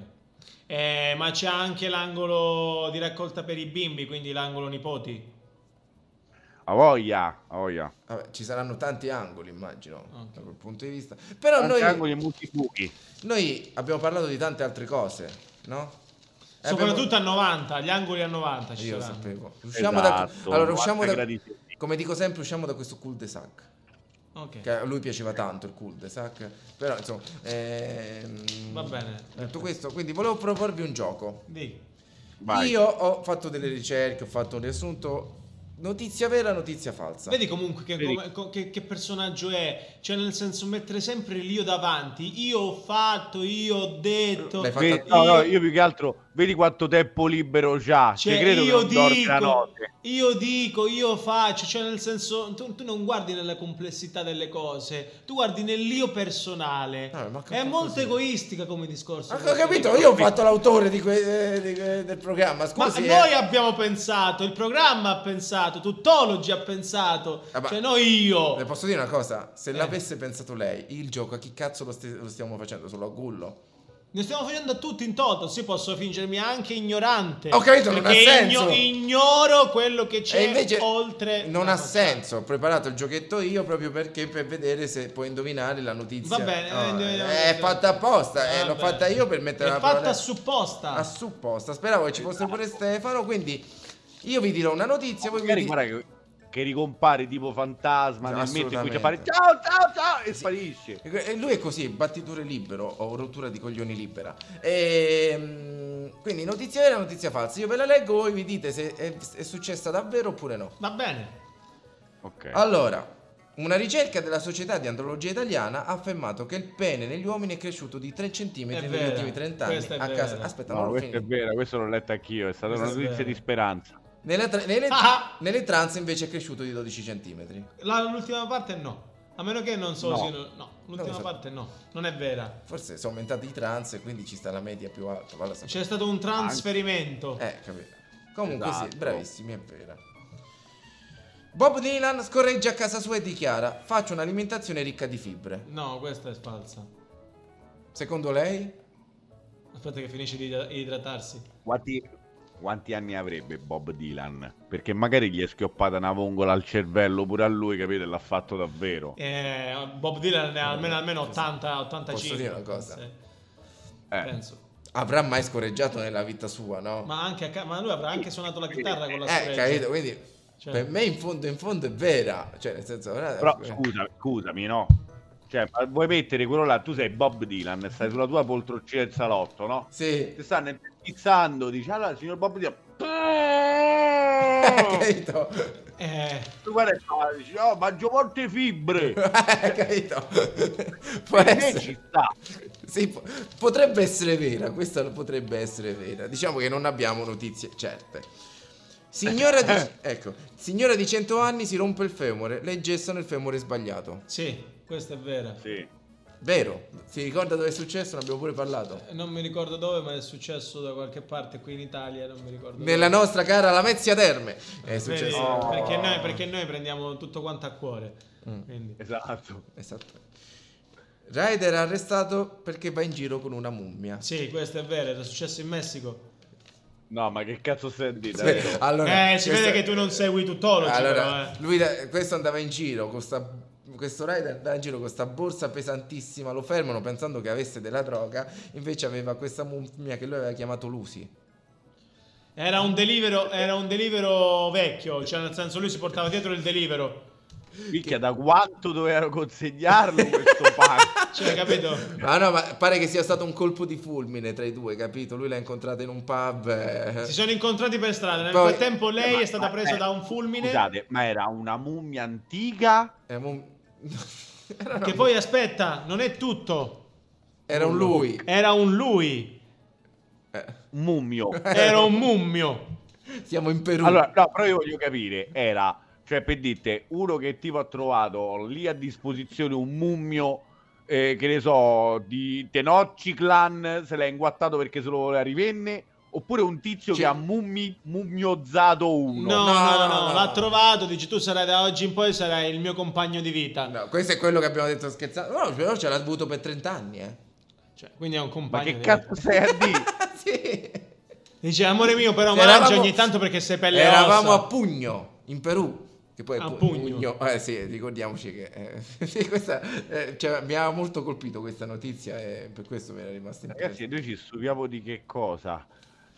S3: Eh, ma c'è anche l'angolo di raccolta per i bimbi, quindi l'angolo nipoti.
S4: Eh,
S5: A voglia, a voglia.
S4: Vabbè, ci saranno tanti angoli, immagino, da quel punto di vista. Però
S5: Tanti
S4: noi,
S5: angoli e molti buchi.
S4: noi abbiamo parlato di tante altre cose, no? E
S3: Soprattutto a 90, gli angoli a 90 ci
S4: Io lo
S3: saranno.
S4: sapevo. Usciamo
S5: Esatto,
S4: da, allora,
S5: 90
S4: usciamo da,
S5: gradi
S4: come dico sempre, usciamo da questo cul de sac.
S3: Ok.
S4: Che a lui piaceva tanto il cul de sac. Però insomma, ehm,
S3: Va bene.
S4: Detto questo, quindi volevo proporvi un gioco.
S3: Di.
S5: Vai.
S4: Io ho fatto delle ricerche, ho fatto un riassunto. Notizia vera, notizia falsa.
S3: Vedi comunque che,
S4: Vedi.
S3: come- co- che- che personaggio è, cioè nel senso mettere sempre l'io davanti, io ho fatto, io ho detto,
S4: L'hai
S5: Vedi-
S3: io,
S5: no, no, io più che altro vedi quanto tempo libero
S4: Ah,
S5: c'ha.
S3: cioè,
S5: Ci credo che
S3: io
S5: non dorme la
S3: dico,
S5: notte.
S3: io dico, io faccio, cioè nel senso tu, tu non guardi nella complessità delle cose, tu guardi nell'io personale,
S4: Eh,
S3: è molto egoistica come discorso.
S4: Ma Ah, ho capito, io ho fatto l'autore di que- eh, di que- del programma.
S3: Ma
S4: Scusi, eh.
S3: noi abbiamo pensato, il programma ha pensato, Tuttologi ha pensato,
S4: Ah, ma-
S3: cioè noi io.
S4: Le posso dire una cosa?
S3: Eh.
S4: Se l'avesse pensato lei, il gioco a chi cazzo lo, sti- lo stiamo facendo? Solo a Gullo?
S3: Ne stiamo facendo a tutti in toto, sì, posso fingermi anche ignorante.
S4: Ho capito, non
S3: perché
S4: ha senso.
S3: igno- ignoro quello che c'è
S4: E invece
S3: oltre.
S4: Non ha senso, ho preparato il giochetto io proprio perché per vedere se puoi indovinare la notizia.
S3: Va bene,
S4: No,
S3: eh,
S4: eh, è fatta apposta, eh,
S3: Va
S4: l'ho
S3: bene.
S4: fatta io per
S3: È
S4: mettere la
S3: fatta Esatto.
S4: parola-
S3: supposta.
S4: a supposta. Speravo che ci fosse pure Stefano, quindi io vi dirò una notizia, voi mi
S5: Magari
S4: dite-
S5: guarda che, che ricompare tipo fantasma nel mezzo e comincia a fare
S4: Assolutamente.
S5: ciao ciao ciao e sparisce.
S4: E e Eh, lui è così, battiture libero o rottura di coglioni libera. Ehm, quindi notizia vera, notizia falsa. Io ve la leggo, voi mi dite se è, è successa davvero oppure no.
S3: Va bene.
S5: Ok.
S4: Allora, una ricerca della Società di Andrologia Italiana ha affermato che il pene negli uomini è cresciuto di 3 cm
S3: È
S4: negli
S3: vera,
S4: ultimi 30 anni.
S3: questa è
S4: a
S3: vera.
S4: casa- Aspetta,
S5: No,
S4: non ho
S5: questo è
S4: finito.
S5: vero, questo l'ho letto anch'io, è stata una
S3: Questo è
S5: notizia
S3: vero.
S5: di speranza.
S4: Nelle, tra- nelle-
S3: Ah!
S4: nelle trans invece è cresciuto di 12 cm.
S3: La- l'ultima parte no. A meno che non so
S4: No.
S3: se. No, l'ultima
S4: Non lo so.
S3: parte no. Non è vera.
S4: Forse sono aumentati i trans e quindi ci sta la media più alta. va la sapere.
S3: C'è stato un trasferimento.
S4: Eh, capito. Comunque
S3: Esatto.
S4: sì, bravissimi, è vera. Bob Dylan scorreggia a casa sua e dichiara: Faccio un'alimentazione ricca di fibre.
S3: No, questa è falsa.
S4: Secondo lei?
S3: Aspetta che finisce di idra- idratarsi.
S5: Quanti, quanti anni avrebbe Bob Dylan? Perché magari gli è schioppata una vongola al cervello pure a lui, capite? L'ha fatto davvero.
S3: Eh, Bob Dylan ne ha almeno, almeno 80, 85.
S4: Posso dire una cosa?
S3: Sì.
S5: Eh.
S3: Penso.
S4: Avrà mai scorreggiato nella vita sua, no?
S3: Ma, anche a ca- ma lui avrà anche suonato la chitarra con la
S4: eh,
S3: scorreggia.
S4: capito? Quindi
S3: Cioè-
S4: per me, in fondo, in fondo è vera. Cioè, nel senso, avrà-
S5: Però scusa, scusami, no? Cioè, ma vuoi mettere quello là? Tu sei Bob Dylan, stai sulla tua poltroncina del salotto, no?
S4: Sì. [LAUGHS]
S5: Ti stanno pizzizzando, dici, allora, signor Bob Dylan...
S4: capito?
S3: Eh,
S5: Tu guarda e fa, dici, oh, mangio molte fibre!
S4: Eh, capito? [LAUGHS] Può
S5: Per me
S4: essere-
S5: ci sta.
S4: Sì, po- potrebbe essere vera, questa potrebbe essere vera. Diciamo che non abbiamo notizie certe. Signora
S5: Eh.
S4: di, ecco, signora di 100 anni si rompe il femore, lei gessa nel femore sbagliato.
S3: sì, questa è vera.
S5: Sì.
S4: Vero, si ricorda dove è successo? Ne abbiamo pure parlato.
S3: Eh, Non mi ricordo dove, ma è successo da qualche parte qui in Italia, non mi ricordo.
S4: Nella
S3: dove.
S4: nostra cara Lamezia Terme è
S3: Vedi, Eh,
S4: successo.
S5: Oh.
S3: Perché, noi, perché noi prendiamo tutto quanto a cuore.
S4: Mm.
S3: Quindi.
S5: Esatto.
S4: Esatto. Ryder è arrestato perché va in giro con una mummia.
S3: Sì, questo è vero, era successo in Messico.
S5: No, ma che cazzo stai a dire?
S4: Sì,
S5: davvero?
S4: allora,
S3: eh, si
S4: questa-
S3: vede che tu non segui tutt'oggi.
S4: Allora,
S3: però, eh.
S4: lui da- questo andava in giro con sta- questo rider andava in giro con questa borsa pesantissima, lo fermano pensando che avesse della droga, invece aveva questa mummia che lui aveva chiamato Lucy.
S3: Era un delivero, era un delivero vecchio, cioè nel senso lui si portava dietro il delivero.
S5: Minchia, da quanto dovevano consegnarlo
S4: [LAUGHS]
S5: questo pacco?
S3: Cioè, capito?
S4: Ma Ah, no, ma pare che sia stato un colpo di fulmine tra i due, capito? Lui l'ha incontrata in un pub. eh.
S3: Si sono incontrati per strada. Nel
S4: Poi-
S3: frattempo lei
S5: Ma-
S3: è stata
S5: ma-
S3: presa
S5: eh,
S3: da un fulmine.
S5: Scusate, ma era una mummia antica?
S4: Era un, [LAUGHS]
S3: Che poi aspetta, non è tutto.
S4: Era un lui.
S3: Era un lui.
S5: mummio.
S4: Eh.
S3: Era un mummio.
S4: Siamo in Perù.
S5: Allora, no, però io voglio capire, era, cioè per dite, uno che tipo ha trovato lì a disposizione un mummio, eh, che ne so, di Tenocci Clan, se l'ha inguattato perché se lo voleva rivenne, oppure un tizio che ha mummi, mummiozzato uno.
S3: Cioè No, no, no, l'ha trovato. Dici tu sarai da oggi in poi sarai il mio compagno di vita.
S4: Questo è quello che abbiamo detto scherzando. No, però ce l'ha avuto per 30 anni, eh. [LAUGHS]
S3: Cioè, quindi è un compagno.
S5: Ma che
S3: di
S5: cazzo
S3: vita.
S5: stai a
S3: [LAUGHS]
S5: dire?
S3: Dice, amore mio, però
S4: Cioè, Eravamo-
S3: mangia ogni tanto perché sei pelle e
S4: Eravamo
S3: ossa.
S4: a Pugno, in Perù. Che poi è
S3: A
S4: Pu-
S3: Pugno.
S4: Eh sì, ricordiamoci che... eh, [LAUGHS] sì, questa, eh, cioè, mi ha molto colpito questa notizia e per questo mi era rimasta impressa.
S5: Ragazzi, noi ci stupiamo di che cosa?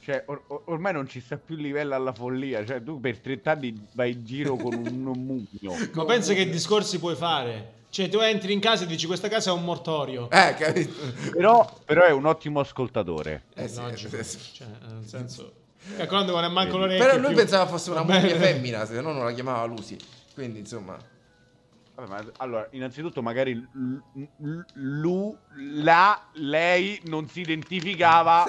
S5: Cioè, or- or- ormai non ci sta più il livello alla follia. Cioè, tu per 30 anni vai in giro con un, un mummio.
S3: [LAUGHS] Ma pensa che discorsi puoi fare? Cioè, tu entri in casa e dici, questa casa è un mortorio.
S4: Eh, capito?
S5: Però, però è un ottimo ascoltatore.
S3: È
S4: sì,
S3: logico.
S4: eh, sì.
S3: Cioè, nel senso... Calcolando quando è manco l'orecchio
S4: Però lui
S3: più.
S4: pensava fosse una
S3: Vabbè.
S4: mummia femmina, se no non la chiamava Lucy. Quindi, insomma...
S5: Vabbè, ma allora, innanzitutto, magari l- l- lu- la, lei non si
S4: [LAUGHS]
S5: identificava.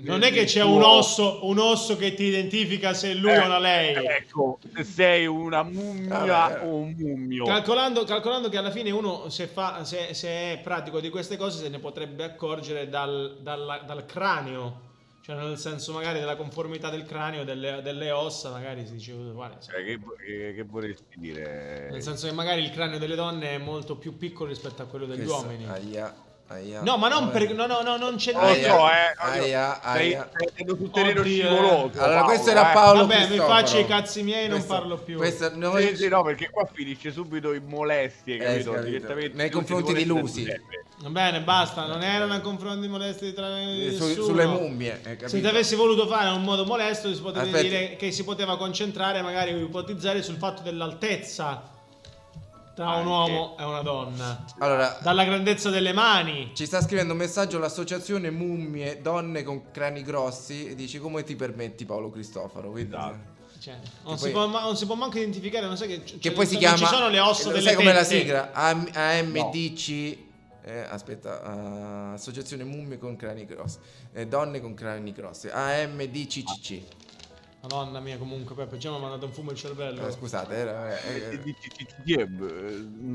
S3: Non è che c'è un osso, un osso che ti identifica se
S5: Eh.
S3: lui o una lei.
S5: Ecco, se sei una mummia
S4: Vabbè.
S5: o un mummio.
S3: Calcolando, calcolando che alla fine uno se, fa, se, se è pratico di queste cose se ne potrebbe accorgere dal, dalla- dal cranio, cioè nel senso magari della conformità del cranio, delle, delle ossa, magari si dice, "Oh, guarda,
S5: Cioè, che, che- che vorresti dire?
S3: nel senso che magari il cranio delle donne è molto più piccolo rispetto a quello degli
S4: Questo-
S3: uomini.
S4: Aia, aia.
S3: No, ma non
S4: Vabbè.
S3: per... No, no, no, non c'è...
S5: Non lo
S3: niente.
S5: so, eh.
S4: aia,
S5: Sei,
S4: aia.
S5: sei stato sul terreno
S3: Oddio. eh.
S5: scivoloso.
S4: Allora,
S5: Paolo,
S4: questo era
S5: eh.
S4: Paolo
S3: Vabbè, mi
S4: Cristoforo.
S3: faccio i cazzi miei e non
S4: Questo-
S3: parlo più.
S4: questo- noi-
S5: Sì, sì, no, perché qua finisce subito in molestie,
S4: Eh,
S5: capito?
S4: capito.
S5: Direttamente
S4: Nei
S5: tutti
S4: confronti di
S5: molestano
S4: Lucy.
S5: sempre.
S3: Va bene, basta, non erano a confronti molesti tra
S4: Eh, su-
S3: nessuno.
S4: sulle mummie, eh, capito?
S3: Se ti avessi voluto fare in un modo molesto, si poteva
S4: Aspetta.
S3: dire che si poteva concentrare, magari ipotizzare sul fatto dell'altezza tra un
S4: Anche.
S3: uomo e una donna,
S4: Allora,
S3: dalla grandezza delle mani.
S4: Ci sta scrivendo un messaggio l'associazione Mummie Donne con Crani Grossi e dici come ti permetti Paolo Cristoforo? Quindi-
S3: Cioè,
S4: Che
S3: non, si
S4: poi-
S3: può, ma- non si può manco identificare, non sai che,
S4: Che
S3: cioè,
S4: poi si
S3: non
S4: chiama...
S3: Ci sono le ossa
S4: lo
S3: delle
S4: Sai come la
S3: tette.
S4: sigla? AM- AMDC... eh, aspetta, ah, associazione Mummie con Crani Grossi. eh, donne con Crani Grossi. AMDCCC.
S3: Madonna mia, comunque, Peppe, già mi ha mandato un fumo il cervello.
S4: Eh, scusate, era...
S3: [LAUGHS]
S4: eh, eh,
S5: Chi è? Eh, non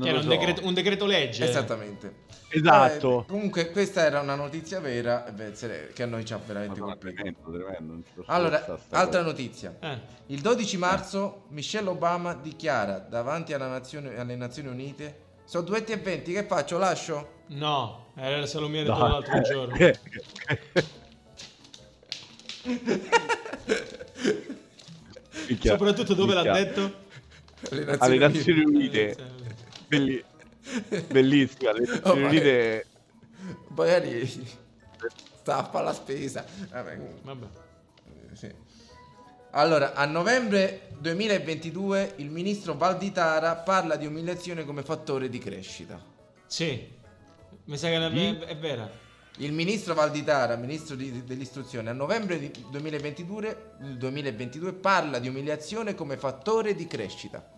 S3: Che
S5: lo
S3: era un
S5: so.
S3: decreto, un decreto legge.
S4: Esattamente.
S5: Esatto.
S4: Eh, comunque questa era una notizia vera eh, beh, se- che a noi ci ha veramente
S5: Madonna,
S4: colpito.
S5: tremendo, tremendo, non ci posso pensare
S4: Eh, Allora,
S5: a sta
S4: altra
S5: cosa.
S4: notizia.
S3: Eh.
S4: Il 12 marzo Michelle Obama dichiara davanti alla nazione- alle Nazioni Unite sono duetti e 20, che faccio? Lascio?
S3: No, era solo mia
S5: No.
S3: detto l'altro [LAUGHS] giorno.
S5: [LAUGHS] Minchia,
S3: Soprattutto dove l'ha
S5: minchia.
S3: detto?
S4: Alle
S5: Alle Nazioni Unite. Belli-
S4: [LAUGHS]
S5: Bellissima, le Nazioni
S4: Oh, ma-
S5: Unite.
S4: Magari stappa la spesa. Vabbè, comunque,
S3: Vabbè.
S4: eh, sì. Allora, a novembre 2022 il ministro Valditara parla di umiliazione come fattore di crescita.
S3: Sì, mi sa che è,
S4: Di?
S3: è vera.
S4: Il ministro Valditara, ministro di- dell'istruzione, a novembre di- 2022, 2022 parla di umiliazione come fattore di crescita.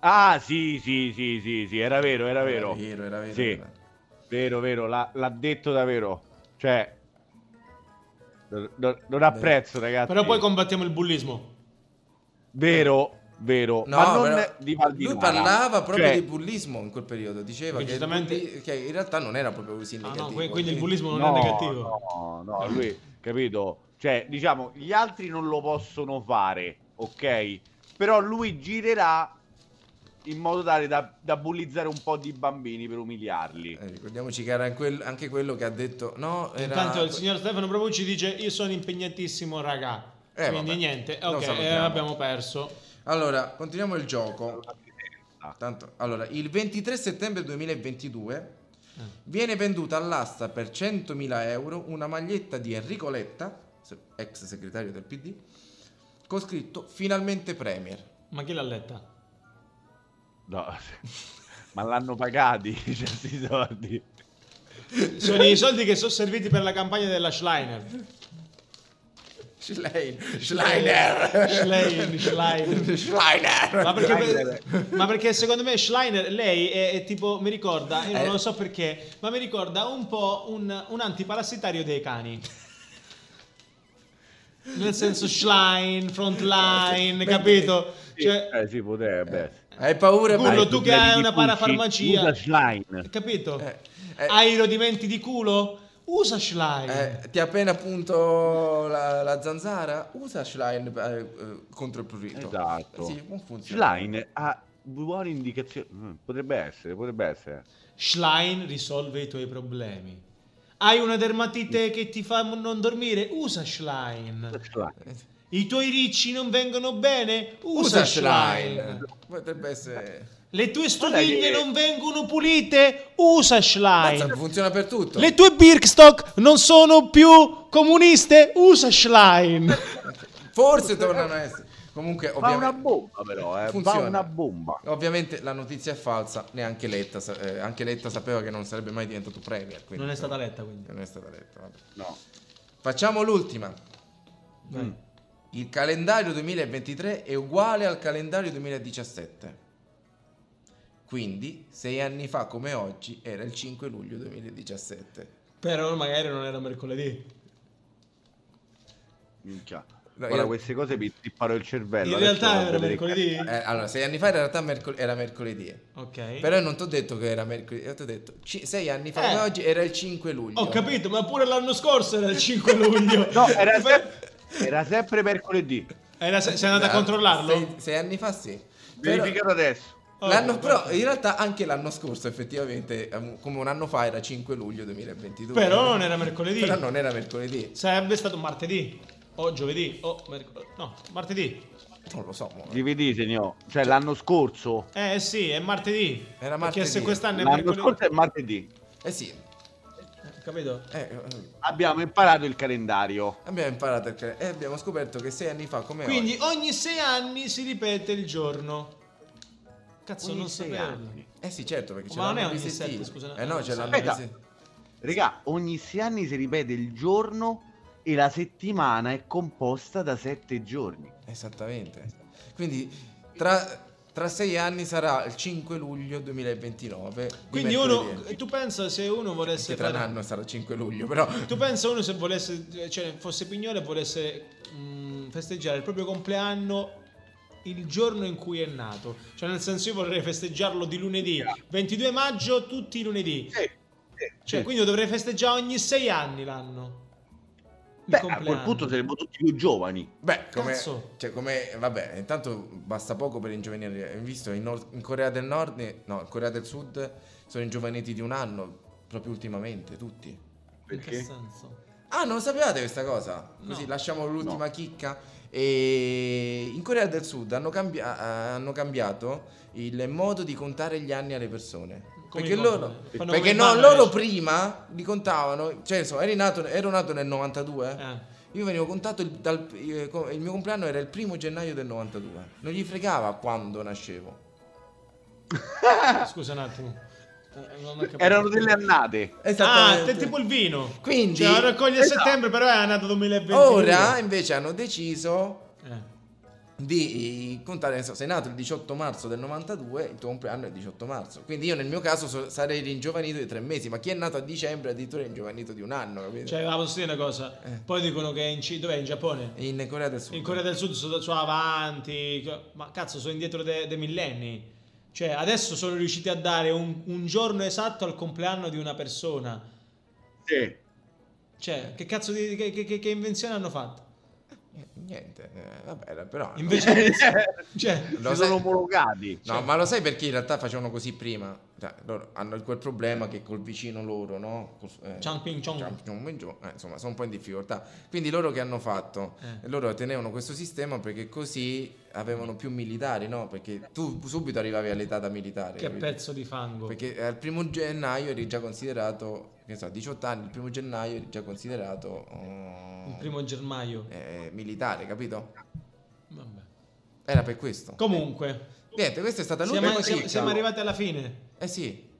S5: Ah, sì, sì, sì, sì, sì, era vero, era vero.
S4: Era vero, era vero,
S5: Sì.
S4: era.
S5: Vero, vero, l'ha, l'ha detto davvero. Cioè, non, non- non apprezzo, ragazzi.
S3: Però poi combattiamo il bullismo.
S5: Vero, vero?
S4: No,
S5: ma non
S4: però
S5: di Valdiviana.
S4: lui parlava proprio
S5: Cioè,
S4: di bullismo in quel periodo, diceva che,
S3: Quindi
S4: il
S3: giustamente-
S4: bulli- che in realtà non era proprio così
S3: Ah, no,
S4: negativo. eh.
S3: que- quindi il bullismo non
S5: no,
S3: è negativo. Eh.
S5: No, no, lui, capito? Cioè, diciamo, gli altri non lo possono fare, ok? Però lui girerà in modo tale da, da bullizzare un po' di bambini per umiliarli.
S4: Eh, ricordiamoci che era in quel- anche quello che ha detto, no, era...
S3: Intanto il signor Stefano Provucci dice io sono impegnatissimo raga.
S4: Eh,
S3: Quindi
S4: vabbè.
S3: niente,
S4: Lo
S3: ok, eh,
S4: salutiamo.
S3: abbiamo perso.
S4: Allora, continuiamo il gioco. Tanto- allora, il 23 settembre 2022
S3: Eh,
S4: viene venduta all'asta per 100.000 euro una maglietta di Enrico Letta, se- ex segretario del PD, con scritto finalmente Premier.
S3: Ma chi l'ha letta?
S5: No. [LAUGHS] Ma l'hanno pagati, [LAUGHS] cioè, questi soldi.
S3: Sono i soldi che sono serviti per la campagna della Schleiner.
S4: Schlein, Schleiner.
S3: Schlein, Schlein.
S4: Schleiner.
S3: Ma perché, ma perché secondo me Schleiner, lei è, è tipo, mi ricorda, io
S4: Eh.
S3: non lo so perché, ma mi ricorda un po' un, un antiparassitario dei cani. Nel senso Schlein, frontline, capito? Cioè,
S5: Eh sì, potrebbe.
S4: Hai paura
S3: Gurlo,
S5: Dai,
S3: tu che
S5: problemi
S3: hai
S5: di
S3: una
S5: pulci,
S3: parafarmacia.
S5: Usa Schlein.
S3: capito?
S4: eh.
S3: Hai i rodimenti di culo? Usa Schlein.
S4: Eh, ti ha appena appunto la, la zanzara? Usa Schlein eh, eh, contro il prurito.
S5: Esatto.
S4: Sì, non funziona.
S5: Schlein ha buone indicazioni. Mm, Potrebbe essere, potrebbe essere.
S3: Schlein risolve i tuoi problemi. Hai una dermatite che ti fa m- non dormire? Usa Schlein.
S4: Eh,
S5: Schlein.
S3: I tuoi ricci non vengono bene? Usa,
S4: Usa
S3: Schlein.
S4: Schlein. Potrebbe essere...
S3: Le tue stoviglie
S4: che-
S3: non vengono pulite? Usa Schlein.
S4: Mazza, funziona per tutto.
S3: Le tue Birkstock non sono più comuniste? Usa
S4: [LAUGHS]
S3: Schlein.
S4: Forse tornano a essere. Comunque,
S5: Fa una
S4: ovviamente,
S5: bomba però, eh. Fa
S4: Funziona.
S5: una bomba.
S4: ovviamente la notizia è falsa. Neanche Letta, sa- eh, anche Letta sapeva che non sarebbe mai diventato premier. quindi-
S3: Non è stata letta quindi.
S4: Non è stata letta. vabbè.
S5: No.
S4: Facciamo l'ultima. Mm. Il calendario 2023 è uguale al calendario 2017. Quindi, sei anni fa come oggi, era il 5 luglio 2017.
S3: Però magari non era mercoledì.
S5: Minchia.
S4: No,
S5: Guarda,
S4: io-
S5: queste cose mi tippano il cervello.
S3: In
S5: adesso
S3: realtà
S5: vado a
S3: era
S5: vedere i
S3: mercoledì.
S4: Eh, allora, sei anni fa in realtà mercol- era mercoledì. eh.
S3: Ok.
S4: Però io non ti ho detto che era mercoledì, io ti ho detto ci- sei anni fa
S3: Eh.
S4: come oggi era il 5 luglio.
S3: Ho capito, ma pure l'anno scorso era il 5
S4: [LAUGHS]
S3: luglio.
S5: No,
S3: [LAUGHS]
S5: era, se- era sempre mercoledì.
S3: Era- sei sei andato a controllarlo?
S4: Eh, Sei, sei anni fa sì. Però-
S5: Verificato adesso.
S3: Oh,
S4: l'anno- però
S3: guarda.
S4: in realtà anche l'anno scorso effettivamente, ehm, come un anno fa era 5 luglio 2022.
S3: Però non era mercoledì.
S4: Però non era mercoledì.
S3: Sarebbe stato martedì o giovedì o mercoledì. No, martedì.
S4: Non lo so. mo.
S5: Dividi, signor. Cioè, l'anno scorso.
S3: Eh sì, è martedì.
S4: Era
S3: Perché
S4: martedì.
S3: se quest'anno è
S5: L'anno
S3: mercoledì.
S5: scorso è martedì.
S4: Eh sì.
S3: Eh, Capito?
S4: eh, eh,
S5: Abbiamo imparato il calendario.
S4: abbiamo imparato a cre- e abbiamo scoperto che sei anni fa come
S3: Quindi ogni sei anni si ripete il giorno. Cazzo,
S5: Ogni
S3: non
S5: sei
S3: sapevo.
S5: anni.
S4: oggi. Eh sì, certo, perché ce
S3: Ma non
S4: l'hanno
S3: è ogni
S4: resistito.
S3: sette, scusa, no.
S4: Eh no, ce l'hanno
S5: Aspetta.
S4: resistito.
S5: Regà, ogni sei anni si ripete il giorno e la settimana è composta da sette giorni.
S4: Esattamente. Quindi tra, tra sei anni sarà il 5 luglio 2029. di
S3: Quindi
S4: mercoledì.
S3: uno, tu pensa se uno volesse
S4: Che tra un
S3: fare
S4: anno sarà il 5 luglio, però.
S3: Tu pensa uno se volesse, cioè fosse pignolo e volesse mh, festeggiare il proprio compleanno il giorno in cui è nato. Cioè nel senso io vorrei festeggiarlo di lunedì, 22 maggio tutti i lunedì. Cioè quindi io dovrei festeggiare ogni sei anni l'anno. Il
S5: Beh, a
S3: compleanno.
S5: quel punto saremmo tutti più giovani.
S4: Beh, come,
S3: Cazzo.
S4: cioè, come. Vabbè, intanto basta poco per ingiovanire. Hai visto in, Nord- in Corea del Nord, eh, no, in Corea del Sud sono ingiovaniti di un anno, proprio ultimamente, tutti.
S3: In che
S5: Perché?
S3: senso?
S4: Ah, non sapevate questa cosa? Così
S3: No.
S4: lasciamo l'ultima chicca. E in Corea del Sud hanno, cambia- hanno cambiato il modo di contare gli anni alle persone.
S3: Come
S4: perché
S3: li
S4: loro,
S3: contano? Fanno
S4: perché
S3: come
S4: no,
S3: fanno
S4: loro
S3: adesso?
S4: prima li contavano. Cioè, insomma, eri nato- ero nato nel 92.
S3: Eh.
S4: Io venivo contato il, dal- eh, co- il mio compleanno era il primo gennaio del 92. Non gli fregava quando nascevo.
S3: Scusa un attimo. Eh, non ho capito.
S5: Erano delle annate.
S3: Ah,
S4: Esattamente.
S3: te- tipo il vino.
S4: Quindi-
S3: Cioè, raccoglie a
S5: Esatto.
S3: Eh, settembre, però è andato 2022.
S4: Ora invece hanno deciso
S3: Eh.
S4: di contare, che so, sei nato il 18 marzo del 92, il tuo compleanno è il 18 marzo. Quindi io nel mio caso so- sarei ringiovanito di tre mesi, ma chi è nato a dicembre è addirittura è ringiovanito di un anno, capito?
S3: Cioè, ma posso dire una cosa? Poi dicono che è in, C- dov'è? in Giappone?
S4: In Corea del Sud.
S3: In Corea del Sud sono, sono avanti, co- ma cazzo, sono indietro dei millenni. Cioè, adesso sono riusciti a dare un, un giorno esatto al compleanno di una persona.
S5: Sì.
S3: Cioè, che cazzo di. che, che- che- che invenzione hanno fatto?
S4: Niente, eh, vabbè, però...
S3: Invece- cioè,
S4: Lo sai-
S5: si sono omologati.
S4: [LAUGHS] No, ma lo sai perché in realtà facevano così prima? Cioè, loro hanno quel problema che col vicino loro, no? Col- eh,
S3: Chang Ping Chong.
S4: Chang Ping Chong, eh, insomma, sono un po' in difficoltà. Quindi loro che hanno fatto?
S3: Eh,
S4: Loro tenevano questo sistema perché così avevano più militari, no? Perché tu subito arrivavi all'età da militare.
S3: Che
S4: capito?
S3: pezzo boh. di fango.
S4: Perché al primo gennaio eri già considerato, che ne so, a 18 anni, il primo gennaio eri già considerato... oh,
S3: Il primo germaio.
S4: eh, militare, capito?
S3: Vabbè.
S4: Era per questo.
S3: Comunque.
S4: Niente, questa è stata
S3: Siamo,
S4: l'unica
S3: siamo- siamo
S4: cicca.
S3: arrivati alla fine.
S4: Eh sì.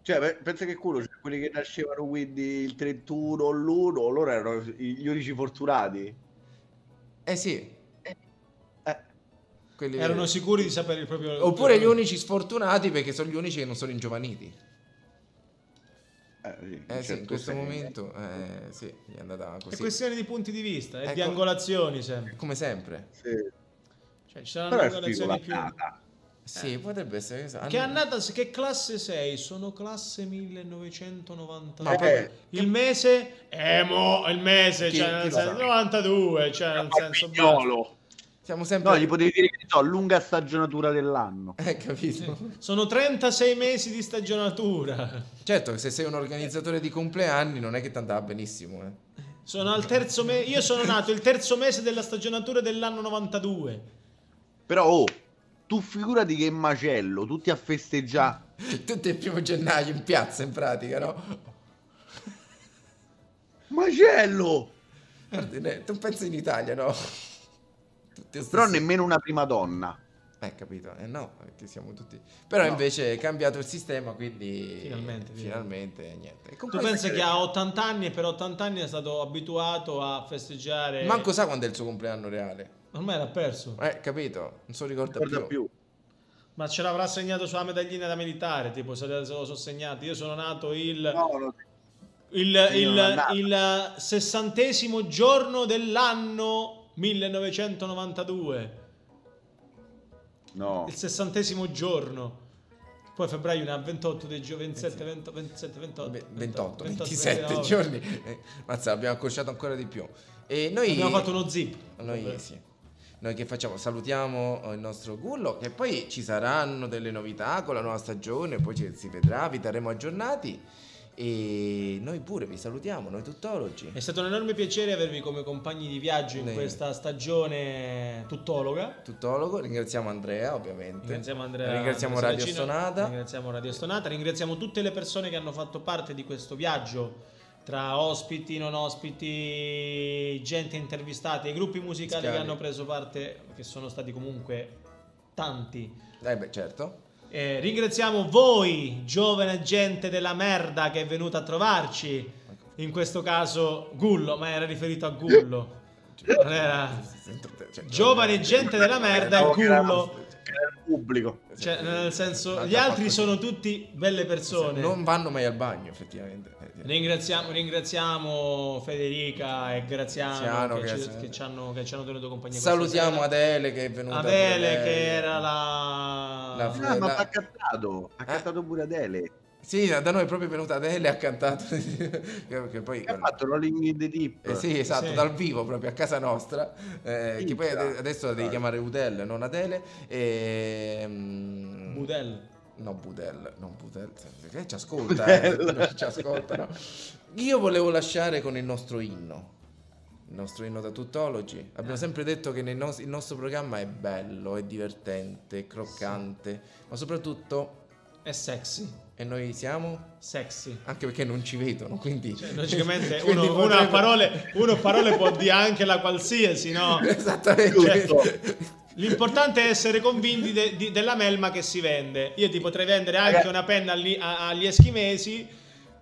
S5: Cioè, pe- pensa che culo, cioè, quelli che nascevano quindi il 31 o l'1, loro erano i- gli unici fortunati. Eh,
S4: Eh sì. Quelli-
S3: Erano sicuri di sapere il proprio.
S4: Oppure gli unici sfortunati perché sono gli unici che non sono ingiovaniti.
S5: Eh sì,
S4: Eh sì, in
S5: certo
S4: questo
S5: senso.
S4: momento eh, sì, gli è andata
S3: È
S4: così.
S3: questione di punti di vista e di
S4: Ecco.
S3: angolazioni sempre.
S4: Come sempre.
S5: Sì.
S3: Cioè, ci saranno
S4: Però è
S3: angolazioni più.
S4: figo Sì, potrebbe essere che so-
S3: Eh. Che
S4: hanno-
S3: annata, che classe sei? Sono classe 1992.
S4: Ma poi-
S3: il mese? Eh, mo, il mese,
S4: Eh, Chi-
S3: cioè,
S4: chi
S3: nel
S4: lo sa?
S3: senso 92, cioè, nel senso...
S4: Siamo sempre...
S5: No, gli potevi dire che ne so, lunga stagionatura dell'anno.
S4: [LAUGHS] Eh, capito?
S3: Sono 36 mesi di stagionatura.
S4: Certo, se sei un organizzatore di compleanni non è che ti andava benissimo, eh.
S3: Sono al terzo mese... Io sono nato il terzo mese della stagionatura dell'anno 92.
S5: Però, oh, tu figurati che macello, tutti a festeggiare.
S4: Cioè, Tutti il primo gennaio in piazza, in pratica, no?
S5: Macello!
S4: Guardi, ne- Tu pensi in Italia, no? Tutti a
S5: Però
S4: stessi-
S5: nemmeno una prima donna.
S4: Eh, capito? Eh no, perché siamo tutti... Però
S5: No.
S4: invece è cambiato il sistema, quindi...
S3: Finalmente, direi.
S4: Finalmente, eh, niente. E con
S3: Tu
S4: questo
S3: pensi
S4: credo-
S3: che a 80 anni e per 80 anni è stato abituato a festeggiare...
S4: Manco sa quando è il suo compleanno reale.
S3: Ormai l'ha perso.
S4: Eh, capito? Non so ricorda,
S3: Ricorda
S4: più.
S3: Ma ce l'avrà segnato sulla medaglina da militare, tipo se se lo sono segnato. Io sono nato il... Il,
S5: Io non
S3: il,
S5: andavo.
S3: il sessantesimo giorno dell'anno 1992.
S5: No.
S3: Il sessantesimo giorno. Poi febbraio ne ha 28 dei giorni, 27, 20, 27, 28.
S4: 28, 27 giorni. Eh, Mazza, abbiamo accorciato ancora di più. E noi
S3: Abbiamo fatto uno zip.
S4: Noi,
S3: Vabbè.
S4: sì. Noi che facciamo? Salutiamo eh, il nostro Gullo, che poi ci saranno delle novità con la nuova stagione, poi ci, si vedrà, vi terremo aggiornati. E noi pure vi salutiamo, noi tuttologi.
S3: È stato un enorme piacere avervi come compagni di viaggio in
S4: Bene.
S3: questa stagione tuttologa.
S4: Tuttologo, ringraziamo Andrea ovviamente.
S3: Ringraziamo Andrea.
S4: Ringraziamo
S3: Andrea
S4: Radio
S3: Saracino,
S4: Sonata.
S3: Ringraziamo Radio Stonata. Ringraziamo tutte le persone che hanno fatto parte di questo viaggio. Tra ospiti, non ospiti, gente intervistata, i gruppi musicali che
S4: Musicali.
S3: hanno preso parte, che sono stati comunque tanti.
S4: Eh beh, certo.
S3: Eh, ringraziamo voi, giovane gente della merda che è venuta a trovarci. In questo caso Gullo, ma era riferito a Gullo. Non era-
S4: cioè, eh,
S3: Giovane gente della merda e Gullo.
S5: Era il pubblico.
S3: Cioè, nel senso,
S4: Tanto
S3: gli
S4: ha
S3: altri
S4: fatto-
S3: sono tutti belle persone.
S4: Non vanno mai al bagno, effettivamente. Eh,
S3: Ringraziamo, ringraziamo Federica e Graziano,
S4: Graziano,
S3: che, ci,
S4: grazie.
S3: che ci hanno, che ci hanno tenuto compagnia. questa
S4: Salutiamo
S3: sera.
S4: Adele che è venuta.
S3: Adele,
S4: pure lei.
S3: che era la.
S4: La
S5: Ah, ma
S4: la-
S5: ha cantato,
S4: Eh.
S5: ha cantato pure Adele.
S4: Sì, da noi è proprio venuta Adele e ha cantato. [LAUGHS] che che poi...
S5: Ha fatto Rolling in the Deep.
S4: Eh sì, esatto,
S5: Sì.
S4: dal vivo proprio a casa nostra. eh, che poi ade- adesso la devi
S5: Dai.
S4: chiamare Udel, non Adele. E... mm,
S3: Budel.
S4: No, Budel, non Budel. Che ci ascolta,
S5: Budel.
S4: eh, non ci ascolta, no. Io volevo lasciare con il nostro inno. Il nostro inno da tuttologi.
S3: Eh.
S4: Abbiamo sempre detto che nel nos- il nostro programma è bello, è divertente, è croccante, ma soprattutto
S3: È sexy.
S4: E noi siamo
S3: sexy.
S4: Anche perché non ci vedono, quindi [LAUGHS]
S3: Cioè, logicamente uno,
S4: Quindi
S3: uno
S4: potremmo-
S3: a parole, uno a parole può dire anche la qualsiasi,
S4: [LAUGHS]
S3: no?
S4: Esattamente.
S3: Certo. L'importante è essere convinti de- di- della melma che si vende. Io ti potrei vendere anche una penna agli, a- agli eschimesi,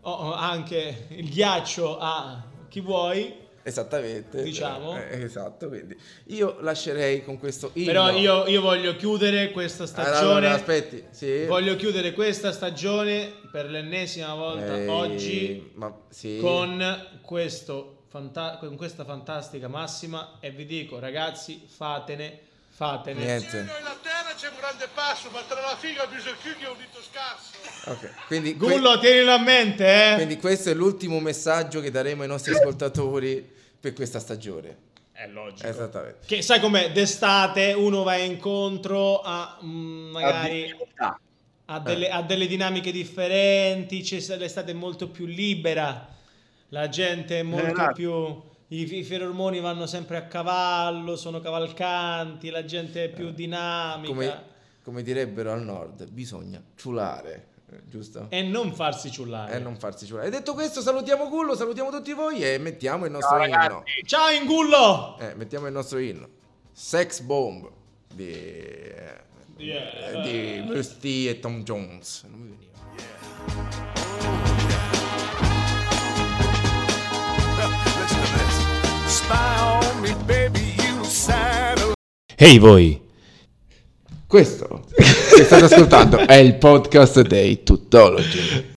S3: o, o anche il ghiaccio a chi vuoi.
S4: Esattamente.
S3: Diciamo.
S4: Eh, esatto, quindi io lascerei con questo inno.
S3: Però io, io voglio chiudere questa
S4: Allora,
S3: stagione.
S4: aspetti, sì.
S3: Voglio chiudere questa stagione per l'ennesima volta
S4: Ehi,
S3: oggi
S4: Eh, ma sì.
S3: con, questo fanta- con questa fantastica massima e vi dico ragazzi fatene, fatene.
S4: Niente.
S2: La terra c'è un grande passo, ma tra la figa bisogna chiudere un dito scarso.
S4: Ok, Quindi
S3: Gullo, tienilo a mente, eh.
S4: Quindi questo è l'ultimo messaggio che daremo ai nostri ascoltatori per questa stagione.
S3: È logico.
S4: Esattamente.
S3: Che sai com'è? D'estate uno va incontro a mm, magari
S5: a,
S3: delle, a delle dinamiche differenti. c'è s- l'estate è molto più libera, la gente è molto
S5: Esatto.
S3: più. I, i feromoni vanno sempre a cavallo, sono cavalcanti, la gente è più
S5: Eh.
S3: dinamica.
S4: Come, come direbbero al nord, bisogna ciulare, eh, giusto?
S3: E non farsi ciullare.
S4: E Eh, non farsi ciulare. E detto questo, salutiamo Gullo, salutiamo tutti voi e mettiamo il nostro
S3: Ciao,
S4: inno.
S3: ragazzi. Ciao Ingullo!
S4: Eh, mettiamo il nostro inno. Sex Bomb di, eh,
S3: Yeah.
S4: di Bruce T e Tom Jones. Non mi veniva.
S16: Spy on me, baby, you saddle.
S1: Ehi voi!
S4: Questo che state ascoltando è il podcast dei Tuttologi.